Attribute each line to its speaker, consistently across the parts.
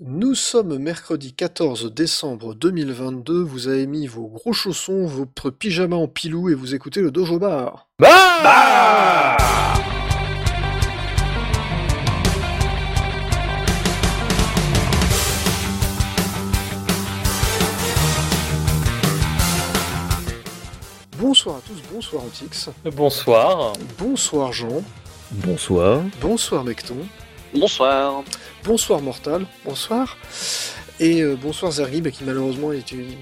Speaker 1: Nous sommes mercredi 14 décembre 2022, vous avez mis vos gros chaussons, votre pyjama en pilou et vous écoutez le Dojo Bar. Bonsoir à tous, bonsoir Otix,
Speaker 2: Bonsoir.
Speaker 1: bonsoir Jean,
Speaker 3: Bonsoir.
Speaker 1: bonsoir Mecton,
Speaker 4: Bonsoir.
Speaker 1: bonsoir Mortal, bonsoir, et euh, bonsoir Zergib qui malheureusement est- il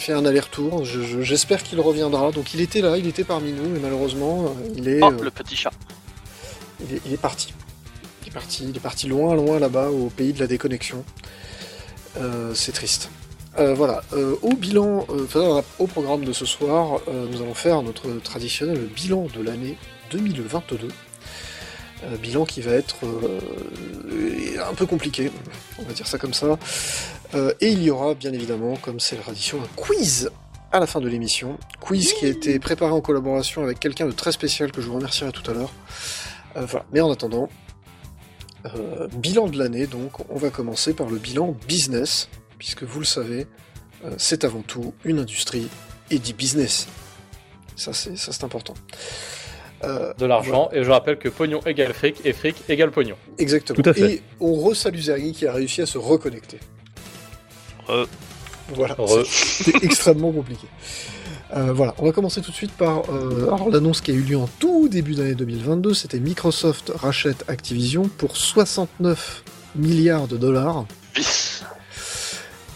Speaker 1: fait un aller-retour, Je- je- j'espère qu'il reviendra, donc il était là, il était parmi nous, mais malheureusement euh, il est...
Speaker 4: Oh,
Speaker 1: euh,
Speaker 4: le petit chat.
Speaker 1: Il est, il est parti. Il est parti. Il est parti loin, loin là-bas, au pays de la déconnexion. Euh, c'est triste. Euh, voilà. Euh, au bilan, euh, enfin, au programme de ce soir, euh, nous allons faire notre traditionnel bilan de l'année 2022. Euh, bilan qui va être euh, un peu compliqué, on va dire ça comme ça. Euh, et il y aura bien évidemment, comme c'est la tradition, un quiz à la fin de l'émission. Quiz qui a été préparé en collaboration avec quelqu'un de très spécial que je vous remercierai tout à l'heure. Euh, voilà. Mais en attendant, euh, bilan de l'année, donc on va commencer par le bilan business, puisque vous le savez, euh, c'est avant tout une industrie et dit business. Ça c'est ça c'est important. Euh,
Speaker 2: De l'argent. Et je rappelle que pognon égale fric et fric égale pognon.
Speaker 1: Exactement.
Speaker 3: Tout à fait.
Speaker 1: Et on resalue Zergi qui a réussi à se reconnecter.
Speaker 3: Re.
Speaker 1: Voilà,
Speaker 2: Re.
Speaker 1: c'était extrêmement compliqué. Euh, voilà, on va commencer tout de suite par euh, alors, l'annonce qui a eu lieu en tout début d'année 2022. C'était Microsoft rachète Activision pour 69 milliards de dollars.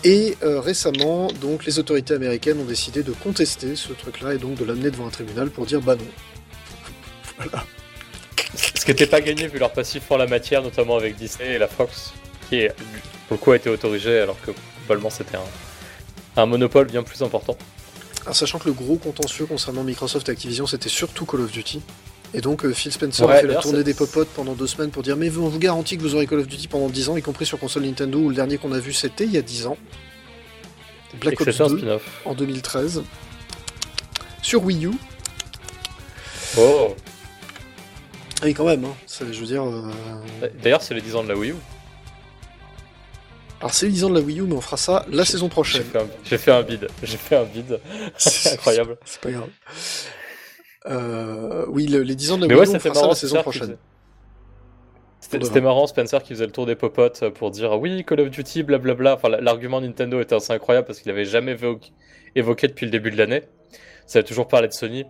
Speaker 1: Et euh, récemment, donc, les autorités américaines ont décidé de contester ce truc-là et donc de l'amener devant un tribunal pour dire bah non.
Speaker 2: Ce qui n'était pas gagné vu leur passif en la matière, notamment avec Disney et la Fox, qui est, pour le coup a été autorisé alors que globalement c'était un, un monopole bien plus important.
Speaker 1: Alors, Ah, sachant que le gros contentieux concernant Microsoft et Activision, c'était surtout Call of Duty. Et donc euh, Phil Spencer
Speaker 2: Ouais,
Speaker 1: a fait la
Speaker 2: d'ailleurs,
Speaker 1: tournée
Speaker 2: c'est-
Speaker 1: des popotes pendant deux semaines pour dire mais vous- on vous garantit que vous aurez Call of Duty pendant 10 ans, y compris sur console Nintendo où le dernier qu'on a vu c'était il y a 10 ans. C'était
Speaker 2: Et
Speaker 1: Black
Speaker 2: que
Speaker 1: Ops
Speaker 2: c'était un
Speaker 1: 2
Speaker 2: spin-off.
Speaker 1: en 2013. Sur Wii U.
Speaker 2: Oh.
Speaker 1: Ah Oui quand même, hein. C'est- je veux dire... euh,
Speaker 2: D'ailleurs, c'est les 10 ans de la Wii U.
Speaker 1: Alors c'est les 10 ans de la Wii U mais on fera ça la saison
Speaker 2: J'ai
Speaker 1: prochaine.
Speaker 2: fait, un- j'ai fait un bide. J'ai fait un bide. C'est incroyable.
Speaker 1: C'est pas grave. Euh, oui, le- les 10 ans de la
Speaker 2: Mais
Speaker 1: Wii
Speaker 2: ouais,
Speaker 1: U, on
Speaker 2: c'était
Speaker 1: fera ça
Speaker 2: marrant.
Speaker 1: la
Speaker 2: Spencer
Speaker 1: saison
Speaker 2: qui
Speaker 1: prochaine.
Speaker 2: faisait-
Speaker 1: Pour de
Speaker 2: C'était c'était
Speaker 1: vrai.
Speaker 2: marrant Spencer qui faisait le tour des popotes pour dire ah oui Call of Duty blablabla. Enfin la- l'argument Nintendo était assez incroyable parce qu'il avait jamais évo- évoqué depuis le début de l'année. Ça a toujours parlé de Sony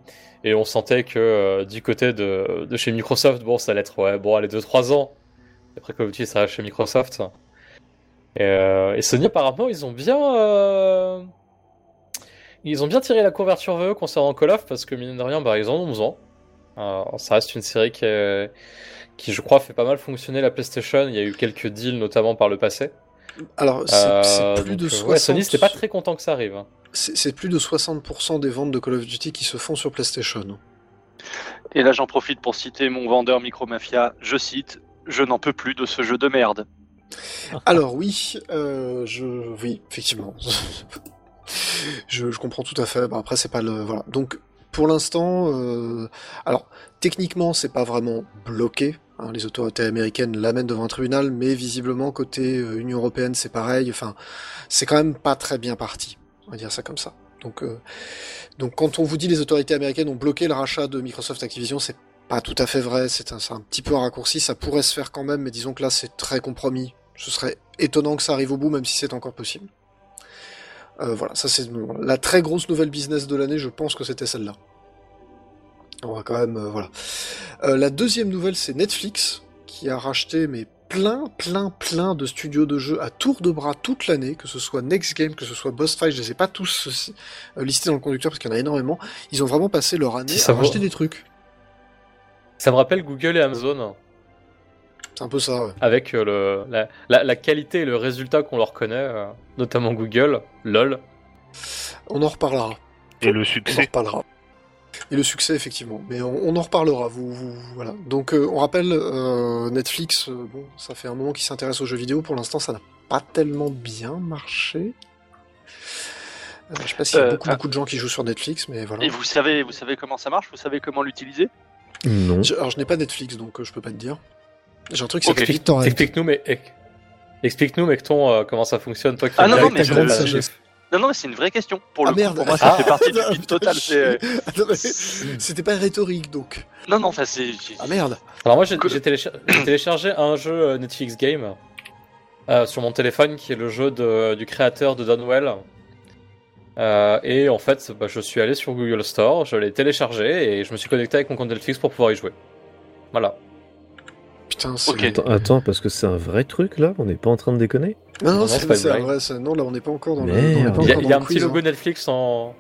Speaker 2: et on sentait que euh, du côté de, de chez Microsoft bon ça allait être ouais bon allez deux trois ans après Call of Duty ça reste chez Microsoft. Et, euh, et Sony apparemment ils ont bien euh, ils ont bien tiré la couverture vers eux concernant Call of parce que mine de rien bah ils en ont 11 ans. Euh, ça reste une série qui est qui je crois fait pas mal fonctionner la PlayStation. Il y a eu quelques deals notamment par le passé.
Speaker 1: Alors c'est c'est
Speaker 2: Euh,
Speaker 1: plus de
Speaker 2: donc, euh,
Speaker 1: 60...
Speaker 2: ouais, Sony, c'était pas très content que ça arrive. hein.
Speaker 1: C'est c'est plus de 60% des ventes de Call of Duty qui se font sur PlayStation.
Speaker 4: Et là, j'en profite pour citer mon vendeur Micromafia. Je cite Je n'en peux plus de ce jeu de merde.
Speaker 1: Alors oui, euh, je, oui, effectivement, je, je comprends tout à fait. Bon, après, c'est pas le, voilà. Donc, pour l'instant, euh, alors techniquement, c'est pas vraiment bloqué. hein, les autorités américaines l'amènent devant un tribunal, mais visiblement côté euh, Union européenne, c'est pareil. Enfin, c'est quand même pas très bien parti. On va dire ça comme ça. Donc, euh, donc quand on vous dit les autorités américaines ont bloqué le rachat de Microsoft Activision, c'est pas tout à fait vrai, c'est un, c'est un petit peu un raccourci, ça pourrait se faire quand même, mais disons que là c'est très compromis. Ce serait étonnant que ça arrive au bout, même si c'est encore possible. Euh, voilà, ça c'est la très grosse nouvelle business de l'année, je pense que c'était celle-là. On va quand même, euh, voilà. Euh, la deuxième nouvelle, c'est Netflix, qui a racheté mais plein, plein, plein de studios de jeux à tour de bras toute l'année, que ce soit Next Game, que ce soit Boss Fight, je les ai pas tous euh, listés dans le conducteur parce qu'il y en a énormément. Ils ont vraiment passé leur année
Speaker 2: Si, ça
Speaker 1: à
Speaker 2: vaut-
Speaker 1: racheter des trucs.
Speaker 2: Ça me rappelle Google et Amazon hein,
Speaker 1: C'est un peu ça, ouais.
Speaker 2: avec euh, le, la, la- la qualité et le résultat qu'on leur connaît, euh, notamment Google, lol.
Speaker 1: On en reparlera.
Speaker 3: Et le
Speaker 1: On en
Speaker 3: succès.
Speaker 1: reparlera. Et le succès, effectivement. Mais on, on en reparlera. Vous, vous- voilà. Donc, euh, on rappelle, euh, Netflix, euh, bon, ça fait un moment qu'ils s'intéressent aux jeux vidéo. Pour l'instant, ça n'a pas tellement bien marché. Euh, je sais pas s'il y a
Speaker 4: Euh,
Speaker 1: beaucoup,
Speaker 4: ah.
Speaker 1: beaucoup de gens qui jouent sur Netflix, mais voilà.
Speaker 4: Et vous savez, vous savez comment ça marche Vous savez comment l'utiliser
Speaker 3: Non.
Speaker 1: Je- alors, je n'ai pas Netflix, donc euh, je peux pas te dire. J'ai un truc qui s'appelle
Speaker 4: Ok.
Speaker 1: BitTorrent.
Speaker 2: Explique-nous, mais eh, Explique-nous, Mecton, euh, comment ça fonctionne, toi qui
Speaker 4: Ah
Speaker 2: es
Speaker 4: non,
Speaker 2: direct
Speaker 4: non, mais
Speaker 2: à
Speaker 4: je-
Speaker 2: la
Speaker 4: je-
Speaker 2: chef.
Speaker 4: Non, non, mais c'est une vraie question. Pour
Speaker 1: Ah,
Speaker 4: le coup,
Speaker 1: merde.
Speaker 4: pour moi, ça
Speaker 2: Ah.
Speaker 4: fait partie du
Speaker 1: Ah,
Speaker 4: mythe
Speaker 1: putain,
Speaker 4: total.
Speaker 1: je suis-
Speaker 4: c'est- euh,
Speaker 1: Attends, mais C'était pas rhétorique donc.
Speaker 4: Non, non, enfin, c'est. j'ai-
Speaker 1: Ah merde.
Speaker 2: Alors moi j'ai
Speaker 4: Que-
Speaker 2: j'ai télécha- j'ai téléchargé un jeu euh, Netflix Game euh, sur mon téléphone qui est le jeu de- du créateur de Dunwell. Euh, et en fait bah, je suis allé sur Google Store, je l'ai téléchargé et je me suis connecté avec mon compte Netflix pour pouvoir y jouer. Voilà.
Speaker 1: Putain, c'est.
Speaker 4: Ok.
Speaker 1: Non,
Speaker 3: Attends, attends, parce que c'est un vrai truc là On n'est pas en train de déconner
Speaker 1: non,
Speaker 2: Non, c'est pas
Speaker 1: c'est c'est
Speaker 2: une
Speaker 1: un
Speaker 2: blague.
Speaker 1: vrai. ça- Non, là, on n'est pas encore dans le.
Speaker 3: Merde.
Speaker 1: on n'est pas
Speaker 2: Il y a,
Speaker 1: encore
Speaker 2: il y
Speaker 1: dans
Speaker 2: a un
Speaker 1: le
Speaker 2: petit
Speaker 1: quiz, hein.
Speaker 2: logo Netflix en...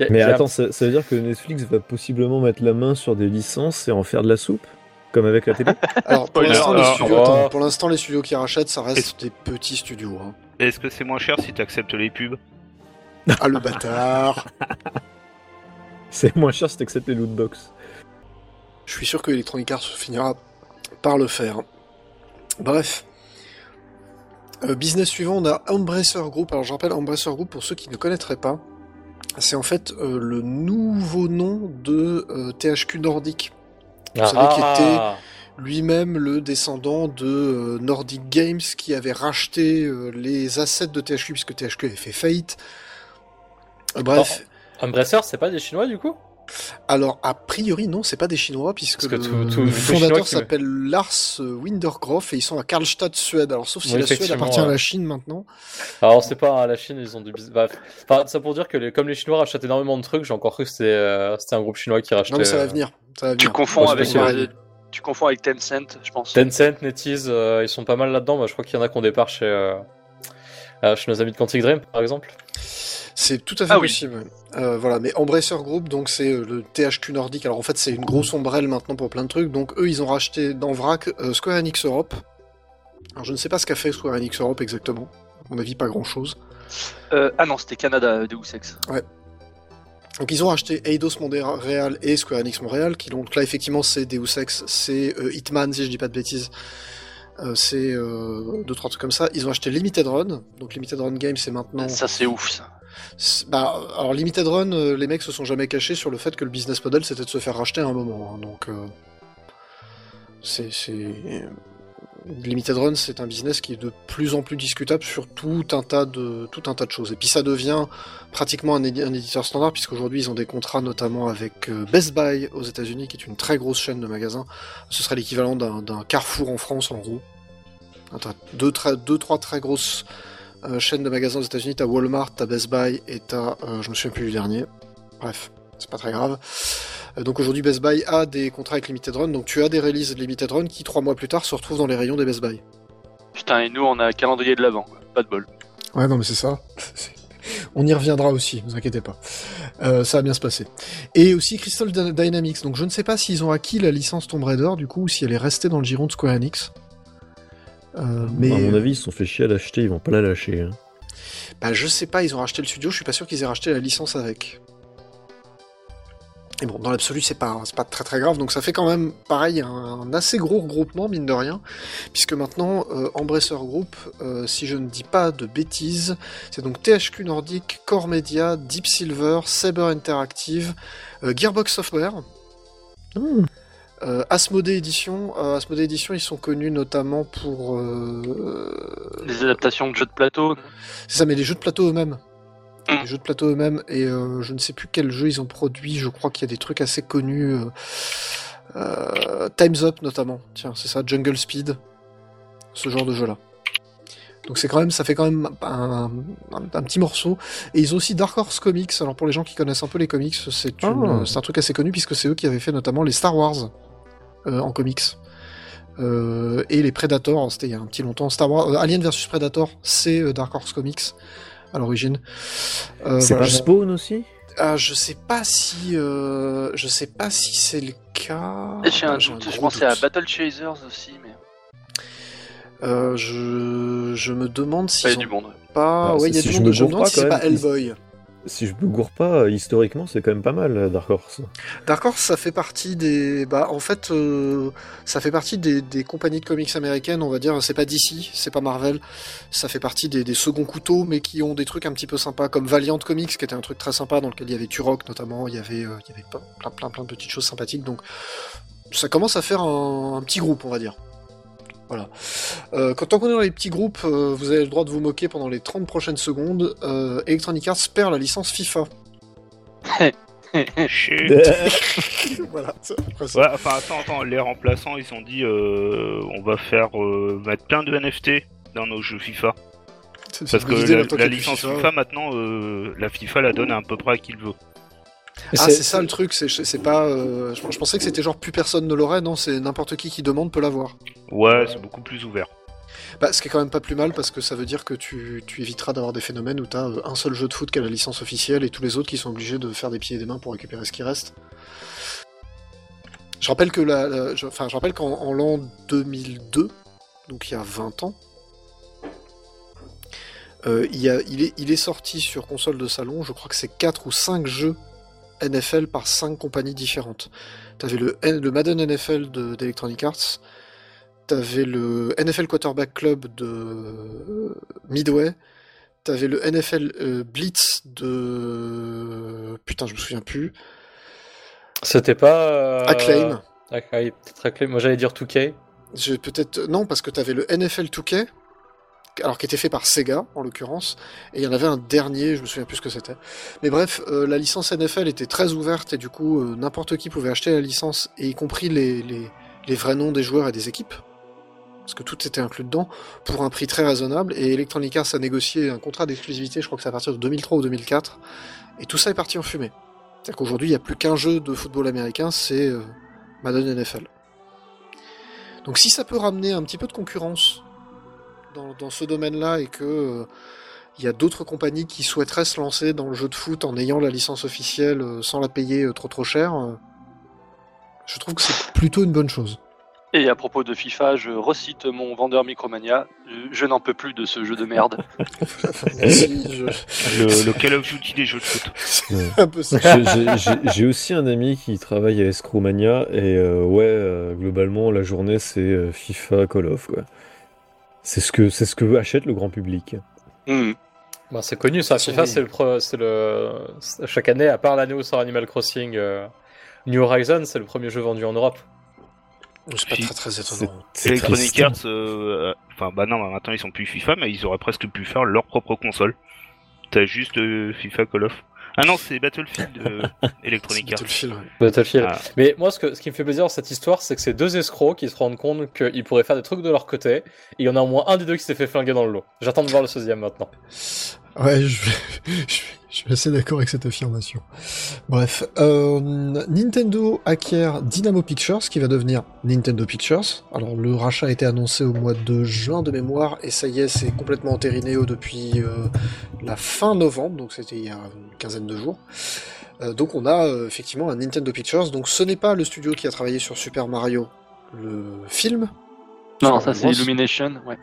Speaker 2: il y a-
Speaker 3: Mais
Speaker 2: il y a un
Speaker 3: attends, ça, ça veut dire que Netflix va possiblement mettre la main sur des licences et en faire de la soupe Comme avec la télé
Speaker 1: Alors, pour
Speaker 5: Spoiler,
Speaker 1: l'instant, les,
Speaker 5: alors,
Speaker 1: studios...
Speaker 2: oh.
Speaker 1: attends, pour l'instant, les studios qui rachètent, ça reste
Speaker 5: Est-ce-
Speaker 1: des petits studios. hein.
Speaker 5: Est-ce que c'est moins cher si t'acceptes les pubs
Speaker 1: Ah, le bâtard
Speaker 3: C'est moins cher si t'acceptes les lootbox.
Speaker 1: Je suis sûr que Electronic Arts finira par le faire. Bref. Euh, business suivant, on a Embracer Group. Alors je rappelle Embracer Group pour ceux qui ne connaîtraient pas. C'est en fait euh, le nouveau nom de euh, THQ Nordic. Vous savez qui
Speaker 2: Ah,
Speaker 1: Lui-même le descendant de euh, Nordic Games qui avait racheté euh, les assets de THQ puisque THQ avait fait faillite. Euh, bref.
Speaker 2: Embracer, c'est pas des Chinois du coup
Speaker 1: Alors, a priori, non, c'est pas des Chinois, puisque
Speaker 2: Parce que
Speaker 1: le,
Speaker 2: tout- tout-
Speaker 1: le
Speaker 2: tout Chinois
Speaker 1: fondateur
Speaker 2: qui-
Speaker 1: s'appelle Lars Windergroff et ils sont à Karlstad, Suède. Alors, sauf si
Speaker 2: Oui,
Speaker 1: la Suède
Speaker 2: effectivement,
Speaker 1: appartient à
Speaker 2: ouais.
Speaker 1: la Chine maintenant.
Speaker 2: Alors c'est pas hein, la Chine, ils ont du business. Bah, enfin, ça pour dire que les- comme les Chinois rachètent énormément de trucs, j'ai encore cru que c'était euh, c'était un groupe chinois qui rachetait.
Speaker 1: Non, mais ça va
Speaker 2: euh,
Speaker 1: venir. Ça va
Speaker 4: Tu
Speaker 1: venir.
Speaker 4: confonds
Speaker 2: Ouais,
Speaker 4: avec.
Speaker 2: c'est
Speaker 1: pareil.
Speaker 4: euh, Tu confonds avec Tencent, je pense.
Speaker 2: Tencent, NetEase, euh, ils sont pas mal là-dedans. Bah, je crois qu'il y en a qui ont des parts chez, euh, euh, chez nos amis de Quantic Dream, par exemple.
Speaker 1: C'est tout à fait
Speaker 4: Ah oui.
Speaker 1: possible. ouais. Euh, voilà, mais Embracer Group, donc c'est euh, le THQ nordique. Alors en fait, c'est une grosse ombrelle maintenant pour plein de trucs. Donc eux, ils ont racheté dans vrac euh, Square Enix Europe. Alors je ne sais pas ce qu'a fait Square Enix Europe exactement. À mon avis, pas grand-chose.
Speaker 4: Euh, ah non, c'était Canada, euh, Deus Ex.
Speaker 1: Donc ils ont racheté Eidos Montréal et Square Enix Montréal, qui donc là effectivement c'est Deus Ex, c'est euh, Hitman si je dis pas de bêtises, Euh, c'est euh, deux trois trucs comme ça. Ils ont acheté Limited Run, donc Limited Run Games c'est maintenant.
Speaker 4: Ça, c'est ouf, ça.
Speaker 1: c'est- Bah alors Limited Run, euh, les mecs se sont jamais cachés sur le fait que le business model c'était de se faire racheter à un moment, hein, donc euh, c'est c'est Limited Run c'est un business qui est de plus en plus discutable sur tout un tas de tout un tas de choses. Et puis ça devient pratiquement un, édi- un éditeur standard, puisqu'aujourd'hui ils ont des contrats notamment avec euh, Best Buy aux États-Unis, qui est une très grosse chaîne de magasins. Ce serait l'équivalent d'un d'un Carrefour en France, en gros. Un tra- Deux, tra- deux, trois très grosses euh, chaînes de magasins aux États-Unis. T'as Walmart, t'as Best Buy et t'as. euh, je me souviens plus du dernier. Bref, c'est pas très grave. Euh, donc aujourd'hui, Best Buy a des contrats avec Limited Run, donc tu as des releases de Limited Run qui, trois mois plus tard, se retrouvent dans les rayons des Best Buy.
Speaker 4: Putain, et nous, on a un calendrier de l'avant. Pas de bol.
Speaker 1: Ouais, non, mais c'est ça. C'est- On y reviendra aussi, ne vous inquiétez pas. Euh, ça va bien se passer. Et aussi Crystal Dy- Dynamics. Donc je ne sais pas s'ils ont acquis la licence Tomb Raider, du coup, ou si elle est restée dans le giron de Square Enix. Euh, mais
Speaker 3: Bah, À mon avis, ils se sont fait chier à l'acheter, ils vont pas la lâcher. hein.
Speaker 1: bah, je sais pas, ils ont racheté le studio, je suis pas sûr qu'ils aient racheté la licence avec. Et bon, dans l'absolu, c'est pas, c'est pas très très grave, donc ça fait quand même, pareil, un, un assez gros regroupement, mine de rien, puisque maintenant, euh, Embracer Group, euh, si je ne dis pas de bêtises, c'est donc THQ Nordic, Core Media, Deep Silver, Saber Interactive, euh, Gearbox Software, euh, Asmodee Edition. Euh, Asmodee Edition, ils sont connus notamment pour... euh,
Speaker 4: Les adaptations de jeux de plateau.
Speaker 1: c'est ça, mais les jeux de plateau eux-mêmes.
Speaker 4: Mm.
Speaker 1: Les jeux de plateau eux-mêmes, et euh, je ne sais plus quel jeu ils ont produit, je crois qu'il y a des trucs assez connus. euh, euh, Time's Up notamment, tiens, c'est ça, Jungle Speed, ce genre de jeu-là. Donc c'est quand même, ça fait quand même un, un- un petit morceau. Et ils ont aussi Dark Horse Comics, alors pour les gens qui connaissent un peu les comics, c'est une-
Speaker 3: Ah.
Speaker 1: euh, c'est un truc assez connu puisque c'est eux qui avaient fait notamment les Star Wars euh, en comics. Euh, et les Predators, c'était il y a un petit longtemps. Star Wars, euh, Alien vs Predator, c'est euh, Dark Horse Comics à l'origine. Euh,
Speaker 3: c'est
Speaker 1: voilà,
Speaker 3: pas
Speaker 1: je-
Speaker 3: Spawn aussi
Speaker 1: ah, je sais pas si, euh, je sais pas si c'est le cas.
Speaker 4: Et J'ai un
Speaker 1: Ah, J'ai un
Speaker 4: doute. Je
Speaker 1: gros
Speaker 4: pensais à
Speaker 1: doute.
Speaker 4: Battle Chasers aussi, mais.
Speaker 1: Euh, je, je me demande
Speaker 4: Il y
Speaker 1: si
Speaker 4: a du monde.
Speaker 1: pas.
Speaker 3: Bah,
Speaker 1: ouais, il y a
Speaker 3: si
Speaker 1: du
Speaker 3: je
Speaker 1: monde.
Speaker 3: me
Speaker 1: Je me
Speaker 3: gourre
Speaker 1: demande
Speaker 3: pas,
Speaker 1: si c'est
Speaker 3: quand
Speaker 1: pas
Speaker 3: même, ils-
Speaker 1: Hellboy.
Speaker 3: Si je me gourre pas, historiquement, c'est quand même pas mal euh, Dark Horse.
Speaker 1: Dark Horse, ça fait partie des. Bah, en fait, euh, ça fait partie des, des compagnies de comics américaines, on va dire. C'est pas DC, c'est pas Marvel. Ça fait partie des, des seconds couteaux, mais qui ont des trucs un petit peu sympas, comme Valiant Comics, qui était un truc très sympa, dans lequel il y avait Turok notamment, il y avait, euh, il y avait plein, plein, plein, plein de petites choses sympathiques. Donc, ça commence à faire un, un petit groupe, on va dire. Voilà. Euh, quand tant qu'on est dans les petits groupes, euh, vous avez le droit de vous moquer pendant les 30 prochaines secondes. Euh, Electronic Arts perd la licence FIFA.
Speaker 5: Chut.
Speaker 3: Bah,
Speaker 1: voilà, c'est après ça.
Speaker 5: Ouais, enfin, attends, attends, les remplaçants, ils ont dit euh, on va faire euh, mettre plein de NFT dans nos jeux FIFA.
Speaker 1: C'est une
Speaker 5: Parce que
Speaker 1: bonne idée,
Speaker 5: la,
Speaker 1: maintenant
Speaker 5: la
Speaker 1: qu'il y a du
Speaker 5: licence
Speaker 1: FIFA.
Speaker 5: FIFA, maintenant, euh, la FIFA la donne à peu près à qui le veut.
Speaker 1: Ah, c'est ça le truc, c'est c'est pas. euh, je, je pensais que c'était genre plus personne ne l'aurait, non, c'est n'importe qui qui demande peut l'avoir.
Speaker 5: Ouais, c'est beaucoup plus ouvert.
Speaker 1: Bah, ce qui est quand même pas plus mal parce que ça veut dire que tu, tu éviteras d'avoir des phénomènes où t'as euh, un seul jeu de foot qui a la licence officielle et tous les autres qui sont obligés de faire des pieds et des mains pour récupérer ce qui reste. Je rappelle que la, la- je, enfin, je rappelle qu'en en l'an 2002, donc il y a 20 ans, euh, il, y a- il est, il est sorti sur console de salon, je crois que c'est 4 ou 5 jeux NFL par 5 compagnies différentes. T'avais le, N- le Madden NFL de- d'Electronic Arts, T'avais le NFL Quarterback Club de euh, Midway. T'avais le NFL euh, Blitz de. Putain, je me souviens plus.
Speaker 2: C'était pas. euh,
Speaker 1: Acclaim.
Speaker 2: Ah, oui, peut-être Acclaim. Moi, j'allais dire 2K.
Speaker 1: J'ai peut-être. Non, parce que t'avais le NFL 2K, alors qui était fait par Sega, en l'occurrence. Et il y en avait un dernier, je me souviens plus ce que c'était. Mais bref, euh, la licence NFL était très ouverte et du coup, euh, n'importe qui pouvait acheter la licence, et y compris les, les, les vrais noms des joueurs et des équipes. Parce que tout était inclus dedans, pour un prix très raisonnable. Et Electronic Arts a négocié un contrat d'exclusivité, je crois que c'est à partir de 2003 ou 2004. Et tout ça est parti en fumée. C'est-à-dire qu'aujourd'hui, il n'y a plus qu'un jeu de football américain, c'est euh, Madden NFL. Donc si ça peut ramener un petit peu de concurrence dans, dans ce domaine-là et que euh, il y a d'autres compagnies qui souhaiteraient se lancer dans le jeu de foot en ayant la licence officielle euh, sans la payer euh, trop trop cher, euh, je trouve que c'est plutôt une bonne chose.
Speaker 4: Et à propos de FIFA, je recite mon vendeur Micromania, Euh, je, je n'en peux plus de ce jeu de merde.
Speaker 1: Si, je-
Speaker 5: Le, le Call of Duty des jeux de foot.
Speaker 1: un peu ça.
Speaker 3: j'ai- j'ai- j'ai- J'ai aussi un ami qui travaille à Escromania et euh, ouais, euh, globalement, la journée c'est euh, FIFA Call of quoi. C'est ce que c'est ce que achète le grand public.
Speaker 4: Hmm.
Speaker 2: Bah, c'est connu ça.
Speaker 1: C'est
Speaker 2: FIFA,
Speaker 1: connu.
Speaker 2: c'est le, pre- c'est le. c'est- Chaque année, à part l'année où sort Animal Crossing euh, New Horizons, c'est le premier jeu vendu en Europe.
Speaker 1: C'est pas très très
Speaker 3: C'est-
Speaker 1: étonnant.
Speaker 3: c'est
Speaker 5: Electronic
Speaker 3: triste.
Speaker 5: Arts, euh, euh, enfin, bah non, bah, maintenant ils sont plus FIFA, mais ils auraient presque pu faire leur propre console. T'as juste euh, FIFA Call of. Ah non, c'est Battlefield euh,
Speaker 1: C'est
Speaker 5: Electronic Arts.
Speaker 1: Battlefield, ouais.
Speaker 2: Battlefield.
Speaker 5: Ah.
Speaker 2: Mais moi, ce, que, ce qui me fait plaisir dans cette histoire, c'est que c'est deux escrocs qui se rendent compte qu'ils pourraient faire des trucs de leur côté. Et il y en a au moins un des deux qui s'est fait flinguer dans le lot. J'attends de voir le deuxième maintenant.
Speaker 1: Ouais, je, je- je suis assez d'accord avec cette affirmation. Bref, euh, Nintendo acquiert Dynamo Pictures, qui va devenir Nintendo Pictures. Alors, le rachat a été annoncé au mois de juin de mémoire, et ça y est, c'est complètement entériné au- depuis euh, la fin novembre, donc c'était il y a une quinzaine de jours. Euh, donc, on a euh, effectivement un Nintendo Pictures. Donc, ce n'est pas le studio qui a travaillé sur Super Mario, le film,
Speaker 4: Non,
Speaker 1: Sur
Speaker 4: ça
Speaker 1: le
Speaker 4: c'est
Speaker 1: Bros.
Speaker 4: Illumination. Ouais.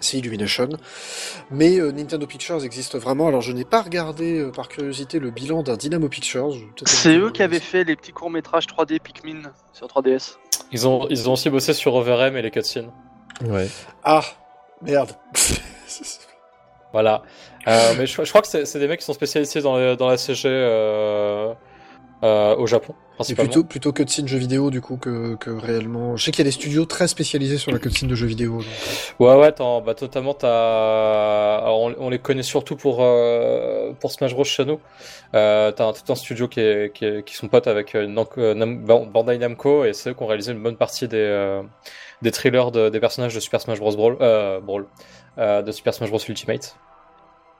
Speaker 1: c'est Illumination. Mais euh, Nintendo Pictures existe vraiment. Alors je n'ai pas regardé euh, par curiosité le bilan d'un Dynamo Pictures. Je vais peut-être
Speaker 4: C'est
Speaker 1: aller
Speaker 4: eux
Speaker 1: voir
Speaker 4: qui avaient
Speaker 1: ça.
Speaker 4: fait les petits courts-métrages 3D Pikmin sur 3DS.
Speaker 2: Ils ont, ils ont aussi bossé sur OverM et les cutscenes.
Speaker 3: Ouais.
Speaker 1: Ah merde.
Speaker 2: Voilà. Euh, mais je, je crois que c'est c'est des mecs qui sont spécialisés dans, les- dans la CG euh, euh, au Japon,
Speaker 1: C'est
Speaker 2: principalement.
Speaker 1: plutôt plutôt cutscene jeux vidéo du coup que, que réellement. Je sais qu'il y a des studios très spécialisés sur la cutscene de jeux vidéo. donc.
Speaker 2: Ouais, ouais, t'en- bah, totalement, t'as. Alors, on, on les connaît surtout pour, euh, pour Smash Bros. Chano. Euh, t'as un- tout un studio qui, est, qui, est- qui sont potes avec euh, Namco- euh, Nam- Ban- Bandai Namco et c'est eux qui ont réalisé une bonne partie des, euh, des thrillers de- des personnages de Super Smash Bros. Brawl, euh, Brawl, euh, de Super Smash Bros. Ultimate.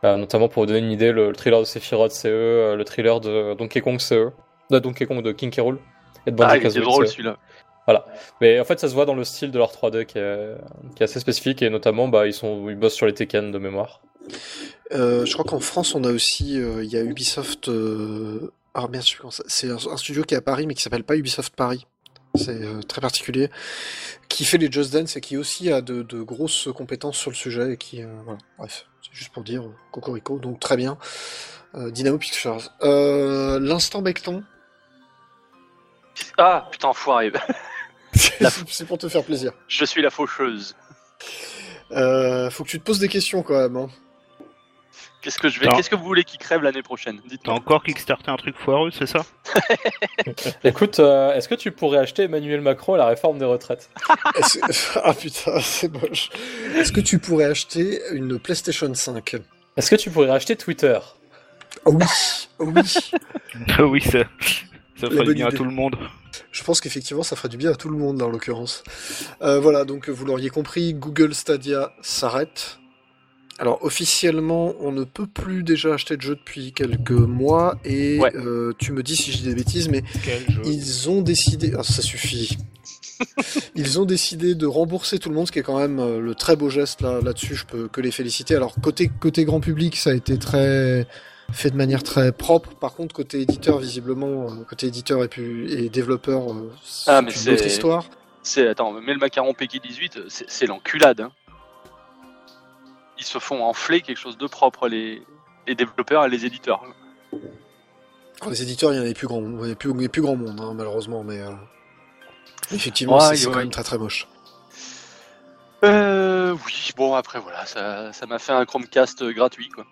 Speaker 2: Euh, notamment pour vous donner une idée, le, le thriller de Sephiroth, c'est eux, euh, le thriller de Donkey Kong, c'est eux, de Donkey Kong de King K. Rool et de Banjo
Speaker 4: Ah, il était
Speaker 2: Kazooie,
Speaker 4: drôle
Speaker 2: c'est eux.
Speaker 4: celui-là.
Speaker 2: Mais en fait, ça se voit dans le style de leur 3D qui est, qui est assez spécifique et notamment, bah, ils, sont, ils bossent sur les Tekken de mémoire.
Speaker 1: Euh, je crois qu'en France on a aussi euh, il y a Ubisoft. euh, Ah merde, je sais plus comment ça- C'est un, un studio qui est à Paris mais qui s'appelle pas Ubisoft Paris. C'est euh, très particulier. Qui fait les Just Dance et qui aussi a de, de grosses compétences sur le sujet et qui euh, voilà. Bref, c'est juste pour dire euh, cocorico. Donc très bien. Euh, Dynamo Pictures. Euh, L'instant Becton.
Speaker 4: Ah, putain, foiré. La-
Speaker 1: c'est pour te faire plaisir.
Speaker 4: Je suis la faucheuse.
Speaker 1: Euh, faut que tu te poses des questions quand même. hein.
Speaker 4: Qu'est-ce que je vais
Speaker 5: Non.
Speaker 4: Qu'est-ce que vous voulez qui crève l'année prochaine
Speaker 5: T'as
Speaker 4: Dites-moi.
Speaker 5: encore kickstarté un truc foireux, c'est ça
Speaker 2: Écoute, euh, est-ce que tu pourrais acheter Emmanuel Macron à la réforme des retraites
Speaker 1: Est-ce que- Ah putain, c'est moche. Est-ce que tu pourrais acheter une PlayStation 5
Speaker 2: Est-ce que tu pourrais acheter Twitter
Speaker 1: Ah oui, ah oui.
Speaker 5: Ah oui, ça, ça
Speaker 1: La
Speaker 5: ferait
Speaker 1: bonne
Speaker 5: du bien à
Speaker 1: idée.
Speaker 5: tout le monde.
Speaker 1: Je pense qu'effectivement, ça ferait du bien à tout le monde, là, en l'occurrence. Euh, voilà, donc vous l'auriez compris, Google Stadia s'arrête. Alors, officiellement, on ne peut plus déjà acheter de jeux depuis quelques mois, et
Speaker 4: Ouais.
Speaker 1: euh, tu me dis si je dis des bêtises, mais
Speaker 5: Quel jeu
Speaker 1: ils ont décidé... Ah, ça suffit. Ils ont décidé de rembourser tout le monde, ce qui est quand même euh, le très beau geste là- là-dessus, je peux que les féliciter. Alors, côté, côté grand public, ça a été très fait de manière très propre. Par contre, côté éditeur, visiblement, euh, côté éditeur et, puis, et développeur, euh, c'est
Speaker 4: Ah, mais
Speaker 1: une autre
Speaker 4: c'est-
Speaker 1: histoire.
Speaker 4: C'est attends, mais le macaron Peggy 18, c'est c'est l'enculade. hein. Ils se font enfler quelque chose de propre les, les développeurs et les éditeurs.
Speaker 1: Alors, les éditeurs, il n'y en avait plus grand, il y en avait plus, il y avait plus grand monde, hein, malheureusement, mais euh, effectivement,
Speaker 4: Ouais,
Speaker 1: c'est- c'est
Speaker 4: ouais.
Speaker 1: quand même très très moche.
Speaker 4: Euh, oui, bon après voilà, ça ça m'a fait un Chromecast gratuit quoi.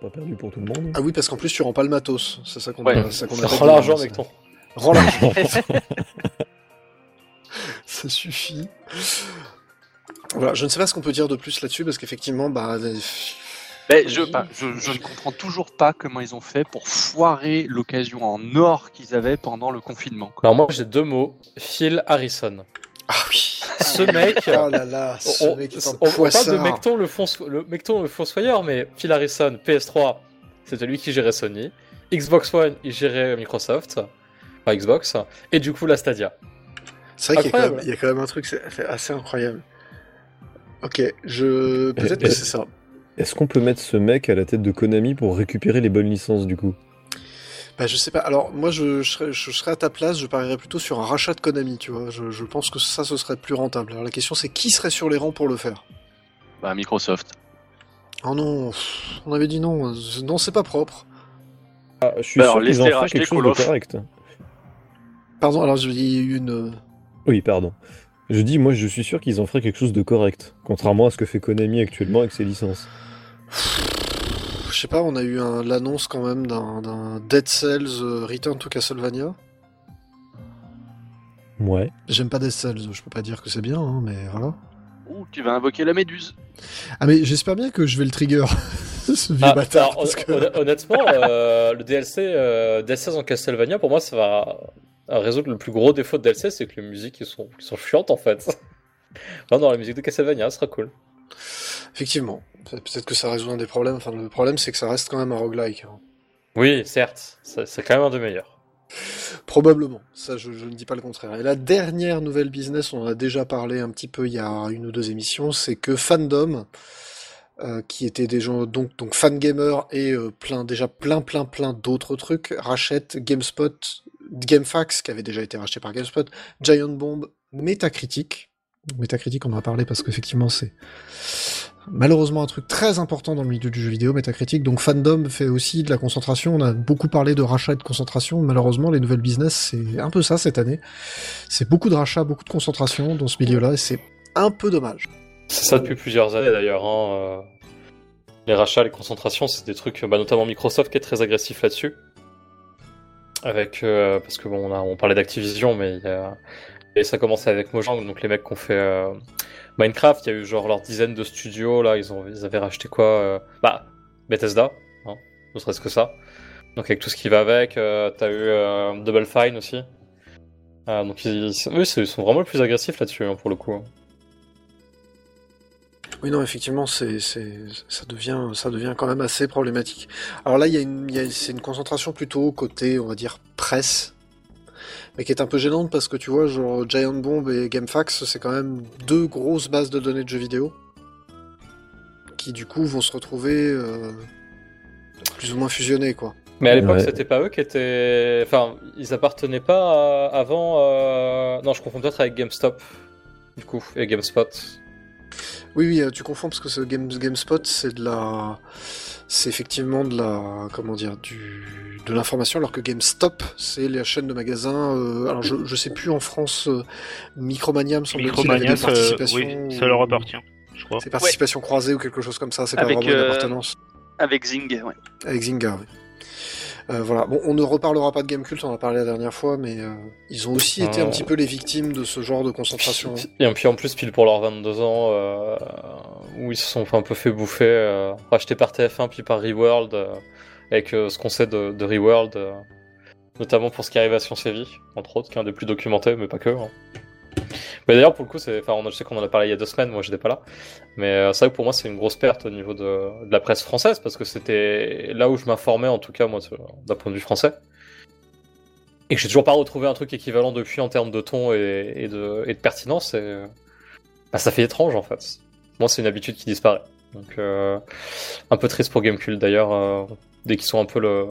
Speaker 3: Pas perdu pour tout le monde.
Speaker 1: Ah oui, parce qu'en plus, tu rends pas le matos, c'est ça qu'on
Speaker 4: Ouais.
Speaker 1: c'est ça qu'on appelle
Speaker 2: Rends Oh, l'argent
Speaker 1: ça.
Speaker 2: avec ton.
Speaker 1: Rends l'argent. ça suffit. Voilà, je ne sais pas ce qu'on peut dire de plus là-dessus, parce qu'effectivement, bah, les-
Speaker 4: Ben, je, ben, je, je ne comprends toujours pas comment ils ont fait pour foirer l'occasion en or qu'ils avaient pendant le confinement. quoi.
Speaker 2: Alors moi j'ai deux mots. Phil Harrison.
Speaker 1: Ah oui
Speaker 2: Ce mec.
Speaker 1: Oh là là, ce
Speaker 2: on,
Speaker 1: mec est un
Speaker 2: on- on parle de
Speaker 1: poissard.
Speaker 2: Mecton le, fonce- le, Mecton le fossoyeur, mais Phil Harrison, PS3, c'était lui qui gérait Sony. Xbox One, il gérait Microsoft. Enfin, Xbox. Et du coup, la Stadia.
Speaker 1: C'est vrai qu'il y, a quand
Speaker 2: Incroyable.
Speaker 1: même- il y a quand même un truc, c'est c'est assez incroyable. Ok, je... peut-être
Speaker 3: Eh,
Speaker 1: que c'est ça.
Speaker 3: Est-ce qu'on peut mettre ce mec à la tête de Konami pour récupérer les bonnes licences du coup
Speaker 1: Bah, je sais pas. Alors, moi, je, je serais, je serais à ta place, je parierais plutôt sur un rachat de Konami, tu vois. Je, je pense que ça, ce serait plus rentable. Alors, la question, c'est qui serait sur les rangs pour le faire
Speaker 4: Ben, Microsoft.
Speaker 1: Oh non, pff, on avait dit non. euh, Non, c'est pas propre.
Speaker 3: ah, Je suis
Speaker 4: Bah, alors,
Speaker 3: sûr qu'ils en
Speaker 4: laissez
Speaker 3: font
Speaker 4: racheter
Speaker 3: quelque chose
Speaker 4: Call
Speaker 3: de
Speaker 4: of.
Speaker 3: correct.
Speaker 1: Pardon, alors, je- il y a eu une.
Speaker 3: Oui, pardon. Je dis, moi, je suis sûr qu'ils en feraient quelque chose de correct, contrairement à ce que fait Konami actuellement avec ses licences.
Speaker 1: Pff, Je sais pas, on a eu un- l'annonce quand même d'un- d'un Dead Cells euh, Return to Castlevania.
Speaker 3: Ouais.
Speaker 1: J'aime pas Dead Cells, je peux pas dire que c'est bien, hein, mais voilà.
Speaker 4: Ouh, tu vas invoquer la méduse.
Speaker 1: Ah, mais j'espère bien que je vais le trigger, ce vieux
Speaker 2: Ah,
Speaker 1: bâtard.
Speaker 2: alors,
Speaker 1: parce que-
Speaker 2: hon- hon- honnêtement, euh, le DLC euh, DLCs en Castlevania, pour moi, ça va résoudre le plus gros défaut de DLC, c'est que les musiques ils sont, ils sont chiantes en fait. Non, non, la musique de Castlevania, ça sera cool.
Speaker 1: Effectivement. Peut- Peut-être que ça résout un des problèmes. Enfin, le problème, c'est que ça reste quand même un roguelike. hein.
Speaker 2: Oui, certes, c'est c'est quand même un des meilleurs.
Speaker 1: Probablement, ça je, je ne dis pas le contraire. Et la dernière nouvelle business, on en a déjà parlé un petit peu il y a une ou deux émissions, c'est que Fandom, euh, qui étaient des gens donc, donc Fangamer et euh, plein, déjà plein plein plein d'autres trucs, rachètent GameSpot, GameFAQs, qui avait déjà été racheté par GameSpot, Giant Bomb, Metacritic. Metacritic, on en a parlé parce qu'effectivement c'est malheureusement un truc très important dans le milieu du jeu vidéo, Metacritic. Donc fandom fait aussi de la concentration. On a beaucoup parlé de rachat et de concentration. Malheureusement, les nouvelles business, c'est un peu ça cette année. C'est beaucoup de rachats, beaucoup de concentration dans ce milieu-là et c'est un peu dommage.
Speaker 2: C'est ça depuis plusieurs années d'ailleurs. hein, euh, Les rachats, les concentrations, c'est des trucs, bah, notamment Microsoft qui est très agressif là-dessus. Avec, euh, parce que bon, on, a- on parlait d'Activision, mais il y a- et ça commençait avec Mojang, donc les mecs qui ont fait euh, Minecraft, il y a eu genre leur dizaine de studios là, ils, ont, ils avaient racheté quoi euh, Bah, Bethesda, hein, ne serait-ce que ça. Donc avec tout ce qui va avec, euh, t'as eu euh, Double Fine aussi. Ah, donc ils, ils- eux, ils sont vraiment les plus agressifs là-dessus hein, pour le coup. hein.
Speaker 1: Oui, non, effectivement, c'est, c'est, ça devient, ça devient quand même assez problématique. Alors là, il y a une, il y a- c'est une concentration plutôt côté, on va dire, presse. Mais qui est un peu gênante parce que tu vois, genre Giant Bomb et GameFAQs, c'est quand même deux grosses bases de données de jeux vidéo. Qui du coup vont se retrouver euh, plus ou moins fusionnées, quoi.
Speaker 2: Mais à l'époque,
Speaker 3: Ouais.
Speaker 2: c'était pas eux qui étaient. Enfin, ils appartenaient pas à- avant. euh, Non, je confonds peut-être avec GameStop, du coup, et GameSpot.
Speaker 1: Oui, oui, euh, tu confonds parce que ce Game- GameSpot, c'est de la. C'est effectivement de la. Comment dire du... De l'information, alors que GameStop, c'est la chaîne de magasins. euh, Alors, je, je sais plus en France, euh, Micromania, me semble-t-il, avait
Speaker 5: Micromania,
Speaker 1: des
Speaker 5: ça,
Speaker 1: participations.
Speaker 5: oui, ça leur appartient. je crois.
Speaker 1: C'est participation croisée ou quelque chose comme ça, c'est pas
Speaker 4: Avec,
Speaker 1: vraiment une
Speaker 4: euh,
Speaker 1: appartenance.
Speaker 4: Avec Zing, ouais.
Speaker 1: Avec Zynga, oui. Euh, voilà, bon, on ne reparlera pas de Gamecult, on en a parlé la dernière fois, mais euh, ils ont aussi été un
Speaker 2: Ah.
Speaker 1: petit peu les victimes de ce genre de concentration.
Speaker 2: Et puis en plus, pile pour leurs 22 ans, euh, où ils se sont un peu fait bouffer, euh, rachetés par TF1 puis par Reworld, euh, avec euh, ce qu'on sait de, de Reworld, euh, notamment pour ce qui arrive à Science et Vie, entre autres, qui est un des plus documentés, mais pas que. hein. Mais d'ailleurs, pour le coup, c'est, enfin, on, je sais qu'on en a parlé il y a deux semaines, moi j'étais pas là, mais euh, c'est vrai que pour moi c'est une grosse perte au niveau de, de la presse française, parce que c'était là où je m'informais, en tout cas, moi, sur- d'un point de vue français. Et que j'ai toujours pas retrouvé un truc équivalent depuis en termes de ton et, et de, et de pertinence. Et, euh, bah, ça fait étrange en fait. Moi, c'est une habitude qui disparaît. Donc, euh, un peu triste pour Gamecube d'ailleurs, euh, dès qu'ils sont un peu le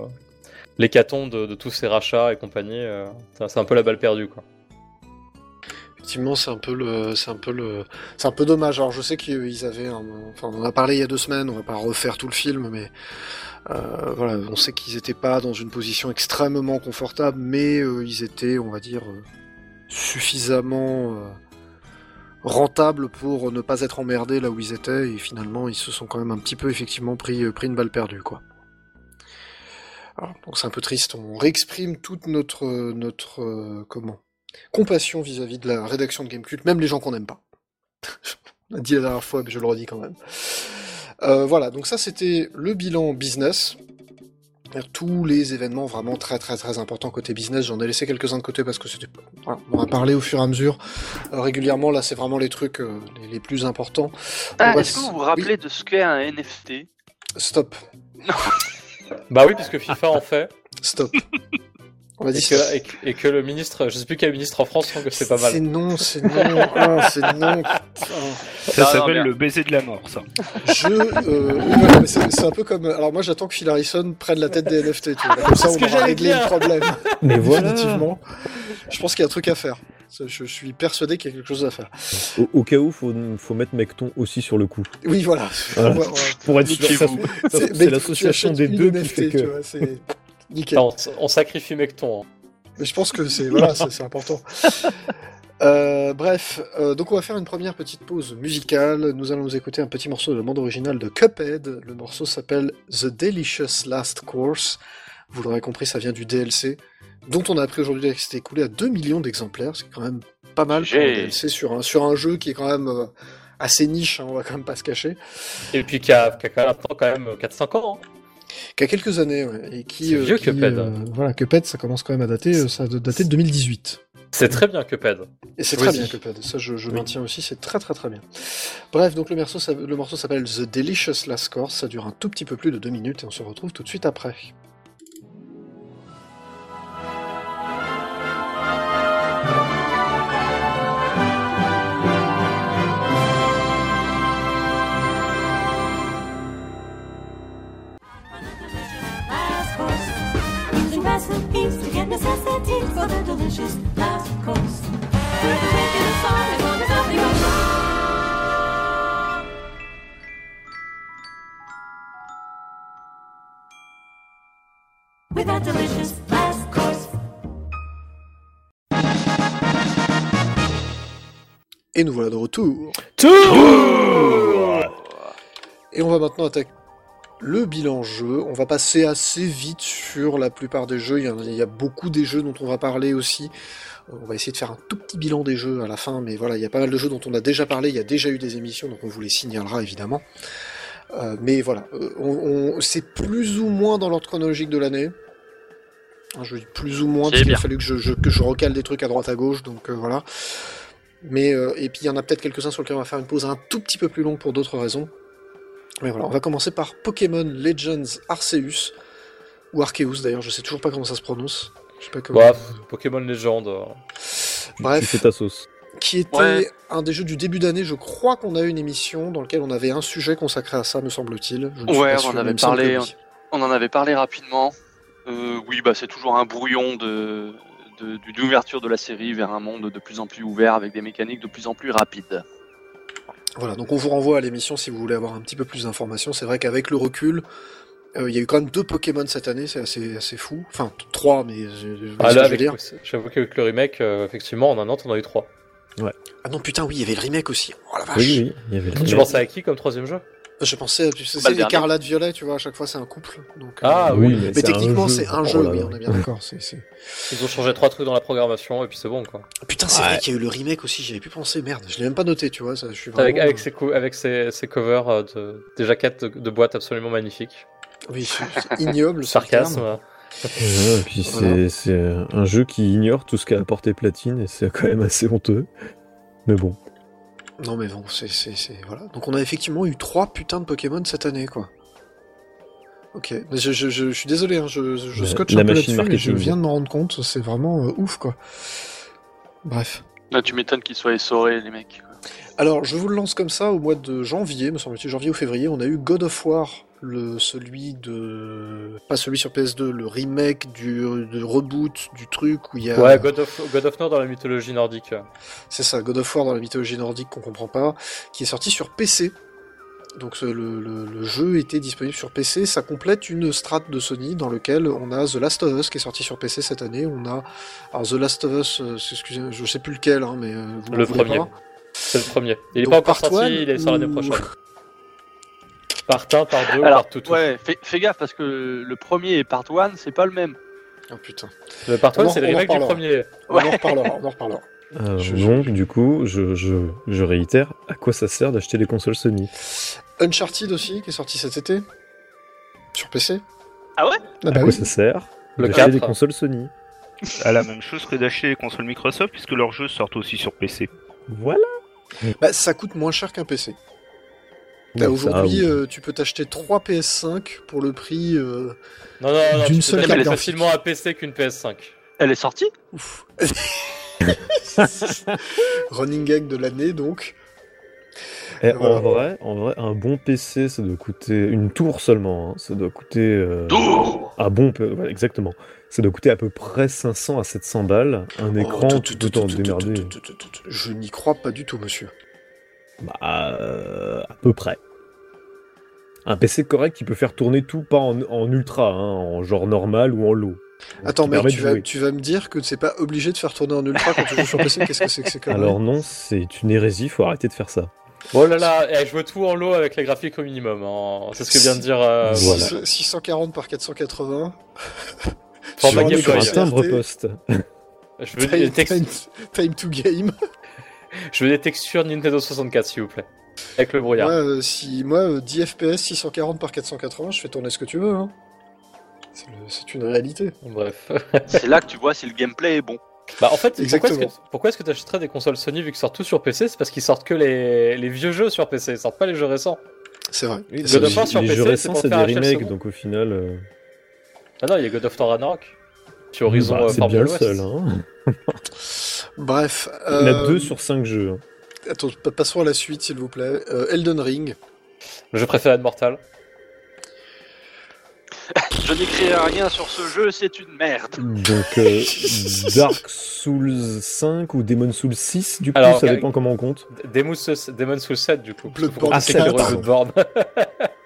Speaker 2: l'hécatombe de, de tous ces rachats et compagnie. euh, c'est c'est un peu la balle perdue quoi.
Speaker 1: Effectivement, c'est un peu le, c'est un peu le, c'est un peu dommage. Alors, je sais qu'ils avaient, un- enfin, on en a parlé il y a deux semaines. On va pas refaire tout le film, mais euh, voilà, on sait qu'ils étaient pas dans une position extrêmement confortable, mais euh, ils étaient, on va dire, euh, suffisamment euh, rentables pour ne pas être emmerdés là où ils étaient. Et finalement, ils se sont quand même un petit peu effectivement pris, euh, pris une balle perdue, quoi. Alors, donc c'est un peu triste. On réexprime toute notre, notre, euh, comment compassion vis-à-vis de la rédaction de Gamecult, même les gens qu'on n'aime pas. On l'a dit la dernière fois, mais je le redis quand même. Euh, voilà, donc ça c'était le bilan business. C'est-à-dire Tous les événements vraiment très très très importants côté business, j'en ai laissé quelques-uns de côté parce que c'était. voilà, on en a parlé au fur et à mesure euh, régulièrement. Là, c'est vraiment les trucs euh, les, les plus importants.
Speaker 4: Ah,
Speaker 1: On va
Speaker 4: Est-ce que
Speaker 1: s-
Speaker 4: vous vous
Speaker 1: oui,
Speaker 4: rappelez de ce qu'est un NFT
Speaker 1: Stop,
Speaker 2: Bah oui, puisque FIFA en fait
Speaker 1: stop. On va
Speaker 2: et
Speaker 1: dire
Speaker 2: que, et que- et que le ministre, je sais plus quel ministre en France, je crois que c'est pas
Speaker 1: C'est
Speaker 2: mal.
Speaker 1: non, c'est non, ah, c'est non. putain.
Speaker 5: Ça
Speaker 4: Non, non,
Speaker 5: s'appelle
Speaker 4: merde.
Speaker 5: le baiser de la mort, ça.
Speaker 1: Je. euh, ouais, mais c'est c'est un peu comme. Alors moi j'attends que Phil Harrison prenne la tête des NFT, tu vois. Comme ça on
Speaker 2: ce que
Speaker 1: aura
Speaker 2: j'allais
Speaker 1: réglé
Speaker 2: dire.
Speaker 1: le problème.
Speaker 3: Mais voilà
Speaker 1: Définitivement. Je pense qu'il y a un truc à faire. Je, je suis persuadé qu'il y a quelque chose à faire.
Speaker 3: au, au cas où, faut, faut mettre Mecton aussi sur le coup.
Speaker 1: Oui, voilà.
Speaker 3: Voilà.
Speaker 1: Ouais, ouais.
Speaker 3: Pour être sûr, ça-
Speaker 5: Niquez-vous.
Speaker 3: ça-
Speaker 1: C'est- mais
Speaker 3: c'est
Speaker 1: tu
Speaker 3: l'association
Speaker 1: achètes
Speaker 3: des
Speaker 1: une
Speaker 3: deux qui
Speaker 1: NFT,
Speaker 3: fait
Speaker 1: tu
Speaker 3: que.
Speaker 1: vois, c'est nickel.
Speaker 2: Non, on, on sacrifie Mecton. hein.
Speaker 1: Mais je pense que c'est voilà, c'est c'est important. Euh, bref, euh, donc on va faire une première petite pause musicale. Nous allons nous écouter un petit morceau de la bande originale de Cuphead. Le morceau s'appelle The Delicious Last Course. Vous l'aurez compris, ça vient du DLC, dont on a appris aujourd'hui qu'il s'était écoulé à 2 millions d'exemplaires. C'est quand même pas mal pour un
Speaker 4: J'ai-
Speaker 1: DLC sur un, sur un jeu qui est quand même euh, assez niche, hein, on va quand même pas se cacher.
Speaker 2: Et puis qui a, qui a quand même- attends, quand même 4-5 ans. hein.
Speaker 1: Qui a quelques années, ouais, et qui.
Speaker 2: C'est vieux,
Speaker 1: qui,
Speaker 2: Cuphead. hein.
Speaker 1: euh, voilà, Cuphead, ça commence quand même à dater, euh, ça a daté de 2018.
Speaker 2: C'est très bien Cuphead.
Speaker 1: Et c'est
Speaker 2: Oui,
Speaker 1: très
Speaker 2: si.
Speaker 1: bien Cuphead, ça je, je
Speaker 3: Oui.
Speaker 1: maintiens aussi, c'est très très très bien. Bref, donc le morceau, ça- le morceau s'appelle The Delicious Last Course, ça dure un tout petit peu plus de deux minutes et on se retrouve tout de suite après.
Speaker 6: Last course. Using fast food feast to get necessities for the delicious last course. We can make it a song as long as nothing goes wrong. With that delicious last course.
Speaker 1: Et nous voilà de retour. Et on va maintenant attaquer le bilan jeu. On va passer assez vite sur la plupart des jeux. Il y, en a, il y a beaucoup des jeux dont on va parler aussi. Euh, On va essayer de faire un tout petit bilan des jeux à la fin, mais voilà, il y a pas mal de jeux dont on a déjà parlé. Il y a déjà eu des émissions, donc on vous les signalera évidemment. Euh, mais voilà, euh, on, on- c'est plus ou moins dans l'ordre chronologique de l'année. Hein, Je dis plus ou moins
Speaker 4: C'est
Speaker 1: parce qu'il a
Speaker 4: bien.
Speaker 1: fallu que je, je- que je recale des trucs à droite à gauche, donc euh, voilà. Mais euh, et puis il y en a peut-être quelques-uns sur lesquels on va faire une pause un tout petit peu plus longue pour d'autres raisons. Mais voilà, on va commencer par Pokémon Legends Arceus ou Arceus d'ailleurs, je sais toujours pas comment ça se prononce. Je sais pas comment.
Speaker 2: Bah, Pokémon Légende. euh,
Speaker 3: Tu-
Speaker 1: Bref.
Speaker 3: Tu fais ta sauce.
Speaker 1: qui était
Speaker 4: Ouais.
Speaker 1: un des jeux du début d'année. Je crois qu'on a eu une émission dans laquelle on avait un sujet consacré à ça, me semble-t-il. Je ne suis
Speaker 4: Ouais,
Speaker 1: pas
Speaker 4: on
Speaker 1: sûr,
Speaker 4: en
Speaker 1: mais
Speaker 4: avait
Speaker 1: il me semble que
Speaker 4: parlé, hein.
Speaker 1: oui.
Speaker 4: On en avait parlé rapidement. Euh, oui, bah, c'est toujours un brouillon de de- de- d'ouverture de la série vers un monde de plus en plus ouvert avec des mécaniques de plus en plus rapides.
Speaker 1: Voilà, donc on vous renvoie à l'émission si vous voulez avoir un petit peu plus d'informations. C'est vrai qu'avec le recul, euh, il y a eu quand même deux Pokémon cette année, c'est assez, assez fou. Enfin, t- trois, mais euh, je, je- ce que
Speaker 2: Ah là,
Speaker 1: je veux
Speaker 2: avec,
Speaker 1: dire.
Speaker 2: j'avoue qu'avec le remake, euh, effectivement, en un an, on a eu trois.
Speaker 1: Ah non, putain, oui, il y avait le remake aussi. Oh la vache.
Speaker 3: Oui, oui, il y avait le
Speaker 2: Tu
Speaker 3: remake.
Speaker 2: pensais à qui comme troisième jeu
Speaker 1: Je pensais, tu sais,
Speaker 4: Bah,
Speaker 1: c'est
Speaker 4: le dernier.
Speaker 1: l'écarlate violet, tu vois, à chaque fois c'est un couple. Donc,
Speaker 2: Ah,
Speaker 1: euh,
Speaker 2: oui,
Speaker 1: mais,
Speaker 3: un
Speaker 1: techniquement
Speaker 3: jeu.
Speaker 1: c'est un
Speaker 3: Oh
Speaker 1: jeu,
Speaker 3: là
Speaker 1: oui,
Speaker 3: là.
Speaker 1: on est bien d'accord. c'est- c'est-
Speaker 2: Ils ont changé trois trucs dans la programmation et puis c'est bon quoi.
Speaker 1: Putain, c'est
Speaker 5: Ouais.
Speaker 1: vrai qu'il y a eu le remake aussi, j'avais plus pensé, merde, je l'ai même pas noté, tu vois, ça, je suis vraiment...
Speaker 2: Avec, avec, ses, cou- avec ses, ses covers euh, de, des jaquettes de, de boîtes absolument magnifiques.
Speaker 1: Oui, c'est ignoble.
Speaker 2: Le
Speaker 1: ce terme.
Speaker 2: sarcasme. euh.
Speaker 3: Ouais, Ah, et puis c'est-
Speaker 1: Voilà.
Speaker 3: c'est un jeu qui ignore tout ce qu'a apporté Platine et c'est quand même assez honteux. Mais bon.
Speaker 1: Non mais bon, c'est, c'est, c'est- Voilà. Donc on a effectivement eu trois putains de Pokémon cette année, quoi. Ok, Mais je, je, je, je suis désolé, hein, je, je
Speaker 3: Ouais,
Speaker 1: scotche
Speaker 3: la
Speaker 1: un peu
Speaker 3: machine
Speaker 1: là-dessus, mais je
Speaker 3: marketing.
Speaker 1: viens de m'en rendre compte, c'est vraiment euh, ouf, quoi. Bref.
Speaker 4: Ah, tu m'étonnes qu'ils soient essorés, les mecs.
Speaker 1: Alors, je vous le lance comme ça, au mois de janvier, me semble-t-il, janvier ou février, on a eu God of War, le, celui de... Pas celui sur PS2, le remake du de reboot du truc où il y a...
Speaker 2: Ouais, God of, God of Nord dans la mythologie nordique. euh,
Speaker 1: C'est ça, God of War dans la mythologie nordique qu'on comprend pas, qui est sorti sur PC. Donc ce- le, le- le jeu était disponible sur PC, ça complète une strate de Sony dans lequel on a The Last of Us qui est sorti sur PC cette année, on a alors The Last of Us, euh, c'est- excusez, je sais plus lequel, hein, mais euh, vous m'en
Speaker 2: Le
Speaker 1: voulez
Speaker 2: premier.
Speaker 1: pas.
Speaker 2: C'est le premier. Il est
Speaker 1: Donc,
Speaker 2: pas encore
Speaker 1: part
Speaker 2: sorti,
Speaker 1: one
Speaker 2: il est sur l'année
Speaker 1: ou-
Speaker 2: prochaine. Part 1, part 2,
Speaker 4: Alors,
Speaker 2: part tout. tout.
Speaker 4: Ouais, fais, fais gaffe parce que le premier et part 1, c'est pas le même.
Speaker 1: Oh putain,
Speaker 2: Le part
Speaker 1: On
Speaker 2: 1,
Speaker 1: en-
Speaker 2: c'est le
Speaker 1: on en
Speaker 2: remake du
Speaker 1: reparlera.
Speaker 2: premier.
Speaker 1: on en reparlera, on en reparlera.
Speaker 3: Alors,
Speaker 1: Ah, Je-
Speaker 3: donc, du coup, je, je, je réitère, à quoi ça sert d'acheter des consoles Sony
Speaker 1: Uncharted aussi qui est sorti cet été sur PC.
Speaker 4: Ah ouais
Speaker 1: Ah
Speaker 3: À
Speaker 1: bah
Speaker 3: quoi
Speaker 1: oui.
Speaker 3: ça sert
Speaker 2: Le
Speaker 3: d'acheter
Speaker 2: 4.
Speaker 3: des consoles Sony
Speaker 5: À la même chose que d'acheter les consoles Microsoft, puisque leurs jeux sortent aussi sur PC.
Speaker 3: Voilà
Speaker 1: Bah, ça coûte moins cher qu'un PC. Bah,
Speaker 3: Ouais,
Speaker 1: Aujourd'hui,
Speaker 3: Ah, ça, oui.
Speaker 1: euh, tu peux t'acheter 3 PS5 pour le prix. euh,
Speaker 2: Non, non, non,
Speaker 1: D'une
Speaker 2: tu
Speaker 1: seule
Speaker 2: peux
Speaker 4: carte
Speaker 2: t'acheter
Speaker 1: graphique.
Speaker 2: facilement un PC qu'une PS5.
Speaker 4: Elle est sortie
Speaker 1: Ouf. Running gag de l'année donc.
Speaker 3: Eh,
Speaker 1: voilà.
Speaker 3: en, vrai, en vrai, un bon PC, ça doit coûter une tour seulement. hein, ça doit coûter... euh,
Speaker 4: Tour
Speaker 3: un bon... peu- voilà, exactement. Ça doit coûter à peu près 500 à 700 balles. Un écran,
Speaker 1: Oh,
Speaker 3: tu
Speaker 1: tout,
Speaker 3: peux
Speaker 1: tout,
Speaker 3: t'en
Speaker 1: tout, tout, tout,
Speaker 3: démerder.
Speaker 1: tout, tout, tout, tout. Je n'y crois pas du tout, monsieur.
Speaker 3: Bah, euh, à peu près. Un PC correct qui peut faire tourner tout, pas en, en ultra, hein, en genre normal ou en low.
Speaker 1: Attends,
Speaker 3: Qui
Speaker 1: mec,
Speaker 3: permet
Speaker 1: tu
Speaker 3: Ah, de
Speaker 1: vas,
Speaker 3: jouer.
Speaker 1: tu vas me dire que c'est pas obligé de faire tourner en ultra quand tu joues sur PC Qu'est-ce que c'est que c'est comme
Speaker 3: Alors non, c'est une hérésie, faut arrêter de faire ça.
Speaker 2: Oh là là, eh, je veux tout en lot avec les graphiques au minimum. hein. C'est ce que vient de dire. euh,
Speaker 1: Six-
Speaker 3: ah, voilà.
Speaker 1: 640 par 480.
Speaker 2: Format
Speaker 1: Sur
Speaker 2: Game
Speaker 3: Sur
Speaker 2: Boy.
Speaker 3: un
Speaker 1: Boy.
Speaker 3: timbre poste.
Speaker 2: Je veux, des
Speaker 1: Time,
Speaker 2: tex-
Speaker 1: time- time to game.
Speaker 2: je veux des textures Nintendo 64, s'il vous plaît. Avec le
Speaker 1: Moi,
Speaker 2: brouillard.
Speaker 1: euh, si, moi euh, 10 FPS, 640 par 480, je fais tourner ce que tu veux. hein. C'est le- C'est une réalité.
Speaker 2: Bref.
Speaker 4: C'est là que tu vois si le gameplay est bon.
Speaker 2: Bah, en fait, pourquoi est-ce
Speaker 1: Exactement.
Speaker 2: que- pourquoi est-ce que tu achèterais des consoles Sony vu qu'ils sortent tout sur PC C'est parce qu'ils sortent que les, les vieux jeux sur PC, ils sortent pas les jeux récents.
Speaker 1: C'est vrai.
Speaker 2: God
Speaker 1: C'est-
Speaker 2: of War sur
Speaker 3: les
Speaker 2: PC,
Speaker 3: jeux
Speaker 2: c'est
Speaker 3: récents,
Speaker 2: pour
Speaker 3: c'est des
Speaker 2: faire un chef
Speaker 3: remakes,
Speaker 2: second.
Speaker 3: donc au final, euh,
Speaker 2: Ah non, il y a God of Thor Ragnarok. Puis Horizon
Speaker 3: bah,
Speaker 2: euh,
Speaker 3: c'est
Speaker 2: Forbidden
Speaker 3: bien le
Speaker 2: West.
Speaker 3: seul. Hein.
Speaker 1: Bref.
Speaker 3: Il y en a
Speaker 1: euh,
Speaker 3: deux sur cinq jeux. hein.
Speaker 1: Attends, pa- passons à la suite, s'il vous plaît. Euh, Elden Ring.
Speaker 2: Le jeu préféré de Mortal.
Speaker 4: Je n'écris rien sur ce jeu, c'est une merde.
Speaker 3: Donc euh, Dark Souls 5 ou Demon Souls 6, du coup,
Speaker 2: Alors,
Speaker 3: ça
Speaker 2: euh,
Speaker 3: dépend comment on compte.
Speaker 2: D- Demon's Souls- Demon's Souls 7, du coup.
Speaker 1: Bloodborne.
Speaker 2: Pour
Speaker 1: Ah,
Speaker 2: ceux qui
Speaker 1: sept,
Speaker 2: auraient
Speaker 1: pardon.
Speaker 2: Bloodborne.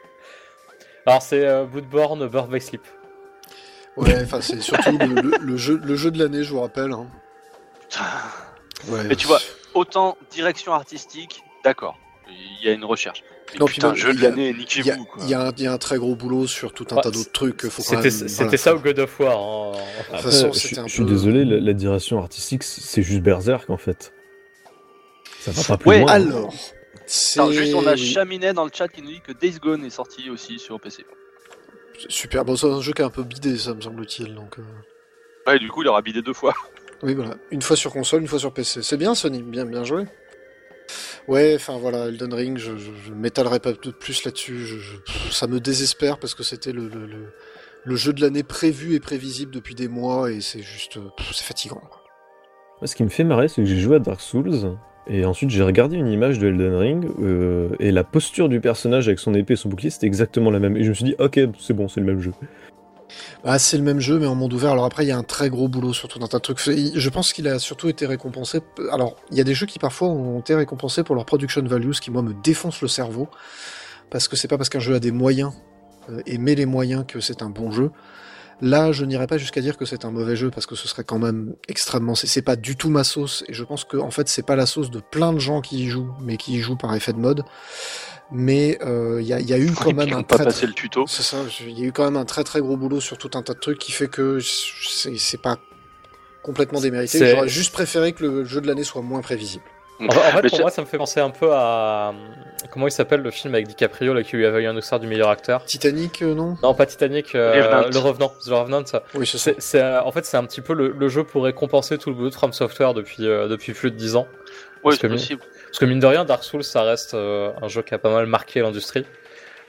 Speaker 2: Alors, c'est euh, Bloodborne, Birth by Sleep.
Speaker 1: Ouais, enfin, c'est surtout le, le- le jeu, le jeu de l'année, je vous rappelle. hein.
Speaker 4: Putain.
Speaker 1: Ouais.
Speaker 4: Mais tu vois, autant direction artistique, d'accord. Il y a une recherche. Mais
Speaker 1: Non, puis
Speaker 4: putain,
Speaker 1: même,
Speaker 4: jeu
Speaker 1: il
Speaker 4: de
Speaker 1: y a-
Speaker 4: l'année,
Speaker 1: il y, a-
Speaker 4: niquez-vous quoi.
Speaker 1: il y a un- il y a un très gros boulot sur tout un
Speaker 2: Ouais,
Speaker 1: tas d'autres trucs. Faut quand
Speaker 2: C'était
Speaker 1: même,
Speaker 2: c'était
Speaker 1: voilà.
Speaker 2: ça ou God of War. hein.
Speaker 1: De toute
Speaker 3: Après,
Speaker 1: façon,
Speaker 3: Ah, Euh, je,
Speaker 1: c'était un
Speaker 3: je suis
Speaker 1: peu-
Speaker 3: désolé, la, la direction artistique, c'est c'est juste Berserk en fait. Ça va pas plus
Speaker 4: Ouais,
Speaker 3: loin. hein.
Speaker 1: Alors, c'est
Speaker 4: Alors, juste, on a
Speaker 1: oui,
Speaker 4: Chaminet dans le chat qui nous dit que Days Gone est sorti aussi sur PC.
Speaker 1: super. Bon, c'est un jeu qui est un peu bidé, ça me semble-t-il. Donc, euh,
Speaker 4: Ouais, du coup, il aura bidé deux fois.
Speaker 1: oui, voilà. Une fois sur console, une fois sur PC. C'est bien, Sony. Bien, bien joué. Ouais, enfin voilà, Elden Ring, je, je, je m'étalerai pas de plus là-dessus. je- je- ça me désespère parce que c'était le, le, le- le jeu de l'année prévu et prévisible depuis des mois et c'est juste, euh, pff, c'est fatigant. quoi.
Speaker 3: hein. Moi, ce qui me fait marrer, c'est que j'ai joué à Dark Souls, et ensuite j'ai regardé une image de Elden Ring, euh, et la posture du personnage avec son épée et son bouclier, c'était exactement la même. Et je me suis dit, ok, c'est bon, c'est le même jeu.
Speaker 1: Ah, c'est le même jeu, mais en monde ouvert. Alors après, il y a un très gros boulot sur tout un tas de trucs. Fait- Je pense qu'il a surtout été récompensé. Alors, il y a des jeux qui parfois ont été récompensés pour leur production value, ce qui moi me défonce le cerveau. Parce que c'est pas parce qu'un jeu a des moyens euh, et met les moyens que c'est un bon jeu. Là, je n'irai pas jusqu'à dire que c'est un mauvais jeu parce que ce serait quand même extrêmement. C'est c'est pas du tout ma sauce et je pense que en fait c'est pas la sauce de plein de gens qui y jouent, mais qui y jouent par effet de mode. Mais euh, il y, a- il y a eu quand même un
Speaker 4: Ah, pas
Speaker 1: très,
Speaker 4: passer
Speaker 1: très-
Speaker 4: le tuto.
Speaker 1: c'est ça, je- il y a eu quand même un très très gros boulot sur tout un tas de trucs qui fait que c'est c'est pas complètement démérité.
Speaker 2: C'est-
Speaker 1: J'aurais juste préféré que le jeu de l'année soit moins prévisible.
Speaker 2: En, en fait,
Speaker 4: Mais
Speaker 2: pour
Speaker 4: ça-
Speaker 2: moi, ça me fait penser un peu à. Comment il s'appelle le film avec DiCaprio là, qui lui avait eu un Oscar du meilleur acteur
Speaker 1: Titanic, euh, non
Speaker 2: Non, pas Titanic, euh,
Speaker 4: Revenant.
Speaker 2: Le Revenant. The Revenant, ça.
Speaker 1: Oui, c'est ça.
Speaker 2: C'est- c'est, euh, en fait, c'est un petit peu le, le jeu pour récompenser tout le boulot de From Software depuis, euh, depuis plus de 10 ans.
Speaker 4: Ouais,
Speaker 2: parce que
Speaker 4: c'est possible.
Speaker 2: Parce que mine de rien, Dark Souls, ça reste euh, un jeu qui a pas mal marqué l'industrie.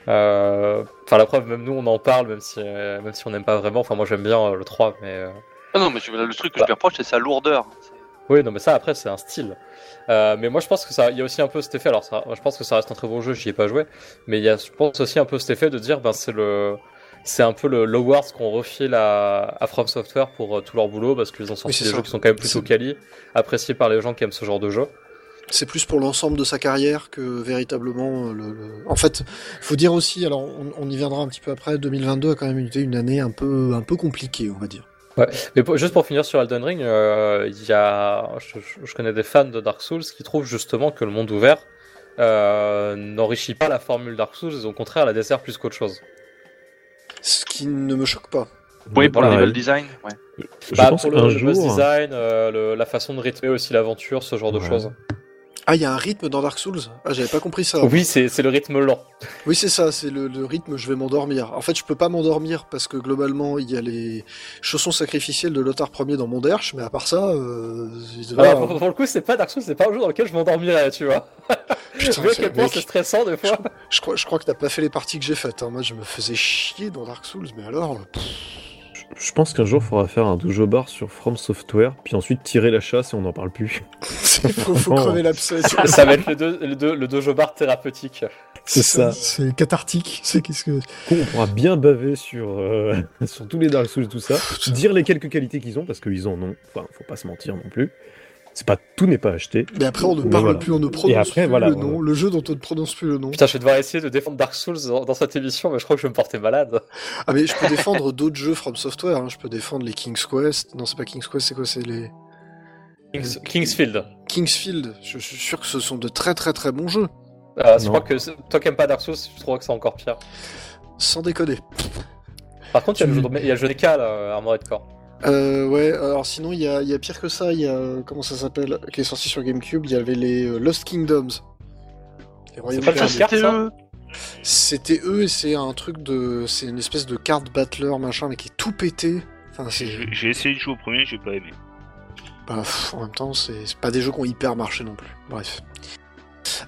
Speaker 2: Euh, Enfin, la preuve, même nous, on en parle, même si, euh, même si on n'aime pas vraiment. Enfin, moi, j'aime bien euh, le 3, mais. euh,
Speaker 4: Ah non, mais je- le truc que
Speaker 2: Bah.
Speaker 4: je lui reproche, c'est sa lourdeur.
Speaker 2: Oui, non, mais ça, après, c'est un style. Euh, mais moi, je pense que ça, il y a aussi un peu cet effet. Alors, ça, je pense que ça reste un très bon jeu, j'y ai pas joué. Mais il y a, je pense aussi un peu cet effet de dire, ben, c'est le, c'est un peu le l'award qu'on refile à, à From Software pour euh, tout leur boulot parce qu'ils ont sorti
Speaker 1: c'est
Speaker 2: des
Speaker 1: ça.
Speaker 2: jeux qui sont quand même plutôt
Speaker 1: C'est-
Speaker 2: quali, appréciés par les gens qui aiment ce genre de jeu.
Speaker 1: C'est plus pour l'ensemble de sa carrière que véritablement euh, le, le- En fait, faut dire aussi, alors on, on y viendra un petit peu après, 2022 a quand même été une année un peu, un peu compliquée, on va dire.
Speaker 2: Mais pour- juste pour finir sur Elden Ring, euh, il y a, je, je- je connais des fans de Dark Souls qui trouvent justement que le monde ouvert euh, n'enrichit pas la formule Dark Souls, et au contraire la dessert plus qu'autre chose.
Speaker 1: Ce qui ne me choque pas.
Speaker 4: Oui, pour le
Speaker 3: Pareil.
Speaker 4: level design. Ouais.
Speaker 3: Je
Speaker 2: Bah,
Speaker 3: pense
Speaker 2: pour le,
Speaker 3: qu'un
Speaker 2: le boss
Speaker 3: jour,
Speaker 2: design, euh, le- la façon de rythmer aussi l'aventure, ce genre de
Speaker 3: Ouais.
Speaker 2: choses.
Speaker 1: Ah, il y a un rythme dans Dark Souls Ah, j'avais pas compris ça.
Speaker 2: Oui, c'est c'est le rythme lent.
Speaker 1: Oui, c'est ça, c'est le, le rythme, je vais m'endormir. En fait, je peux pas m'endormir parce que globalement, il y a les chaussons sacrificiels de Lothar Ier dans mon derche, mais à part ça, euh, il devrait-
Speaker 2: Alors, pour, pour le coup, c'est pas Dark Souls, c'est pas un jeu dans lequel je m'endormirais, tu vois.
Speaker 1: Putain,
Speaker 2: Tu vois à
Speaker 1: c'est-
Speaker 2: quel point
Speaker 1: mec,
Speaker 2: c'est stressant des fois.
Speaker 1: je, crois, je crois que t'as pas fait les parties que j'ai faites. hein. Moi, je me faisais chier dans Dark Souls, mais alors... euh, pff,
Speaker 3: je pense qu'un jour, il faudra faire un dojo bar sur From Software, puis ensuite tirer la chasse et on n'en parle plus.
Speaker 1: c'est- faut, faut crever l'abcès.
Speaker 2: Ça va être le, deux- le, deux- le dojo bar thérapeutique.
Speaker 3: C'est ça.
Speaker 1: C'est cathartique. C'est qu'est-ce que...
Speaker 3: Qu'on pourra bien baver sur, euh, sur tous les Dark Souls et tout ça, dire les quelques qualités qu'ils ont, parce qu'ils en ont. Enfin, faut pas se mentir non plus. C'est pas tout n'est pas acheté.
Speaker 1: Mais après, on ne
Speaker 3: Mais
Speaker 1: parle
Speaker 3: voilà.
Speaker 1: plus, on ne prononce
Speaker 3: après,
Speaker 1: plus
Speaker 3: voilà,
Speaker 1: le nom. Le jeu dont on ne prononce plus le nom.
Speaker 2: Putain, je vais devoir essayer de défendre Dark Souls dans, dans cette émission, mais je crois que je vais me porter malade.
Speaker 1: Ah, mais je peux défendre d'autres jeux From Software. hein. Je peux défendre les King's Quest. Non, c'est pas King's Quest, c'est quoi C'est les...
Speaker 3: Euh,
Speaker 2: Kings- Kingsfield.
Speaker 1: Kingsfield, je suis sûr que ce sont de très très très bons jeux,
Speaker 2: Euh, je
Speaker 3: Non.
Speaker 2: crois que c'est- toi qui aimes pas Dark Souls, je trouve que c'est encore pire.
Speaker 1: sans déconner.
Speaker 2: Par contre, il y a le jeu de- il y a le jeu des cas, là, Armored Core.
Speaker 1: Euh, ouais, alors sinon, il y a, il y a pire que ça, il y a, comment ça s'appelle, qui est sorti sur Gamecube, il y avait les euh, Lost Kingdoms. Les royaumes
Speaker 2: pas le
Speaker 1: perdus.
Speaker 2: Oscar, ça
Speaker 4: C'était, euh,
Speaker 1: C'était eux et c'est un truc de. C'est une espèce de carte battler machin, mais qui est tout pété. Enfin, c'est.
Speaker 5: J'ai j'ai essayé de jouer au premier, j'ai pas aimé.
Speaker 1: bah, pff, en même temps, c'est c'est pas des jeux qui ont hyper marché non plus. Bref.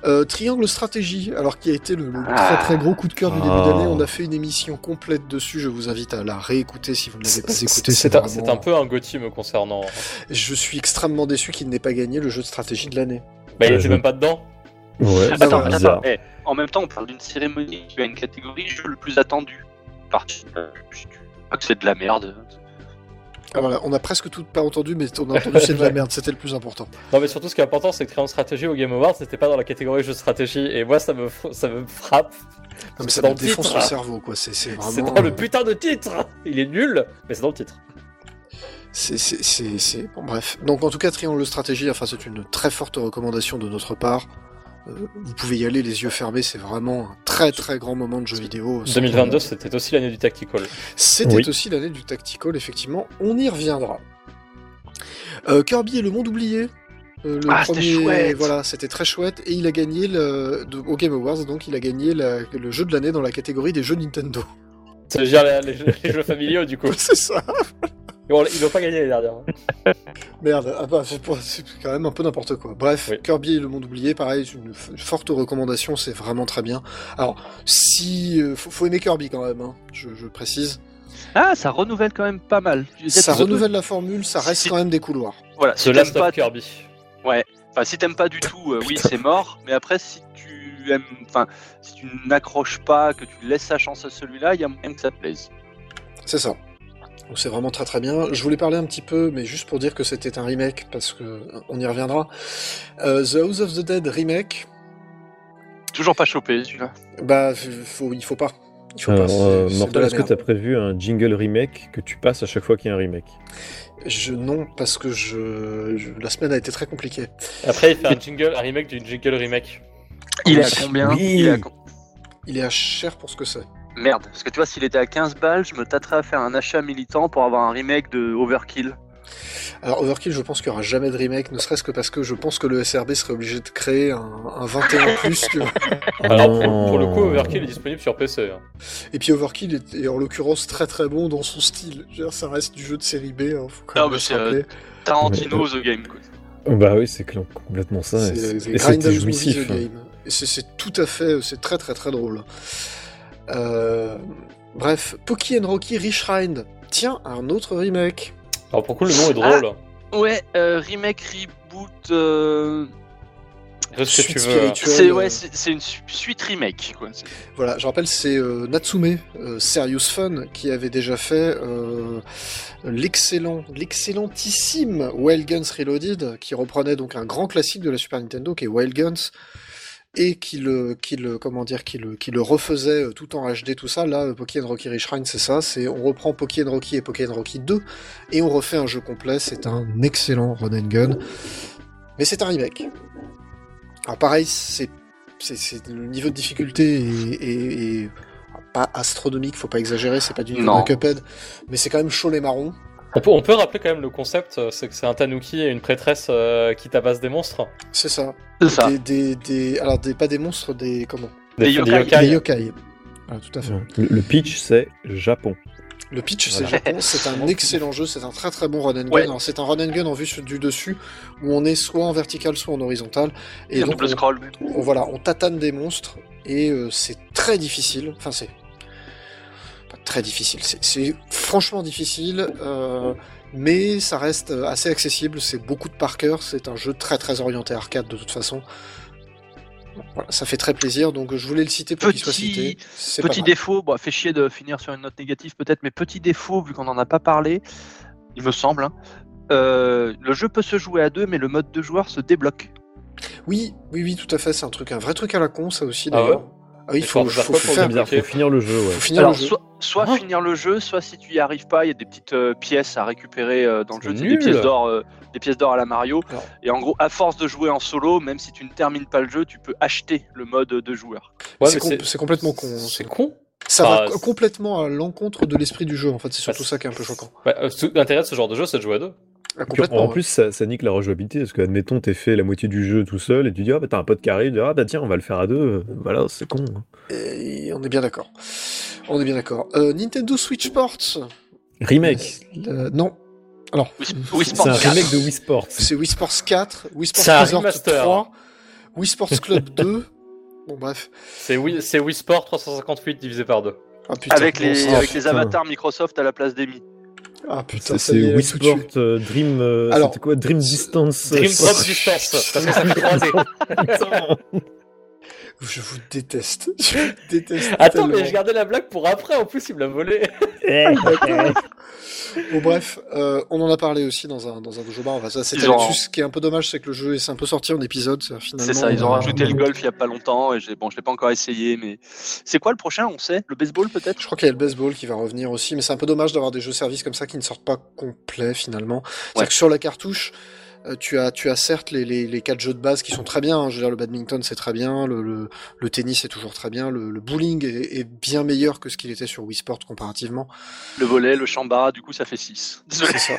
Speaker 1: Euh, Triangle Stratégie, alors qui a été le, le
Speaker 4: Ah.
Speaker 1: très très gros coup de cœur du début
Speaker 3: Ah.
Speaker 1: d'année, on a fait une émission complète dessus. Je vous invite à la réécouter si vous ne l'avez pas écoutée.
Speaker 2: C'est un,
Speaker 1: vraiment-
Speaker 2: c'est un peu un Gotti me concernant.
Speaker 1: Je suis extrêmement déçu qu'il n'ait pas gagné le jeu de stratégie de l'année.
Speaker 2: Bah, il
Speaker 3: Ouais,
Speaker 2: était
Speaker 3: Euh, je-
Speaker 2: même pas dedans.
Speaker 3: Ouais,
Speaker 1: Ah,
Speaker 3: c'est
Speaker 1: attends,
Speaker 3: un
Speaker 1: attends,
Speaker 3: hasard.
Speaker 4: eh, en même temps, on parle d'une cérémonie qui a une catégorie jeu le plus attendu. Par- euh, je- Ah, que c'est de la merde.
Speaker 1: Ah, voilà, on a presque tout pas entendu, mais on a entendu c'est de la merde, c'était le plus important.
Speaker 2: Non mais surtout ce qui est important c'est que Triangle Stratégie au Game Awards c'était pas dans la catégorie jeu de stratégie et moi ça me, fr- ça me frappe.
Speaker 1: Non, mais
Speaker 2: C'est
Speaker 1: ça
Speaker 2: dans
Speaker 1: me
Speaker 2: le
Speaker 1: défonce
Speaker 2: titre,
Speaker 1: le
Speaker 2: hein.
Speaker 1: cerveau, quoi. C'est c'est
Speaker 2: C'est
Speaker 1: vraiment.
Speaker 2: dans le
Speaker 1: euh,
Speaker 2: putain de titre Il est nul mais c'est dans le titre.
Speaker 1: C'est, c'est, c'est, c'est- Bon, bref. Donc, en tout cas, Triangle Stratégie, enfin, c'est une très forte recommandation de notre part. Euh, vous pouvez y aller les yeux fermés, c'est vraiment un très très grand moment de jeu vidéo. euh,
Speaker 2: 2022 c'était aussi l'année du Tactical.
Speaker 1: C'était
Speaker 3: Oui.
Speaker 1: aussi l'année du Tactical, effectivement. On y reviendra. Euh, Kirby et le monde oublié. Euh, le
Speaker 4: Ah, c'était chouette.
Speaker 1: Voilà, c'était très chouette. Et il a gagné le, de- au Game Awards, donc il a gagné la- le jeu de l'année dans la catégorie des jeux Nintendo.
Speaker 2: Ça veut dire les, les jeux- les jeux familiaux du coup.
Speaker 1: c'est ça.
Speaker 2: Et on- Ils n'ont pas gagné les dernières. hein.
Speaker 1: Merde, ah bah, c'est pas- c'est quand même un peu n'importe quoi. Bref,
Speaker 2: Oui.
Speaker 1: Kirby et le monde oublié, pareil, c'est une f- une forte recommandation, c'est vraiment très bien. Alors, si. euh, faut, faut aimer Kirby quand même, hein, je, je précise.
Speaker 4: Ah, ça renouvelle quand même pas mal.
Speaker 1: Ça
Speaker 4: Vous êtes-
Speaker 1: renouvelle la formule, ça reste
Speaker 4: Si-
Speaker 1: quand même des couloirs.
Speaker 4: Voilà,
Speaker 2: The
Speaker 4: si
Speaker 2: Last
Speaker 4: t'aimes
Speaker 2: of
Speaker 4: pas,
Speaker 2: Kirby.
Speaker 4: enfin, si t'aimes pas du tout, euh, oui, c'est mort. Mais après, si tu aimes, enfin, si tu n'accroches pas, que tu laisses sa chance à celui-là, il y a moyen que ça te plaise.
Speaker 1: C'est ça. Donc c'est vraiment très très bien. Je voulais parler un petit peu, mais juste pour dire que c'était un remake, parce que euh, on y reviendra. Euh, the House of the Dead remake,
Speaker 4: Toujours pas chopé celui-là.
Speaker 1: bah f- faut, il faut pas. Tu
Speaker 3: Alors,
Speaker 1: repasses,
Speaker 3: euh,
Speaker 1: c'est de
Speaker 3: Mortal,
Speaker 1: la
Speaker 3: est-ce que
Speaker 1: merde.
Speaker 3: tu as prévu un jingle remake que tu passes à chaque fois qu'il y a un remake
Speaker 1: Je non parce que je, je- la semaine a été très compliquée.
Speaker 2: Après, il fait un jingle, un remake d'une jingle remake.
Speaker 4: Il est
Speaker 1: Oui.
Speaker 4: à combien
Speaker 3: Oui.
Speaker 4: Il est à com-
Speaker 1: Il est à cher pour ce que c'est.
Speaker 4: Merde, parce que tu vois, s'il était à 15 balles, je me tâterais à faire un achat militant pour avoir un remake de Overkill.
Speaker 1: Alors Overkill, je pense qu'il n'y aura jamais de remake, ne serait-ce que parce que je pense que le SRB serait obligé de créer un, un 21 plus. tu vois.
Speaker 2: Alors, Ah, pour,
Speaker 3: Non.
Speaker 2: pour le coup, Overkill est disponible sur PC. hein.
Speaker 1: Et puis Overkill est, est en l'occurrence très très bon dans son style. Je veux dire, ça reste du jeu de série B. hein, faut quand
Speaker 4: Non,
Speaker 1: même
Speaker 4: mais
Speaker 1: se
Speaker 4: c'est, euh,
Speaker 1: rappeler.
Speaker 4: Tarantino The Game, quoi.
Speaker 3: Bah oui, c'est cl- complètement ça. et
Speaker 1: C'est-
Speaker 3: c'est-
Speaker 1: c'est
Speaker 3: Et c'était
Speaker 1: Grindhouse Movie
Speaker 3: jouissif. hein.
Speaker 1: The Game. Et c'est- c'est tout à fait, euh, c'est très très très drôle. Euh, bref, Poki and Rocky Reshrined. Tiens, un autre remake.
Speaker 2: Alors, pourquoi le nom est
Speaker 1: Ah,
Speaker 2: drôle
Speaker 4: Ouais, euh, remake, reboot. euh,
Speaker 2: Fais ce que
Speaker 1: Suite
Speaker 2: tu veux.
Speaker 1: spirituelle.
Speaker 4: C'est ouais,
Speaker 1: euh,
Speaker 4: c'est c'est une su- suite remake, quoi. C'est-
Speaker 1: Voilà, je rappelle, c'est euh, Natsume, euh, Serious Fun, qui avait déjà fait euh, l'excellent, l'excellentissime Wild Guns Reloaded, qui reprenait donc un grand classique de la Super Nintendo, qui est Wild Guns, et qui le, qui le, comment dire, qui le, qui le refaisait euh, tout en HD, tout ça. Là, euh, Poké and Rocky Reshrine, c'est ça, c'est on reprend Poké and Rocky et Poké and Rocky 2, et on refait un jeu complet. C'est un excellent run and gun, mais c'est un remake. Alors pareil, c'est c'est- c'est- le niveau de difficulté est, est- est pas astronomique, faut pas exagérer, c'est pas du niveau de
Speaker 4: Non.
Speaker 1: Cuphead, mais c'est quand même chaud les marrons.
Speaker 2: On peut, on peut rappeler quand même le concept euh, c'est que c'est un tanuki et une prêtresse euh, qui tabasse des monstres.
Speaker 1: C'est ça.
Speaker 4: C'est ça.
Speaker 1: Des, des, des- alors des, pas des monstres, des comment
Speaker 4: Des yokai.
Speaker 1: Des yokai. Voilà, tout à fait.
Speaker 3: Le, le pitch, c'est Japon.
Speaker 1: Le pitch,
Speaker 3: Voilà.
Speaker 1: c'est Japon, c'est un excellent jeu, c'est un très très bon run and gun.
Speaker 4: Ouais.
Speaker 1: Alors, c'est un run and gun en vue sur- du dessus, où on est soit en vertical, soit en horizontal, et
Speaker 4: Un
Speaker 1: donc
Speaker 4: double
Speaker 1: on,
Speaker 4: scroll.
Speaker 1: on- voilà, on tatane des monstres et euh, c'est très difficile. Enfin, c'est pas très difficile. c'est- C'est franchement difficile, euh, mais ça reste euh, assez accessible. C'est beaucoup de par cœur. C'est un jeu très très orienté arcade de toute façon. Voilà, ça fait très plaisir. Donc, euh, je voulais le citer pour qu'il soit
Speaker 4: Petit-
Speaker 1: cité. C'est pas
Speaker 4: Petit
Speaker 1: mal.
Speaker 4: défaut, bon, fait chier de finir sur une note négative peut-être, mais petit défaut, vu qu'on en a pas parlé, il me semble, hein, euh, le jeu peut se jouer à deux, mais le mode de joueur se débloque.
Speaker 1: Oui, oui, oui, tout à fait. C'est un truc, un vrai truc à la con, ça aussi
Speaker 2: Ah ouais
Speaker 1: d'ailleurs. Ah oui, il
Speaker 2: Mais
Speaker 1: faut,
Speaker 2: faut faire
Speaker 1: faut
Speaker 2: quoi pour
Speaker 1: faire.
Speaker 2: le
Speaker 3: Bizarre,
Speaker 2: ok.
Speaker 3: faut finir le jeu, ouais.
Speaker 1: faut finir
Speaker 4: Alors,
Speaker 1: le jeu.
Speaker 4: soit, soit
Speaker 2: Ah.
Speaker 4: finir le jeu, soit si tu y arrives pas, il y a des petites euh, pièces à récupérer euh, dans le jeu,
Speaker 2: C'est
Speaker 4: tu sais, des
Speaker 2: nul.
Speaker 4: pièces d'or, euh, des pièces d'or à la Mario.
Speaker 1: Alors.
Speaker 4: Et en gros, à force de jouer en solo, même si tu ne termines pas le jeu, tu peux acheter le mode de joueur.
Speaker 2: Ouais,
Speaker 1: c'est
Speaker 2: mais
Speaker 1: com- c'est complètement con. hein,
Speaker 2: C'est
Speaker 1: ça.
Speaker 2: con.
Speaker 1: Ça
Speaker 2: Enfin,
Speaker 1: va
Speaker 2: Bah, c'est-
Speaker 1: complètement à l'encontre de l'esprit du jeu, en fait. C'est surtout
Speaker 2: Parce-
Speaker 1: ça qui est un peu choquant.
Speaker 2: Bah, euh, tout L'intérêt de ce genre de jeu, c'est de jouer à deux.
Speaker 1: Ah,
Speaker 3: Puis
Speaker 1: complètement.
Speaker 3: En plus, ça, ça nique la rejouabilité parce que, admettons, t'es fait la moitié du jeu tout seul et tu dis, ah bah t'as un pote qui arrive, tu dis, ah bah tiens, on va le faire à deux. Voilà, c'est con. hein.
Speaker 1: Et on est bien d'accord. On est bien d'accord. Euh, Nintendo Switch Sports.
Speaker 3: Remake.
Speaker 1: Euh, non. Alors,
Speaker 4: Wii, Sp- Wii
Speaker 3: C'est
Speaker 4: Sports
Speaker 3: un
Speaker 4: 4.
Speaker 3: remake de Wii Sports.
Speaker 1: c'est Wii Sports 4, Wii
Speaker 2: C'est
Speaker 1: Sports
Speaker 2: un
Speaker 1: Resort
Speaker 2: remaster.
Speaker 1: 3, Wii Sports Club 2. Bon, bref.
Speaker 2: C'est Wii, c'est Wii Sport 358 divisé par deux.
Speaker 1: Ah putain.
Speaker 4: Avec
Speaker 1: bon,
Speaker 4: les,
Speaker 1: ça-
Speaker 4: avec les
Speaker 3: putain.
Speaker 4: avatars Microsoft à la place d'Emmy.
Speaker 1: Ah putain,
Speaker 3: C'est
Speaker 1: ça
Speaker 3: c'est
Speaker 1: y est,
Speaker 3: Wii
Speaker 1: tout de suite.
Speaker 3: Sport euh, Dream. euh,
Speaker 1: Alors,
Speaker 3: C'était quoi Dream Distance
Speaker 2: Dream
Speaker 3: euh,
Speaker 2: Drop Distance, parce que ça fait croiser.
Speaker 3: Exactement.
Speaker 1: Je vous déteste. Je vous déteste.
Speaker 2: Attends, mais
Speaker 1: tellement.
Speaker 2: je gardais la blague pour après, en plus, il me l'a volé.
Speaker 1: Bon, bref, euh, on en a parlé aussi dans un, dans un dojo bar. Enfin, ça, c'était
Speaker 4: Ils ont-
Speaker 1: là-dessus. Ce qui est un peu dommage, c'est que le jeu est un peu sorti en épisode.
Speaker 4: C'est ça, ils ont
Speaker 3: euh,
Speaker 4: rajouté le
Speaker 1: goal
Speaker 4: golf il y a pas longtemps et j'ai bon, je l'ai pas encore essayé mais c'est quoi le prochain, on sait Le baseball peut-être
Speaker 1: Je crois qu'il y a le baseball qui va revenir aussi, mais c'est un peu dommage d'avoir des jeux services comme ça qui ne sortent pas complets finalement.
Speaker 4: Ouais.
Speaker 1: C'est-à-dire que sur la cartouche, euh, tu as, tu as certes les, les, les quatre jeux de base qui sont très bien. hein. Je veux dire, le badminton c'est très bien, le, le, le tennis c'est toujours très bien, le, le bowling est, est bien meilleur que ce qu'il était sur Wii Sport comparativement.
Speaker 4: Le volet, le chambara, du coup ça fait 6.
Speaker 1: C'est ça.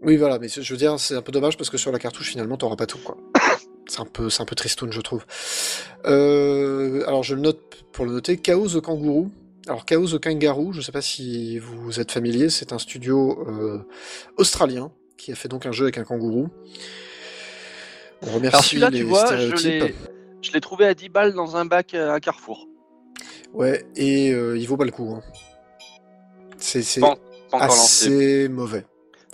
Speaker 1: Oui, voilà, mais c'est- je veux dire, c'est un peu dommage parce que sur la cartouche finalement t'auras pas tout quoi. C'est un peu, c'est un peu tristoun, je trouve. Euh, alors je le note pour le noter. Chaos the Kangourou. Alors Chaos the Kangaroo, je sais pas si vous êtes familier, c'est un studio euh, australien qui a fait donc un jeu avec un kangourou. On
Speaker 4: Alors
Speaker 1: remercie
Speaker 4: celui-là,
Speaker 1: les
Speaker 4: tu vois, je
Speaker 1: stéréotypes.
Speaker 4: l'ai je l'ai trouvé à 10 balles dans un bac euh, à Carrefour.
Speaker 1: Ouais, et euh, il vaut pas le coup. hein. C'est c'est
Speaker 4: Pas Pas
Speaker 1: Ah,
Speaker 4: encore lancé.
Speaker 1: assez mauvais.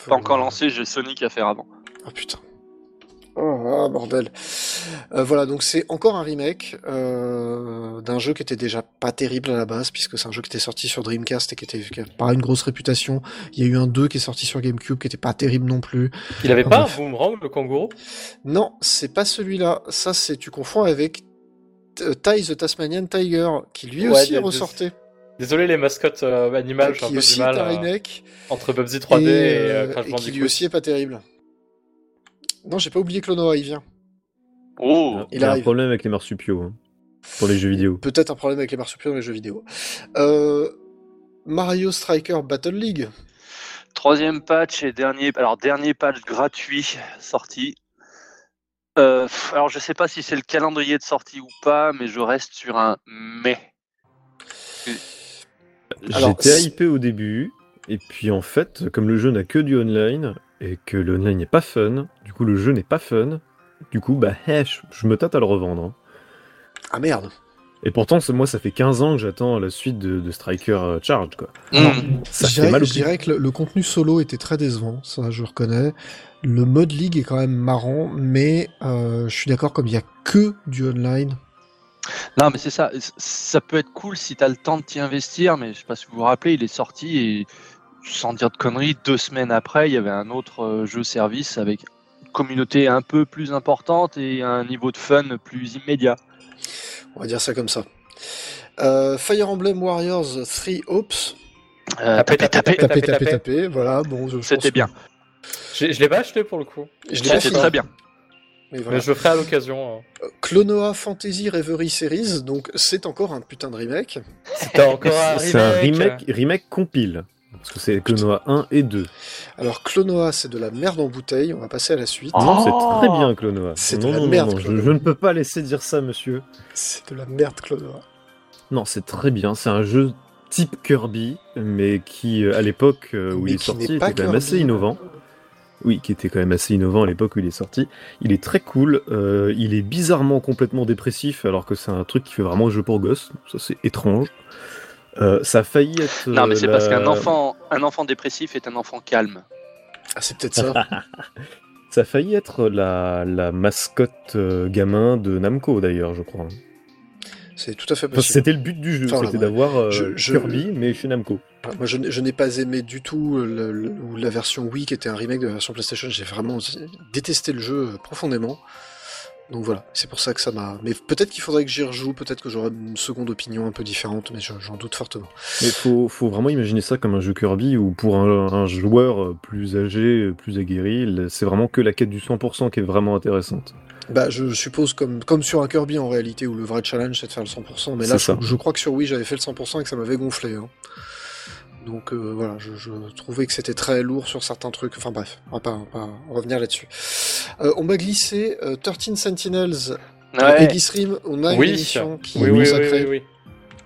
Speaker 4: Pas encore
Speaker 1: Faut-
Speaker 4: lancé, j'ai Sonic à faire avant.
Speaker 1: Ah putain. Oh, ah, bordel. Euh, voilà, donc c'est encore un remake euh, d'un jeu qui était déjà pas terrible à la base, puisque c'est un jeu qui était sorti sur Dreamcast et qui était qui a pas une grosse réputation. Il y a eu un 2 qui est sorti sur GameCube qui était pas terrible non plus.
Speaker 2: Il avait
Speaker 1: Ah,
Speaker 2: pas un
Speaker 1: bref.
Speaker 2: boomerang, le kangourou
Speaker 1: Non, c'est pas celui-là. Ça, c'est tu confonds avec T- euh, Ty the Tasmanian Tiger, qui lui
Speaker 2: Ouais,
Speaker 1: aussi est
Speaker 2: des- des-
Speaker 1: ressorti.
Speaker 2: Désolé les mascottes euh, animales, j'ai un
Speaker 1: qui
Speaker 2: peu
Speaker 1: aussi
Speaker 2: du
Speaker 1: est
Speaker 2: mal
Speaker 1: un
Speaker 2: euh,
Speaker 1: remake,
Speaker 2: entre Bubsy 3D et,
Speaker 1: euh,
Speaker 2: euh, Crash
Speaker 1: et qui lui
Speaker 2: Bandicoot.
Speaker 1: aussi est pas terrible. Non, j'ai pas oublié que Lonoa il vient.
Speaker 4: Oh
Speaker 1: il
Speaker 3: Il a un
Speaker 1: arrive.
Speaker 3: problème avec les marsupiaux hein, pour les jeux vidéo.
Speaker 1: Peut-être un problème avec les marsupiaux dans les jeux vidéo. Euh, Mario Striker Battle League.
Speaker 4: Troisième patch et dernier, alors dernier patch gratuit sorti. Euh, pff, alors je sais pas si c'est le calendrier de sortie ou pas, mais je reste sur un mais.
Speaker 1: Alors,
Speaker 3: J'étais
Speaker 1: c'est-
Speaker 3: hypé au début, et puis en fait, comme le jeu n'a que du online, et que le online n'est pas fun, du coup le jeu n'est pas fun, du coup bah hé, je, je me tâte à le revendre. hein.
Speaker 1: Ah merde.
Speaker 3: Et pourtant, ce- moi ça fait 15 ans que j'attends la suite de, de Striker euh, Charge, quoi.
Speaker 4: Hmm.
Speaker 3: Ça
Speaker 1: je
Speaker 3: fait
Speaker 1: dirais,
Speaker 3: mal au
Speaker 1: je
Speaker 3: cul.
Speaker 1: dirais que le, le contenu solo était très décevant, ça je reconnais. Le mode League est quand même marrant, mais euh, je suis d'accord, comme il n'y a que du online.
Speaker 4: Non, mais c'est ça. c- Ça peut être cool si t'as le temps de t'y investir, mais je sais pas si vous vous rappelez, il est sorti et sans dire de conneries, deux semaines après, il y avait un autre euh, jeu service avec une communauté un peu plus importante et un niveau de fun plus immédiat.
Speaker 1: On va dire ça comme ça. Euh, Fire Emblem Warriors 3 Hopes.
Speaker 4: Euh,
Speaker 2: Tapez,
Speaker 4: tapez,
Speaker 2: tapez,
Speaker 1: Tapé,
Speaker 4: tapez.
Speaker 2: Tapez,
Speaker 1: tapé,
Speaker 2: tapez.
Speaker 1: tapé. Voilà, bon, je- je
Speaker 4: C'était
Speaker 1: pense que-
Speaker 4: bien.
Speaker 2: Je, je l'ai pas acheté pour le coup,
Speaker 1: Je l'ai hein. pas
Speaker 4: C'était
Speaker 1: fini.
Speaker 4: très bien.
Speaker 1: Mais voilà.
Speaker 2: mais je le ferai à l'occasion. hein.
Speaker 1: Clonoa Fantasy Reverie Series, donc c'est encore un putain de remake.
Speaker 2: C'était encore un Ah, remake. euh.
Speaker 3: C'est un remake, remake compile, parce que c'est que Noah 1 et 2.
Speaker 1: Alors Clonoa, c'est de la merde en bouteille, on va passer à la suite.
Speaker 4: Oh.
Speaker 3: Non, c'est très bien, Clonoa.
Speaker 1: C'est de
Speaker 3: non,
Speaker 1: la
Speaker 3: non, non,
Speaker 1: merde,
Speaker 3: non, je,
Speaker 1: Clonoa.
Speaker 3: je ne peux pas laisser dire ça, monsieur.
Speaker 1: C'est de la merde Clonoa.
Speaker 3: Non, c'est très bien. C'est un jeu type Kirby, mais qui, euh, à l'époque euh, où
Speaker 1: Mais
Speaker 3: il est
Speaker 1: qui
Speaker 3: sorti,
Speaker 1: n'est
Speaker 3: était
Speaker 1: pas
Speaker 3: quand même assez
Speaker 1: Kirby.
Speaker 3: innovant. Oui, qui était quand même assez innovant à l'époque où il est sorti. Il est très cool. euh, il est bizarrement complètement dépressif, alors que c'est un truc qui fait vraiment jeu pour gosses. Ça, c'est étrange. Euh, ça a failli être.
Speaker 4: Non, mais c'est
Speaker 3: euh,
Speaker 4: parce
Speaker 3: la-
Speaker 4: qu'un enfant, un enfant dépressif est un enfant calme.
Speaker 1: Ah, c'est peut-être ça.
Speaker 3: Ça a failli être la, la mascotte euh, gamin de Namco, d'ailleurs, je crois.
Speaker 1: c'est tout à fait
Speaker 3: Enfin,
Speaker 1: possible.
Speaker 3: c'était le but du jeu,
Speaker 1: Enfin,
Speaker 3: c'était
Speaker 1: ouais.
Speaker 3: d'avoir euh,
Speaker 1: Je- je-
Speaker 3: Kirby, mais chez Namco.
Speaker 1: Moi, je, n'ai- je n'ai pas aimé du tout le- le- ou la version Wii qui était un remake de la version PlayStation. J'ai vraiment détesté le jeu euh, profondément. Donc voilà, c'est pour ça que ça m'a. Mais peut-être qu'il faudrait que j'y rejoue, peut-être que j'aurai une seconde opinion un peu différente, mais je- j'en doute fortement.
Speaker 3: Mais faut, faut vraiment imaginer ça comme un jeu Kirby où pour un, un joueur plus âgé, plus aguerri, le- c'est vraiment que la quête du 100% qui est vraiment intéressante.
Speaker 1: Bah, je suppose comme, comme sur un Kirby en réalité, où le vrai challenge c'est de faire le 100%, mais
Speaker 3: C'est
Speaker 1: là je,
Speaker 3: ça.
Speaker 1: je crois que sur Wii j'avais fait le 100% et que ça m'avait gonflé. hein. Donc euh, voilà, je, je trouvais que c'était très lourd sur certains trucs. Enfin bref, on va pas, on va pas revenir là-dessus. Euh, on m'a glissé euh, 13 Sentinels et
Speaker 4: Ouais.
Speaker 1: Grisrim, on a
Speaker 2: Oui.
Speaker 1: une émission qui
Speaker 2: Oui,
Speaker 1: est
Speaker 2: oui, oui,
Speaker 1: consacrée
Speaker 2: oui, oui.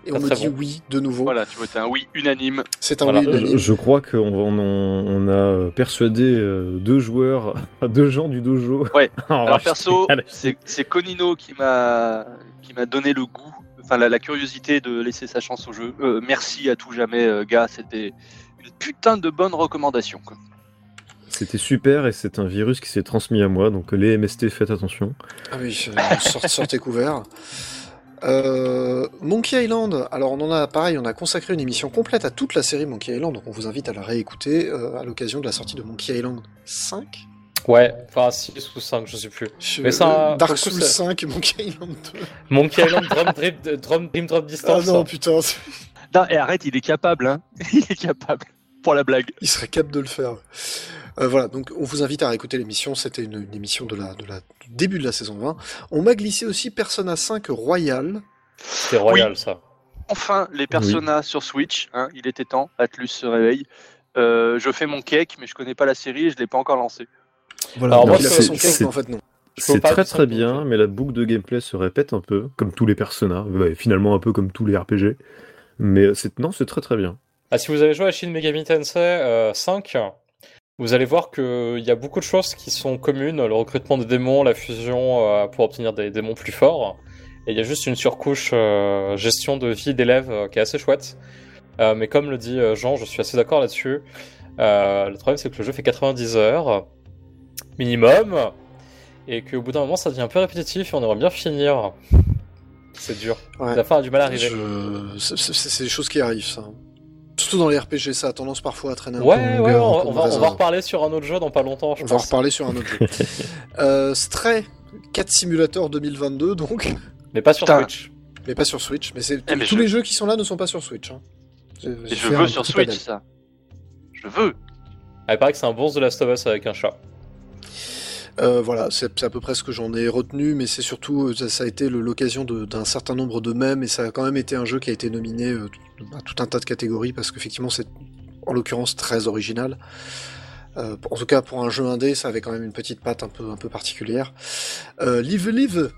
Speaker 1: et on
Speaker 2: Très,
Speaker 1: nous
Speaker 2: très
Speaker 1: dit
Speaker 2: bon.
Speaker 1: oui de nouveau.
Speaker 4: Voilà, tu vois, t'as un oui unanime.
Speaker 1: C'est un
Speaker 2: Voilà.
Speaker 1: oui
Speaker 3: Euh, Je,
Speaker 1: unanime.
Speaker 3: je crois qu'on on, on a persuadé euh, deux joueurs, deux gens du dojo.
Speaker 4: Ouais.
Speaker 3: à en
Speaker 4: Alors
Speaker 3: racheter.
Speaker 4: perso,
Speaker 3: Allez.
Speaker 4: c'est c'est Conino qui m'a qui m'a donné le goût, enfin la, la curiosité de laisser sa chance au jeu. Euh, merci à tout jamais, euh, gars. C'était une putain de bonne recommandation. quoi.
Speaker 3: C'était super et c'est un virus qui s'est transmis à moi, donc les MST, faites attention.
Speaker 1: Ah oui, euh, sort- sortez couverts. Euh, Monkey Island, alors on en a pareil, on a consacré une émission complète à toute la série Monkey Island, donc on vous invite à la réécouter euh, à l'occasion de la sortie de Monkey Island 5.
Speaker 2: Ouais, enfin 6 ou 5, je sais plus.
Speaker 1: Je-
Speaker 2: Mais ça,
Speaker 1: euh, Dark
Speaker 2: pour le coup,
Speaker 1: Souls
Speaker 2: ça-
Speaker 1: 5, Monkey Island 2.
Speaker 2: Monkey Island Drum Drip, Drum, Dream Drop
Speaker 1: Ah
Speaker 2: Distance.
Speaker 1: non, putain, c'est-
Speaker 4: Non, et arrête, il est capable, hein. Il est capable. Pour la blague.
Speaker 1: il serait capable de le faire. Euh, voilà, donc on vous invite à réécouter l'émission, c'était une, une émission de la, de la, du début de la saison 20. On m'a glissé aussi Persona 5 Royal.
Speaker 2: C'était royal ça.
Speaker 4: Enfin, les personas sur Switch. Hein, il était temps. Atlus se réveille. Euh, je fais mon cake, mais je connais pas la série et je l'ai pas encore lancé.
Speaker 1: Voilà,
Speaker 2: Alors
Speaker 1: donc
Speaker 2: moi,
Speaker 1: il a
Speaker 2: c'est-
Speaker 1: fait son
Speaker 3: c'est-
Speaker 1: cake, mais en fait non.
Speaker 2: Je peux
Speaker 3: C'est
Speaker 2: pas
Speaker 3: très
Speaker 2: dire ça
Speaker 3: très
Speaker 2: pour
Speaker 3: bien,
Speaker 2: le
Speaker 3: mais la boucle de gameplay se répète un peu, comme tous les Persona, ouais, finalement un peu comme tous les RPG. Mais euh, c'est non, c'est très très bien.
Speaker 2: Ah, si vous avez joué à Shin Megami Tensei euh, 5, vous allez voir qu'il y a beaucoup de choses qui sont communes, le recrutement des démons, la fusion euh, pour obtenir des démons plus forts, et il y a juste une surcouche euh, gestion de vie d'élèves euh, qui est assez chouette. Euh, mais comme le dit euh, Jean, je suis assez d'accord là-dessus. Euh, le problème c'est que le jeu fait 90 heures minimum, et qu'au bout d'un moment ça devient un peu répétitif et on aimerait bien finir. C'est dur.
Speaker 1: Ouais.
Speaker 2: La fin a du mal à arriver.
Speaker 1: Je- c'est- C'est c'est des choses qui arrivent, ça. Surtout dans les RPG, ça a tendance parfois à traîner un peu. en
Speaker 2: Ouais, ouais,
Speaker 1: longueur, un
Speaker 2: on,
Speaker 1: peu
Speaker 2: on
Speaker 1: de
Speaker 2: va, on
Speaker 1: raisin.
Speaker 2: va reparler sur un autre jeu dans pas longtemps, je
Speaker 1: On va en
Speaker 2: pense.
Speaker 1: reparler sur un autre jeu. Euh, Stray, 4 Simulator 2022, donc,
Speaker 2: Mais pas sur
Speaker 4: Putain.
Speaker 2: Twitch.
Speaker 1: mais pas sur Switch. Mais, c'est
Speaker 4: Eh, mais
Speaker 1: tous
Speaker 4: je-
Speaker 1: les jeux qui sont là ne sont pas sur Switch. hein. Je,
Speaker 4: Et je veux sur Switch ça. Je veux.
Speaker 2: Ah, il paraît que c'est un bon The Last of Us avec un chat.
Speaker 1: Euh, voilà, c'est c'est à peu près ce que j'en ai retenu, mais c'est surtout, euh, ça, ça a été le- l'occasion de- d'un certain nombre de mèmes, et ça a quand même été un jeu qui a été nominé euh, tout- à tout un tas de catégories, parce qu'effectivement, c'est en l'occurrence très original. Euh, en tout cas, pour un jeu indé, ça avait quand même une petite patte un peu, un peu particulière. Euh, Live Live,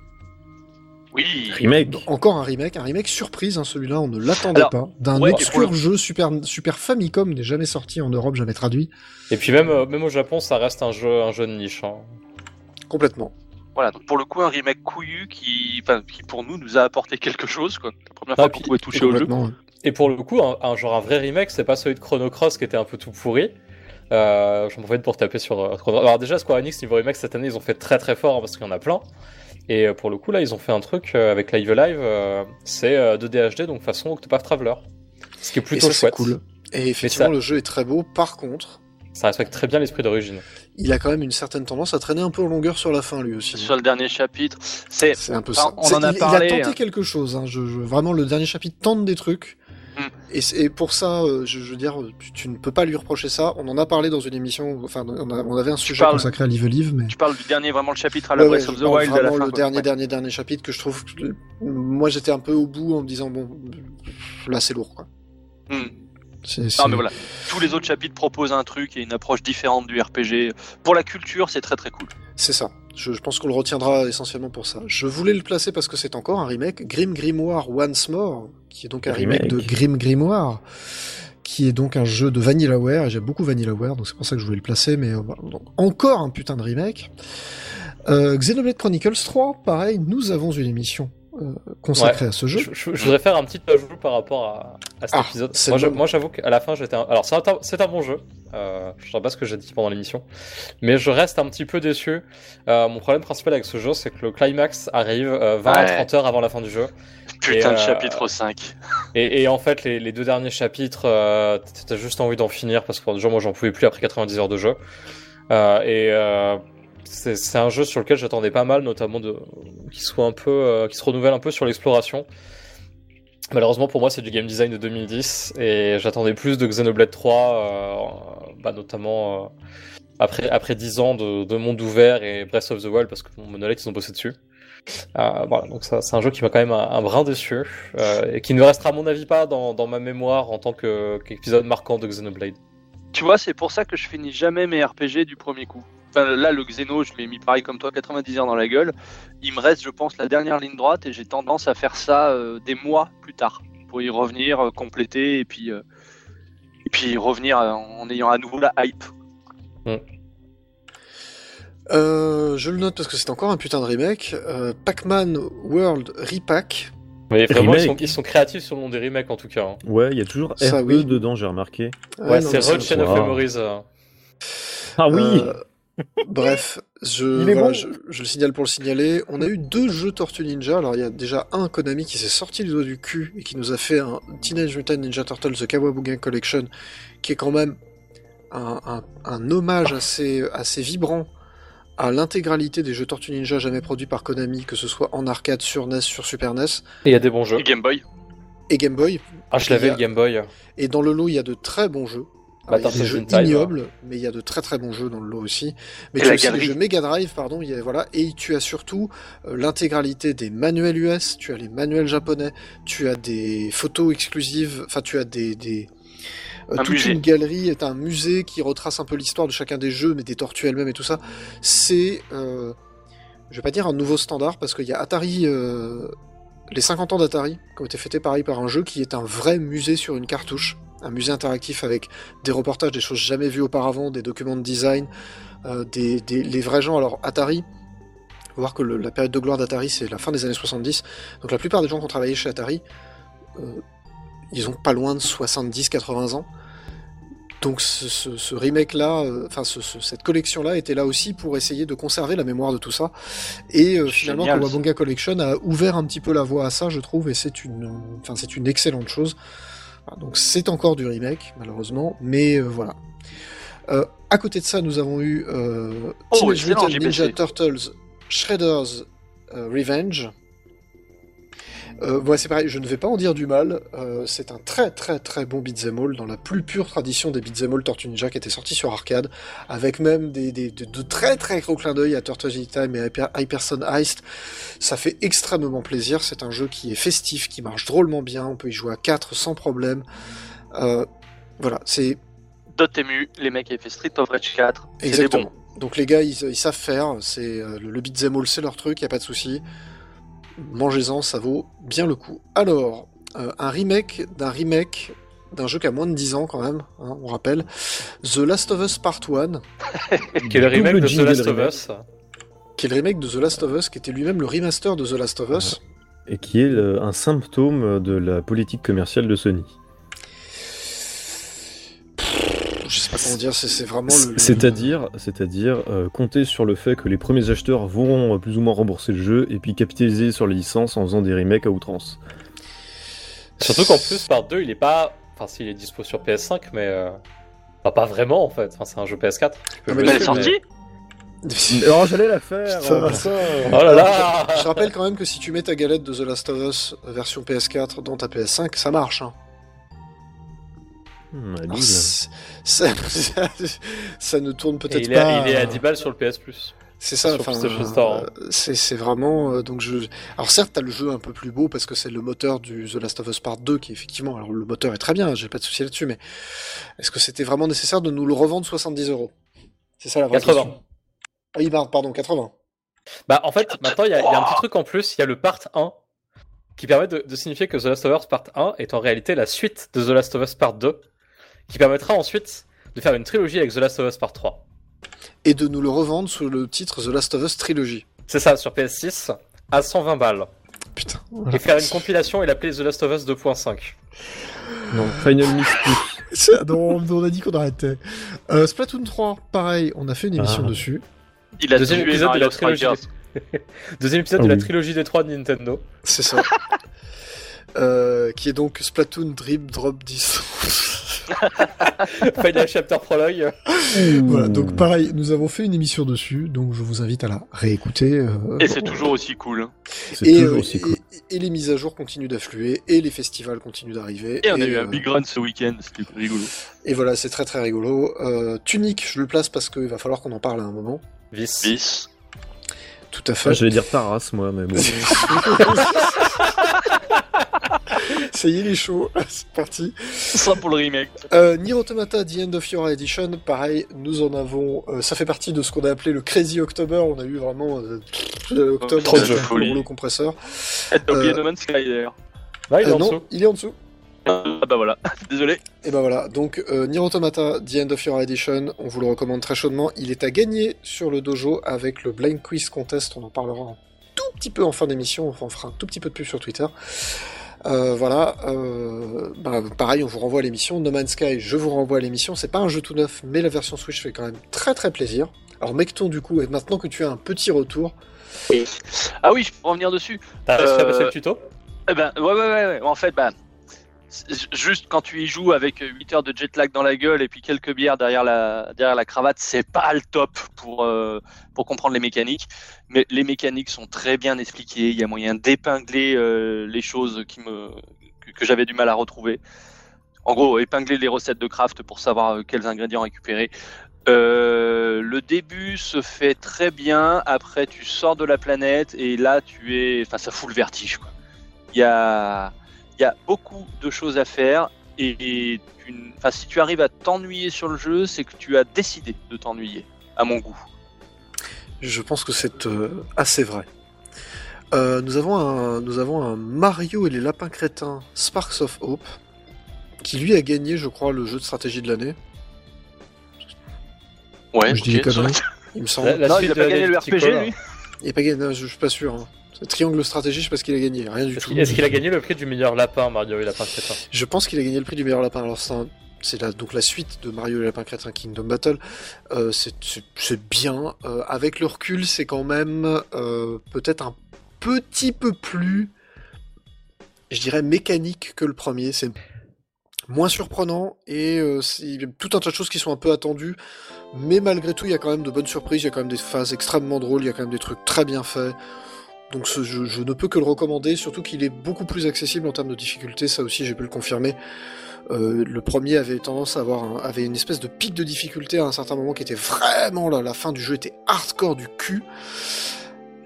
Speaker 4: Oui.
Speaker 3: Remake.
Speaker 1: encore un remake, un remake surprise, hein, celui-là, on ne l'attendait
Speaker 4: Alors,
Speaker 1: pas, d'un
Speaker 4: ouais, et pour
Speaker 1: obscur
Speaker 4: le-
Speaker 1: jeu super, super Famicom, n'est jamais sorti en Europe, jamais traduit,
Speaker 2: Et puis même, euh, même au Japon, ça reste un jeu, un jeu de niche. hein.
Speaker 1: complètement.
Speaker 4: Voilà, donc pour le coup, un remake couillu qui, enfin, qui pour nous, nous a apporté quelque chose. Quoi. La première
Speaker 2: Ah,
Speaker 4: fois
Speaker 2: puis-
Speaker 4: qu'on pouvait toucher au jeu.
Speaker 1: Complètement, hein.
Speaker 2: Et pour le coup, un, un- genre un vrai remake, c'est pas celui de Chrono Cross qui était un peu tout pourri. Euh, J'en profite pour taper sur euh, Chrono Alors déjà, Square Enix, niveau remake, cette année, ils ont fait très très fort hein, parce qu'il y en a plein. Et euh, pour le coup, là, ils ont fait un truc euh, avec Live Live, euh, c'est euh, 2DHD, donc façon Octopath Traveler. Ce qui est plutôt
Speaker 1: Et ça, c'est
Speaker 2: chouette.
Speaker 1: cool. Et effectivement,
Speaker 2: ça-
Speaker 1: le jeu est très beau, par contre...
Speaker 2: Ça respecte très bien l'esprit d'origine.
Speaker 1: il a quand même une certaine tendance à traîner un peu en longueur sur la fin lui aussi.
Speaker 4: Sur le dernier chapitre, c'est
Speaker 1: C'est un peu
Speaker 4: Enfin,
Speaker 1: ça.
Speaker 4: on
Speaker 1: C'est-
Speaker 4: en a
Speaker 1: il- il,
Speaker 4: parlé,
Speaker 1: a tenté
Speaker 4: hein.
Speaker 1: quelque chose. hein. Je, je- vraiment, le dernier chapitre tente des trucs.
Speaker 4: Mm.
Speaker 1: Et, c'est- et pour ça, euh, je, je veux dire, tu, tu ne peux pas lui reprocher ça. On en a parlé dans une émission. Enfin, on, a- on avait un sujet
Speaker 4: parles-
Speaker 1: consacré à Live Live, mais
Speaker 4: tu parles du dernier vraiment le chapitre à la
Speaker 1: Ouais,
Speaker 4: Breath
Speaker 1: ouais,
Speaker 4: of
Speaker 1: je
Speaker 4: the
Speaker 1: parle
Speaker 4: Wild à la
Speaker 1: vraiment
Speaker 4: fin.
Speaker 1: le
Speaker 4: quoi.
Speaker 1: dernier,
Speaker 4: Ouais.
Speaker 1: dernier, dernier chapitre que je trouve. que- Moi, j'étais un peu au bout en me disant bon, là, c'est lourd, quoi.
Speaker 4: Hmm.
Speaker 1: C'est- c'est-
Speaker 4: Non mais voilà, tous les autres chapitres proposent un truc et une approche différente du RPG. Pour la culture, c'est très très cool.
Speaker 1: C'est ça. Je, je pense qu'on le retiendra essentiellement pour ça. Je voulais le placer parce que c'est encore un remake. Grim Grimoire Once More, qui est donc un remake,
Speaker 3: Remake.
Speaker 1: de Grim Grimoire, qui est donc un jeu de Vanillaware. et J'aime beaucoup Vanillaware, donc c'est pour ça que je voulais le placer. Mais euh, voilà. Donc, encore un putain de remake. Euh, Xenoblade Chronicles 3, pareil, nous avons une émission euh, consacrée à ce jeu.
Speaker 2: Je, je- je voudrais faire un petit ajout par rapport à, à cet
Speaker 1: Ah,
Speaker 2: épisode.
Speaker 1: c'est
Speaker 2: Moi,
Speaker 1: le
Speaker 2: je-
Speaker 1: moment.
Speaker 2: moi, j'avoue qu'à la fin, j'étais. un- Alors, c'est un, c'est un bon jeu. Euh, je sais pas ce que j'ai dit pendant l'émission, mais je reste un petit peu déçu. Euh, mon problème principal avec ce jeu, c'est que le climax arrive euh, 20 à
Speaker 4: Ouais.
Speaker 2: 30 heures avant la fin du jeu.
Speaker 4: Putain,
Speaker 2: euh,
Speaker 4: le chapitre 5.
Speaker 2: Et, et en fait, les, les deux derniers chapitres, euh, t- t'as juste envie d'en finir parce que déjà, moi, j'en pouvais plus après 90 heures de jeu. Euh, et euh, c'est c'est un jeu sur lequel j'attendais pas mal, notamment de qu'il soit un peu, euh, qu'il se renouvelle un peu sur l'exploration. Malheureusement pour moi, c'est du game design de 2010 et j'attendais plus de Xenoblade 3, euh, bah, notamment euh, après après 10 ans de, de monde ouvert et Breath of the Wild parce que mon Monolith ils ont bossé dessus. Euh, voilà, donc ça, c'est un jeu qui m'a quand même un, un brin déçu euh, et qui ne restera à mon avis pas dans, dans ma mémoire en tant que- qu'épisode marquant de Xenoblade.
Speaker 4: Tu vois, c'est pour ça que je finis jamais mes RPG du premier coup. Enfin, là, le Xeno, je l'ai mis pareil comme toi, 90 heures dans la gueule. Il me reste, je pense, la dernière ligne droite et j'ai tendance à faire ça euh, des mois plus tard pour y revenir, euh, compléter et puis, euh, et puis y revenir euh, en ayant à nouveau la hype.
Speaker 1: Euh, je le note parce que c'est encore un putain de remake. Euh, Pac-Man World Repack.
Speaker 2: Mais vraiment, ils sont,
Speaker 3: Remake.
Speaker 2: ils sont créatifs sur le nom des remakes en tout cas. hein.
Speaker 3: Ouais, il y a toujours RE
Speaker 1: Ça, oui.
Speaker 3: dedans, j'ai remarqué.
Speaker 2: Ouais,
Speaker 1: non,
Speaker 2: c'est
Speaker 1: mais
Speaker 2: Road Chain of
Speaker 3: Wow.
Speaker 2: Memories. euh.
Speaker 3: Ah oui
Speaker 1: Euh, bref, je,
Speaker 3: Il est
Speaker 1: voilà,
Speaker 3: bon.
Speaker 1: je, je le signale pour le signaler. On a eu deux jeux Tortue Ninja. Alors, il y a déjà un Konami qui s'est sorti les doigts du cul et qui nous a fait un Teenage Mutant Ninja Turtles The Kawabugan Collection, qui est quand même un, un- un hommage assez, assez vibrant à l'intégralité des jeux Tortue Ninja jamais produits par Konami, que ce soit en arcade, sur NES, sur Super NES
Speaker 2: Et il y a des bons jeux.
Speaker 4: Et Game Boy.
Speaker 1: et Game Boy.
Speaker 2: Ah, je
Speaker 1: Il y
Speaker 2: l'avais
Speaker 1: a-
Speaker 2: le Game Boy.
Speaker 1: Et dans le lot, il y a de très bons jeux.
Speaker 2: Bah,
Speaker 1: Alors, il y a
Speaker 2: Turtles
Speaker 1: des jeux
Speaker 2: in Time,
Speaker 1: ignobles, mais il y a de très très bons jeux dans le lot aussi. Mais
Speaker 4: Et
Speaker 1: tu as
Speaker 4: la
Speaker 1: aussi les
Speaker 4: galerie.
Speaker 1: jeux Mega Drive, pardon, il y a, voilà, et tu as surtout euh, l'intégralité des manuels US, tu as les manuels japonais, tu as des photos exclusives, enfin tu as des, des euh,
Speaker 4: Un
Speaker 1: toute
Speaker 4: musée.
Speaker 1: une galerie, est un musée qui retrace un peu l'histoire de chacun des jeux, mais des tortues elles-mêmes et tout ça. C'est, euh, je vais pas dire un nouveau standard parce qu'il y a Atari. euh, les 50 ans d'Atari qui ont été fêtés pareil par un jeu qui est un vrai musée sur une cartouche, un musée interactif avec des reportages, des choses jamais vues auparavant, des documents de design, euh, des, des- les vrais gens. Alors Atari, faut voir que le- la période de gloire d'Atari c'est la fin des années 70, donc la plupart des gens qui ont travaillé chez Atari, euh, ils ont pas loin de 70-80 ans. Donc ce, ce- ce remake-là, euh, enfin ce- ce- cette collection-là était là aussi pour essayer de conserver la mémoire de tout ça. Et euh, finalement,
Speaker 4: Génial,
Speaker 1: Kawabonga Collection a ouvert un petit peu la voie à ça, je trouve, et c'est une, enfin c'est une excellente chose. Voilà, Hein, Donc c'est encore du remake, malheureusement, mais euh, voilà. Euh, à côté de ça, nous avons eu euh,
Speaker 4: Oh,
Speaker 1: Teenage
Speaker 4: excellent,
Speaker 1: Mutant
Speaker 4: JPC.
Speaker 1: Ninja Turtles Shredder's euh, Revenge. Euh, moi, c'est pareil, je ne vais pas en dire du mal. euh, c'est un très très très bon beat'em all dans la plus pure tradition des beat'em all Tortue Ninja qui était sorti sur arcade, avec même des, des- de, de très très gros clins d'œil à Turtles in Time et à Hyper, Hyperson Heist. Ça fait extrêmement plaisir. C'est un jeu qui est festif, qui marche drôlement bien. On peut y jouer à 4 sans problème. Euh, voilà, c'est
Speaker 4: Dotemu, les mecs avaient fait Street of Rage 4. C'est des bons.
Speaker 1: Exactement. Donc les gars, ils, ils savent faire. C'est euh, le, le beat'em all, c'est leur truc, y a pas de souci. Mangez-en, ça vaut bien le coup. Alors, euh, un remake d'un remake d'un jeu qui a moins de 10 ans quand même, hein, on rappelle. The Last of Us Part 1,
Speaker 2: Quel remake
Speaker 3: Double
Speaker 2: de The
Speaker 3: jingle
Speaker 2: Last of
Speaker 3: remake.
Speaker 2: Us
Speaker 1: qui est le remake de The Last of Us, qui était lui-même le remaster de The Last of Us.
Speaker 3: Et qui est le- un symptôme de la politique commerciale de Sony.
Speaker 1: Je sais pas comment dire, c'est c'est vraiment le... le-
Speaker 3: C'est-à-dire, c'est-à-dire euh, compter sur le fait que les premiers acheteurs vont euh, plus ou moins rembourser le jeu et puis capitaliser sur les licences en faisant des remakes à outrance.
Speaker 2: Surtout qu'en plus, par 2, il est pas. Enfin, s'il est dispo sur PS5, mais. euh, enfin, pas vraiment en fait. Enfin, c'est un jeu PS4. Tu peux
Speaker 1: Ah, mais
Speaker 2: le
Speaker 4: Elle est
Speaker 1: c'est-
Speaker 2: jouer, mais-
Speaker 4: sortie
Speaker 1: Oh,
Speaker 3: Alors j'allais la faire.
Speaker 1: Putain.
Speaker 3: euh,
Speaker 2: Oh là là
Speaker 1: Je rappelle quand même que si tu mets ta galette de The Last of Us version PS4 dans ta PS5, ça marche. hein.
Speaker 3: hmm,
Speaker 2: Ah
Speaker 1: Alors,
Speaker 3: habile.
Speaker 1: c'est- ça, ça ne tourne
Speaker 2: Et
Speaker 1: peut-être
Speaker 2: il, est à-
Speaker 1: pas...
Speaker 2: il est à 10 balles sur le PS Plus.
Speaker 1: C'est ça,
Speaker 2: sur
Speaker 1: enfin,
Speaker 2: PlayStation Store, hein.
Speaker 1: euh, c'est c'est vraiment euh, donc je. Alors certes, t'as le jeu un peu plus beau parce que c'est le moteur du The Last of Us Part 2 qui effectivement, alors le moteur est très bien, j'ai pas de souci là-dessus, mais est-ce que c'était vraiment nécessaire de nous le revendre 70 euros C'est ça la vraie
Speaker 2: 80.
Speaker 1: question. Ah oui, mar- pardon, 80.
Speaker 2: Bah, en fait, maintenant, il y, a il y a un petit truc en plus. Il y a le part 1 qui permet de, de signifier que The Last of Us part 1 est en réalité la suite de The Last of Us part 2 qui permettra ensuite de faire une trilogie avec The Last of Us part 3.
Speaker 1: Et de nous le revendre sous le titre The Last of Us Trilogy.
Speaker 2: C'est ça, sur PS6 à 120 balles.
Speaker 1: Putain.
Speaker 2: Et faire une compilation et l'appeler The Last of Us 2.5.
Speaker 3: Non, Final Mix Plus.
Speaker 1: Ça, non, Ah, on a dit qu'on arrêtait. Euh, Splatoon 3, pareil, on a fait une émission
Speaker 3: Ah.
Speaker 1: dessus.
Speaker 4: Il a
Speaker 2: Deuxième
Speaker 4: tué
Speaker 2: épisode de la
Speaker 4: Mario
Speaker 2: trilogie.
Speaker 4: Strikers.
Speaker 2: des- Deuxième épisode
Speaker 3: Ah
Speaker 2: de la
Speaker 3: oui.
Speaker 2: trilogie des trois de Nintendo.
Speaker 1: C'est ça. Euh, qui est donc Splatoon Drip Drop 10.
Speaker 2: Final Chapter Prologue.
Speaker 1: Voilà,
Speaker 3: Hmm.
Speaker 1: donc pareil, nous avons fait une émission dessus, donc je vous invite à la réécouter. euh,
Speaker 4: Et c'est toujours aussi cool. hein.
Speaker 3: C'est toujours
Speaker 1: euh,
Speaker 3: aussi cool.
Speaker 1: et- et les mises à jour continuent d'affluer, et les festivals continuent d'arriver.
Speaker 4: Et on a eu un
Speaker 1: euh,
Speaker 4: big run ce week-end, c'était rigolo.
Speaker 1: et voilà, c'est très très rigolo. Euh, Tunic, je le place parce qu'il va falloir qu'on en parle à un moment.
Speaker 2: Vice.
Speaker 4: Bis.
Speaker 1: Tout à
Speaker 3: Ah,
Speaker 1: fait.
Speaker 3: J'allais dire Taras moi, mais bon.
Speaker 1: Ça y est, il est chaud. C'est parti.
Speaker 4: Ça pour le remake.
Speaker 1: Euh, Nier Automata The End of Your Edition, pareil, nous en avons. euh, ça fait partie de ce qu'on a appelé le Crazy October. On a eu vraiment euh, euh, octobre
Speaker 4: Trop de
Speaker 1: c'était
Speaker 4: jeux.
Speaker 1: pour le compresseur.
Speaker 4: Et T'as oublié
Speaker 1: Euh,
Speaker 4: No Man's Sky d'ailleurs.
Speaker 2: Là, Bah, il est
Speaker 1: Euh,
Speaker 2: en
Speaker 1: non,
Speaker 2: dessous.
Speaker 1: il est en dessous.
Speaker 4: Ah bah voilà, désolé.
Speaker 1: Et ben voilà, donc euh, Nier Automata, The End of Your Edition, on vous le recommande très chaudement. Il est à gagner sur le dojo avec le Blind Quiz Contest, on en parlera un tout petit peu en fin d'émission, on en fera un tout petit peu de pub sur Twitter. Euh, voilà, euh, bah, pareil, on vous renvoie à l'émission. No Man's Sky, je vous renvoie à l'émission. C'est pas un jeu tout neuf, mais la version Switch fait quand même très très plaisir. Alors Mecton, du coup, et maintenant que tu as un petit retour,
Speaker 4: Ah oui, je peux revenir dessus.
Speaker 2: T'as réussi à
Speaker 4: euh,
Speaker 2: passer le tuto
Speaker 4: Eh ben, ouais, ouais, ouais, ouais. En fait, bah, c'est- juste quand tu y joues avec 8 heures de jet lag dans la gueule et puis quelques bières derrière la, derrière la cravate, c'est pas le top pour, euh, pour comprendre les mécaniques. Mais les mécaniques sont très bien expliquées. Il y a moyen d'épingler euh, les choses qui me, que, que j'avais du mal à retrouver. En gros, épingler les recettes de craft pour savoir euh, quels ingrédients récupérer. Euh, le début se fait très bien. Après, tu sors de la planète et là, tu es. Enfin, ça fout le vertige, quoi. Il y a, il y a beaucoup de choses à faire. Et, et tu n- enfin, si tu arrives à t'ennuyer sur le jeu, c'est que tu as décidé de t'ennuyer, à mon goût.
Speaker 1: je pense que c'est euh, assez vrai. Euh, nous, avons un, nous avons un Mario et les lapins crétins, Sparks of Hope, qui lui a gagné, je crois, le jeu de stratégie de l'année,
Speaker 4: Ouais,
Speaker 1: Je dis des
Speaker 4: ok.
Speaker 1: conneries. il me semble.
Speaker 2: La- la
Speaker 4: non,
Speaker 2: suite
Speaker 4: il a
Speaker 2: de
Speaker 4: pas gagné le
Speaker 2: Analytic
Speaker 4: RPG,
Speaker 2: Color.
Speaker 4: lui.
Speaker 1: Il a pas gagné, non, je je suis pas sûr. hein. C'est Triangle stratégie, je sais pas ce qu'il a gagné, rien du
Speaker 2: Est-ce
Speaker 1: tout.
Speaker 2: qu'il est-ce qu'il a gagné le prix du meilleur lapin, Mario et Lapin Crétin
Speaker 1: Je pense qu'il a gagné le prix du meilleur lapin. Alors c'est un- c'est la, donc la suite de Mario et Lapin Crétin Kingdom Battle. Euh, c'est- c'est c'est bien. Euh, avec le recul, c'est quand même euh, peut-être un petit peu plus, je dirais, mécanique que le premier. C'est moins surprenant et euh, c'est- il y a tout un tas de choses qui sont un peu attendues. Mais malgré tout, il y a quand même de bonnes surprises. Il y a quand même des phases extrêmement drôles. Il y a quand même des trucs très bien faits. Donc ce jeu, je ne peux que le recommander, surtout qu'il est beaucoup plus accessible en termes de difficulté, ça aussi j'ai pu le confirmer. Euh, le premier avait tendance à avoir un- avait une espèce de pic de difficulté à un certain moment qui était vraiment là, la fin du jeu était hardcore du cul.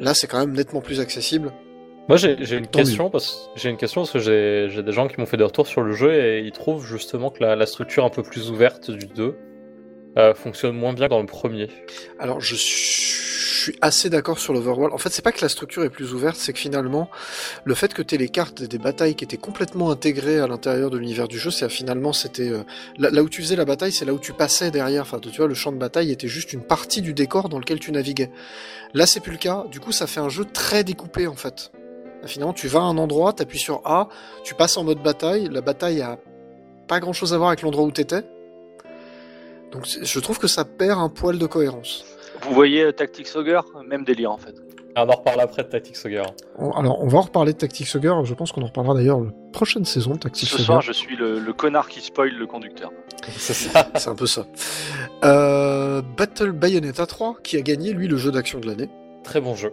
Speaker 1: Là c'est quand même nettement plus accessible.
Speaker 2: Moi, j'ai j'ai une,
Speaker 3: Tant mieux.
Speaker 2: question parce j'ai une question parce que j'ai j'ai des gens qui m'ont fait des retours sur le jeu et ils trouvent justement que la, la structure un peu plus ouverte du 2 euh, fonctionne moins bien que dans le premier.
Speaker 1: Alors je suis assez d'accord sur l'Overworld. En fait, c'est pas que la structure est plus ouverte, c'est que finalement, le fait que t'aies les cartes des batailles qui étaient complètement intégrées à l'intérieur de l'univers du jeu, c'est finalement c'était euh, là, là où tu faisais la bataille, c'est là où tu passais derrière. Enfin, tu vois, le champ de bataille était juste une partie du décor dans lequel tu naviguais. Là, c'est plus le cas. Du coup, ça fait un jeu très découpé en fait. Là, Finalement, tu vas à un endroit, t'appuies sur A, tu passes en mode bataille. La bataille a pas grand chose à voir avec l'endroit où t'étais. Donc, c'est- je trouve que ça perd un poil de cohérence.
Speaker 4: Vous voyez euh, Tactics Ogre Même délire en fait.
Speaker 2: Ah, on en reparle après de Tactics Ogre.
Speaker 1: On- alors, on va en reparler de Tactics Ogre. Je pense qu'on en reparlera d'ailleurs la prochaine saison de Tactics
Speaker 4: Ce
Speaker 1: Ogre.
Speaker 4: soir, je suis le, le connard qui spoil le conducteur.
Speaker 2: C'est ça.
Speaker 1: C'est un peu ça. Euh, Battle Bayonetta 3, qui a gagné, lui, le jeu d'action de l'année.
Speaker 2: Très bon jeu.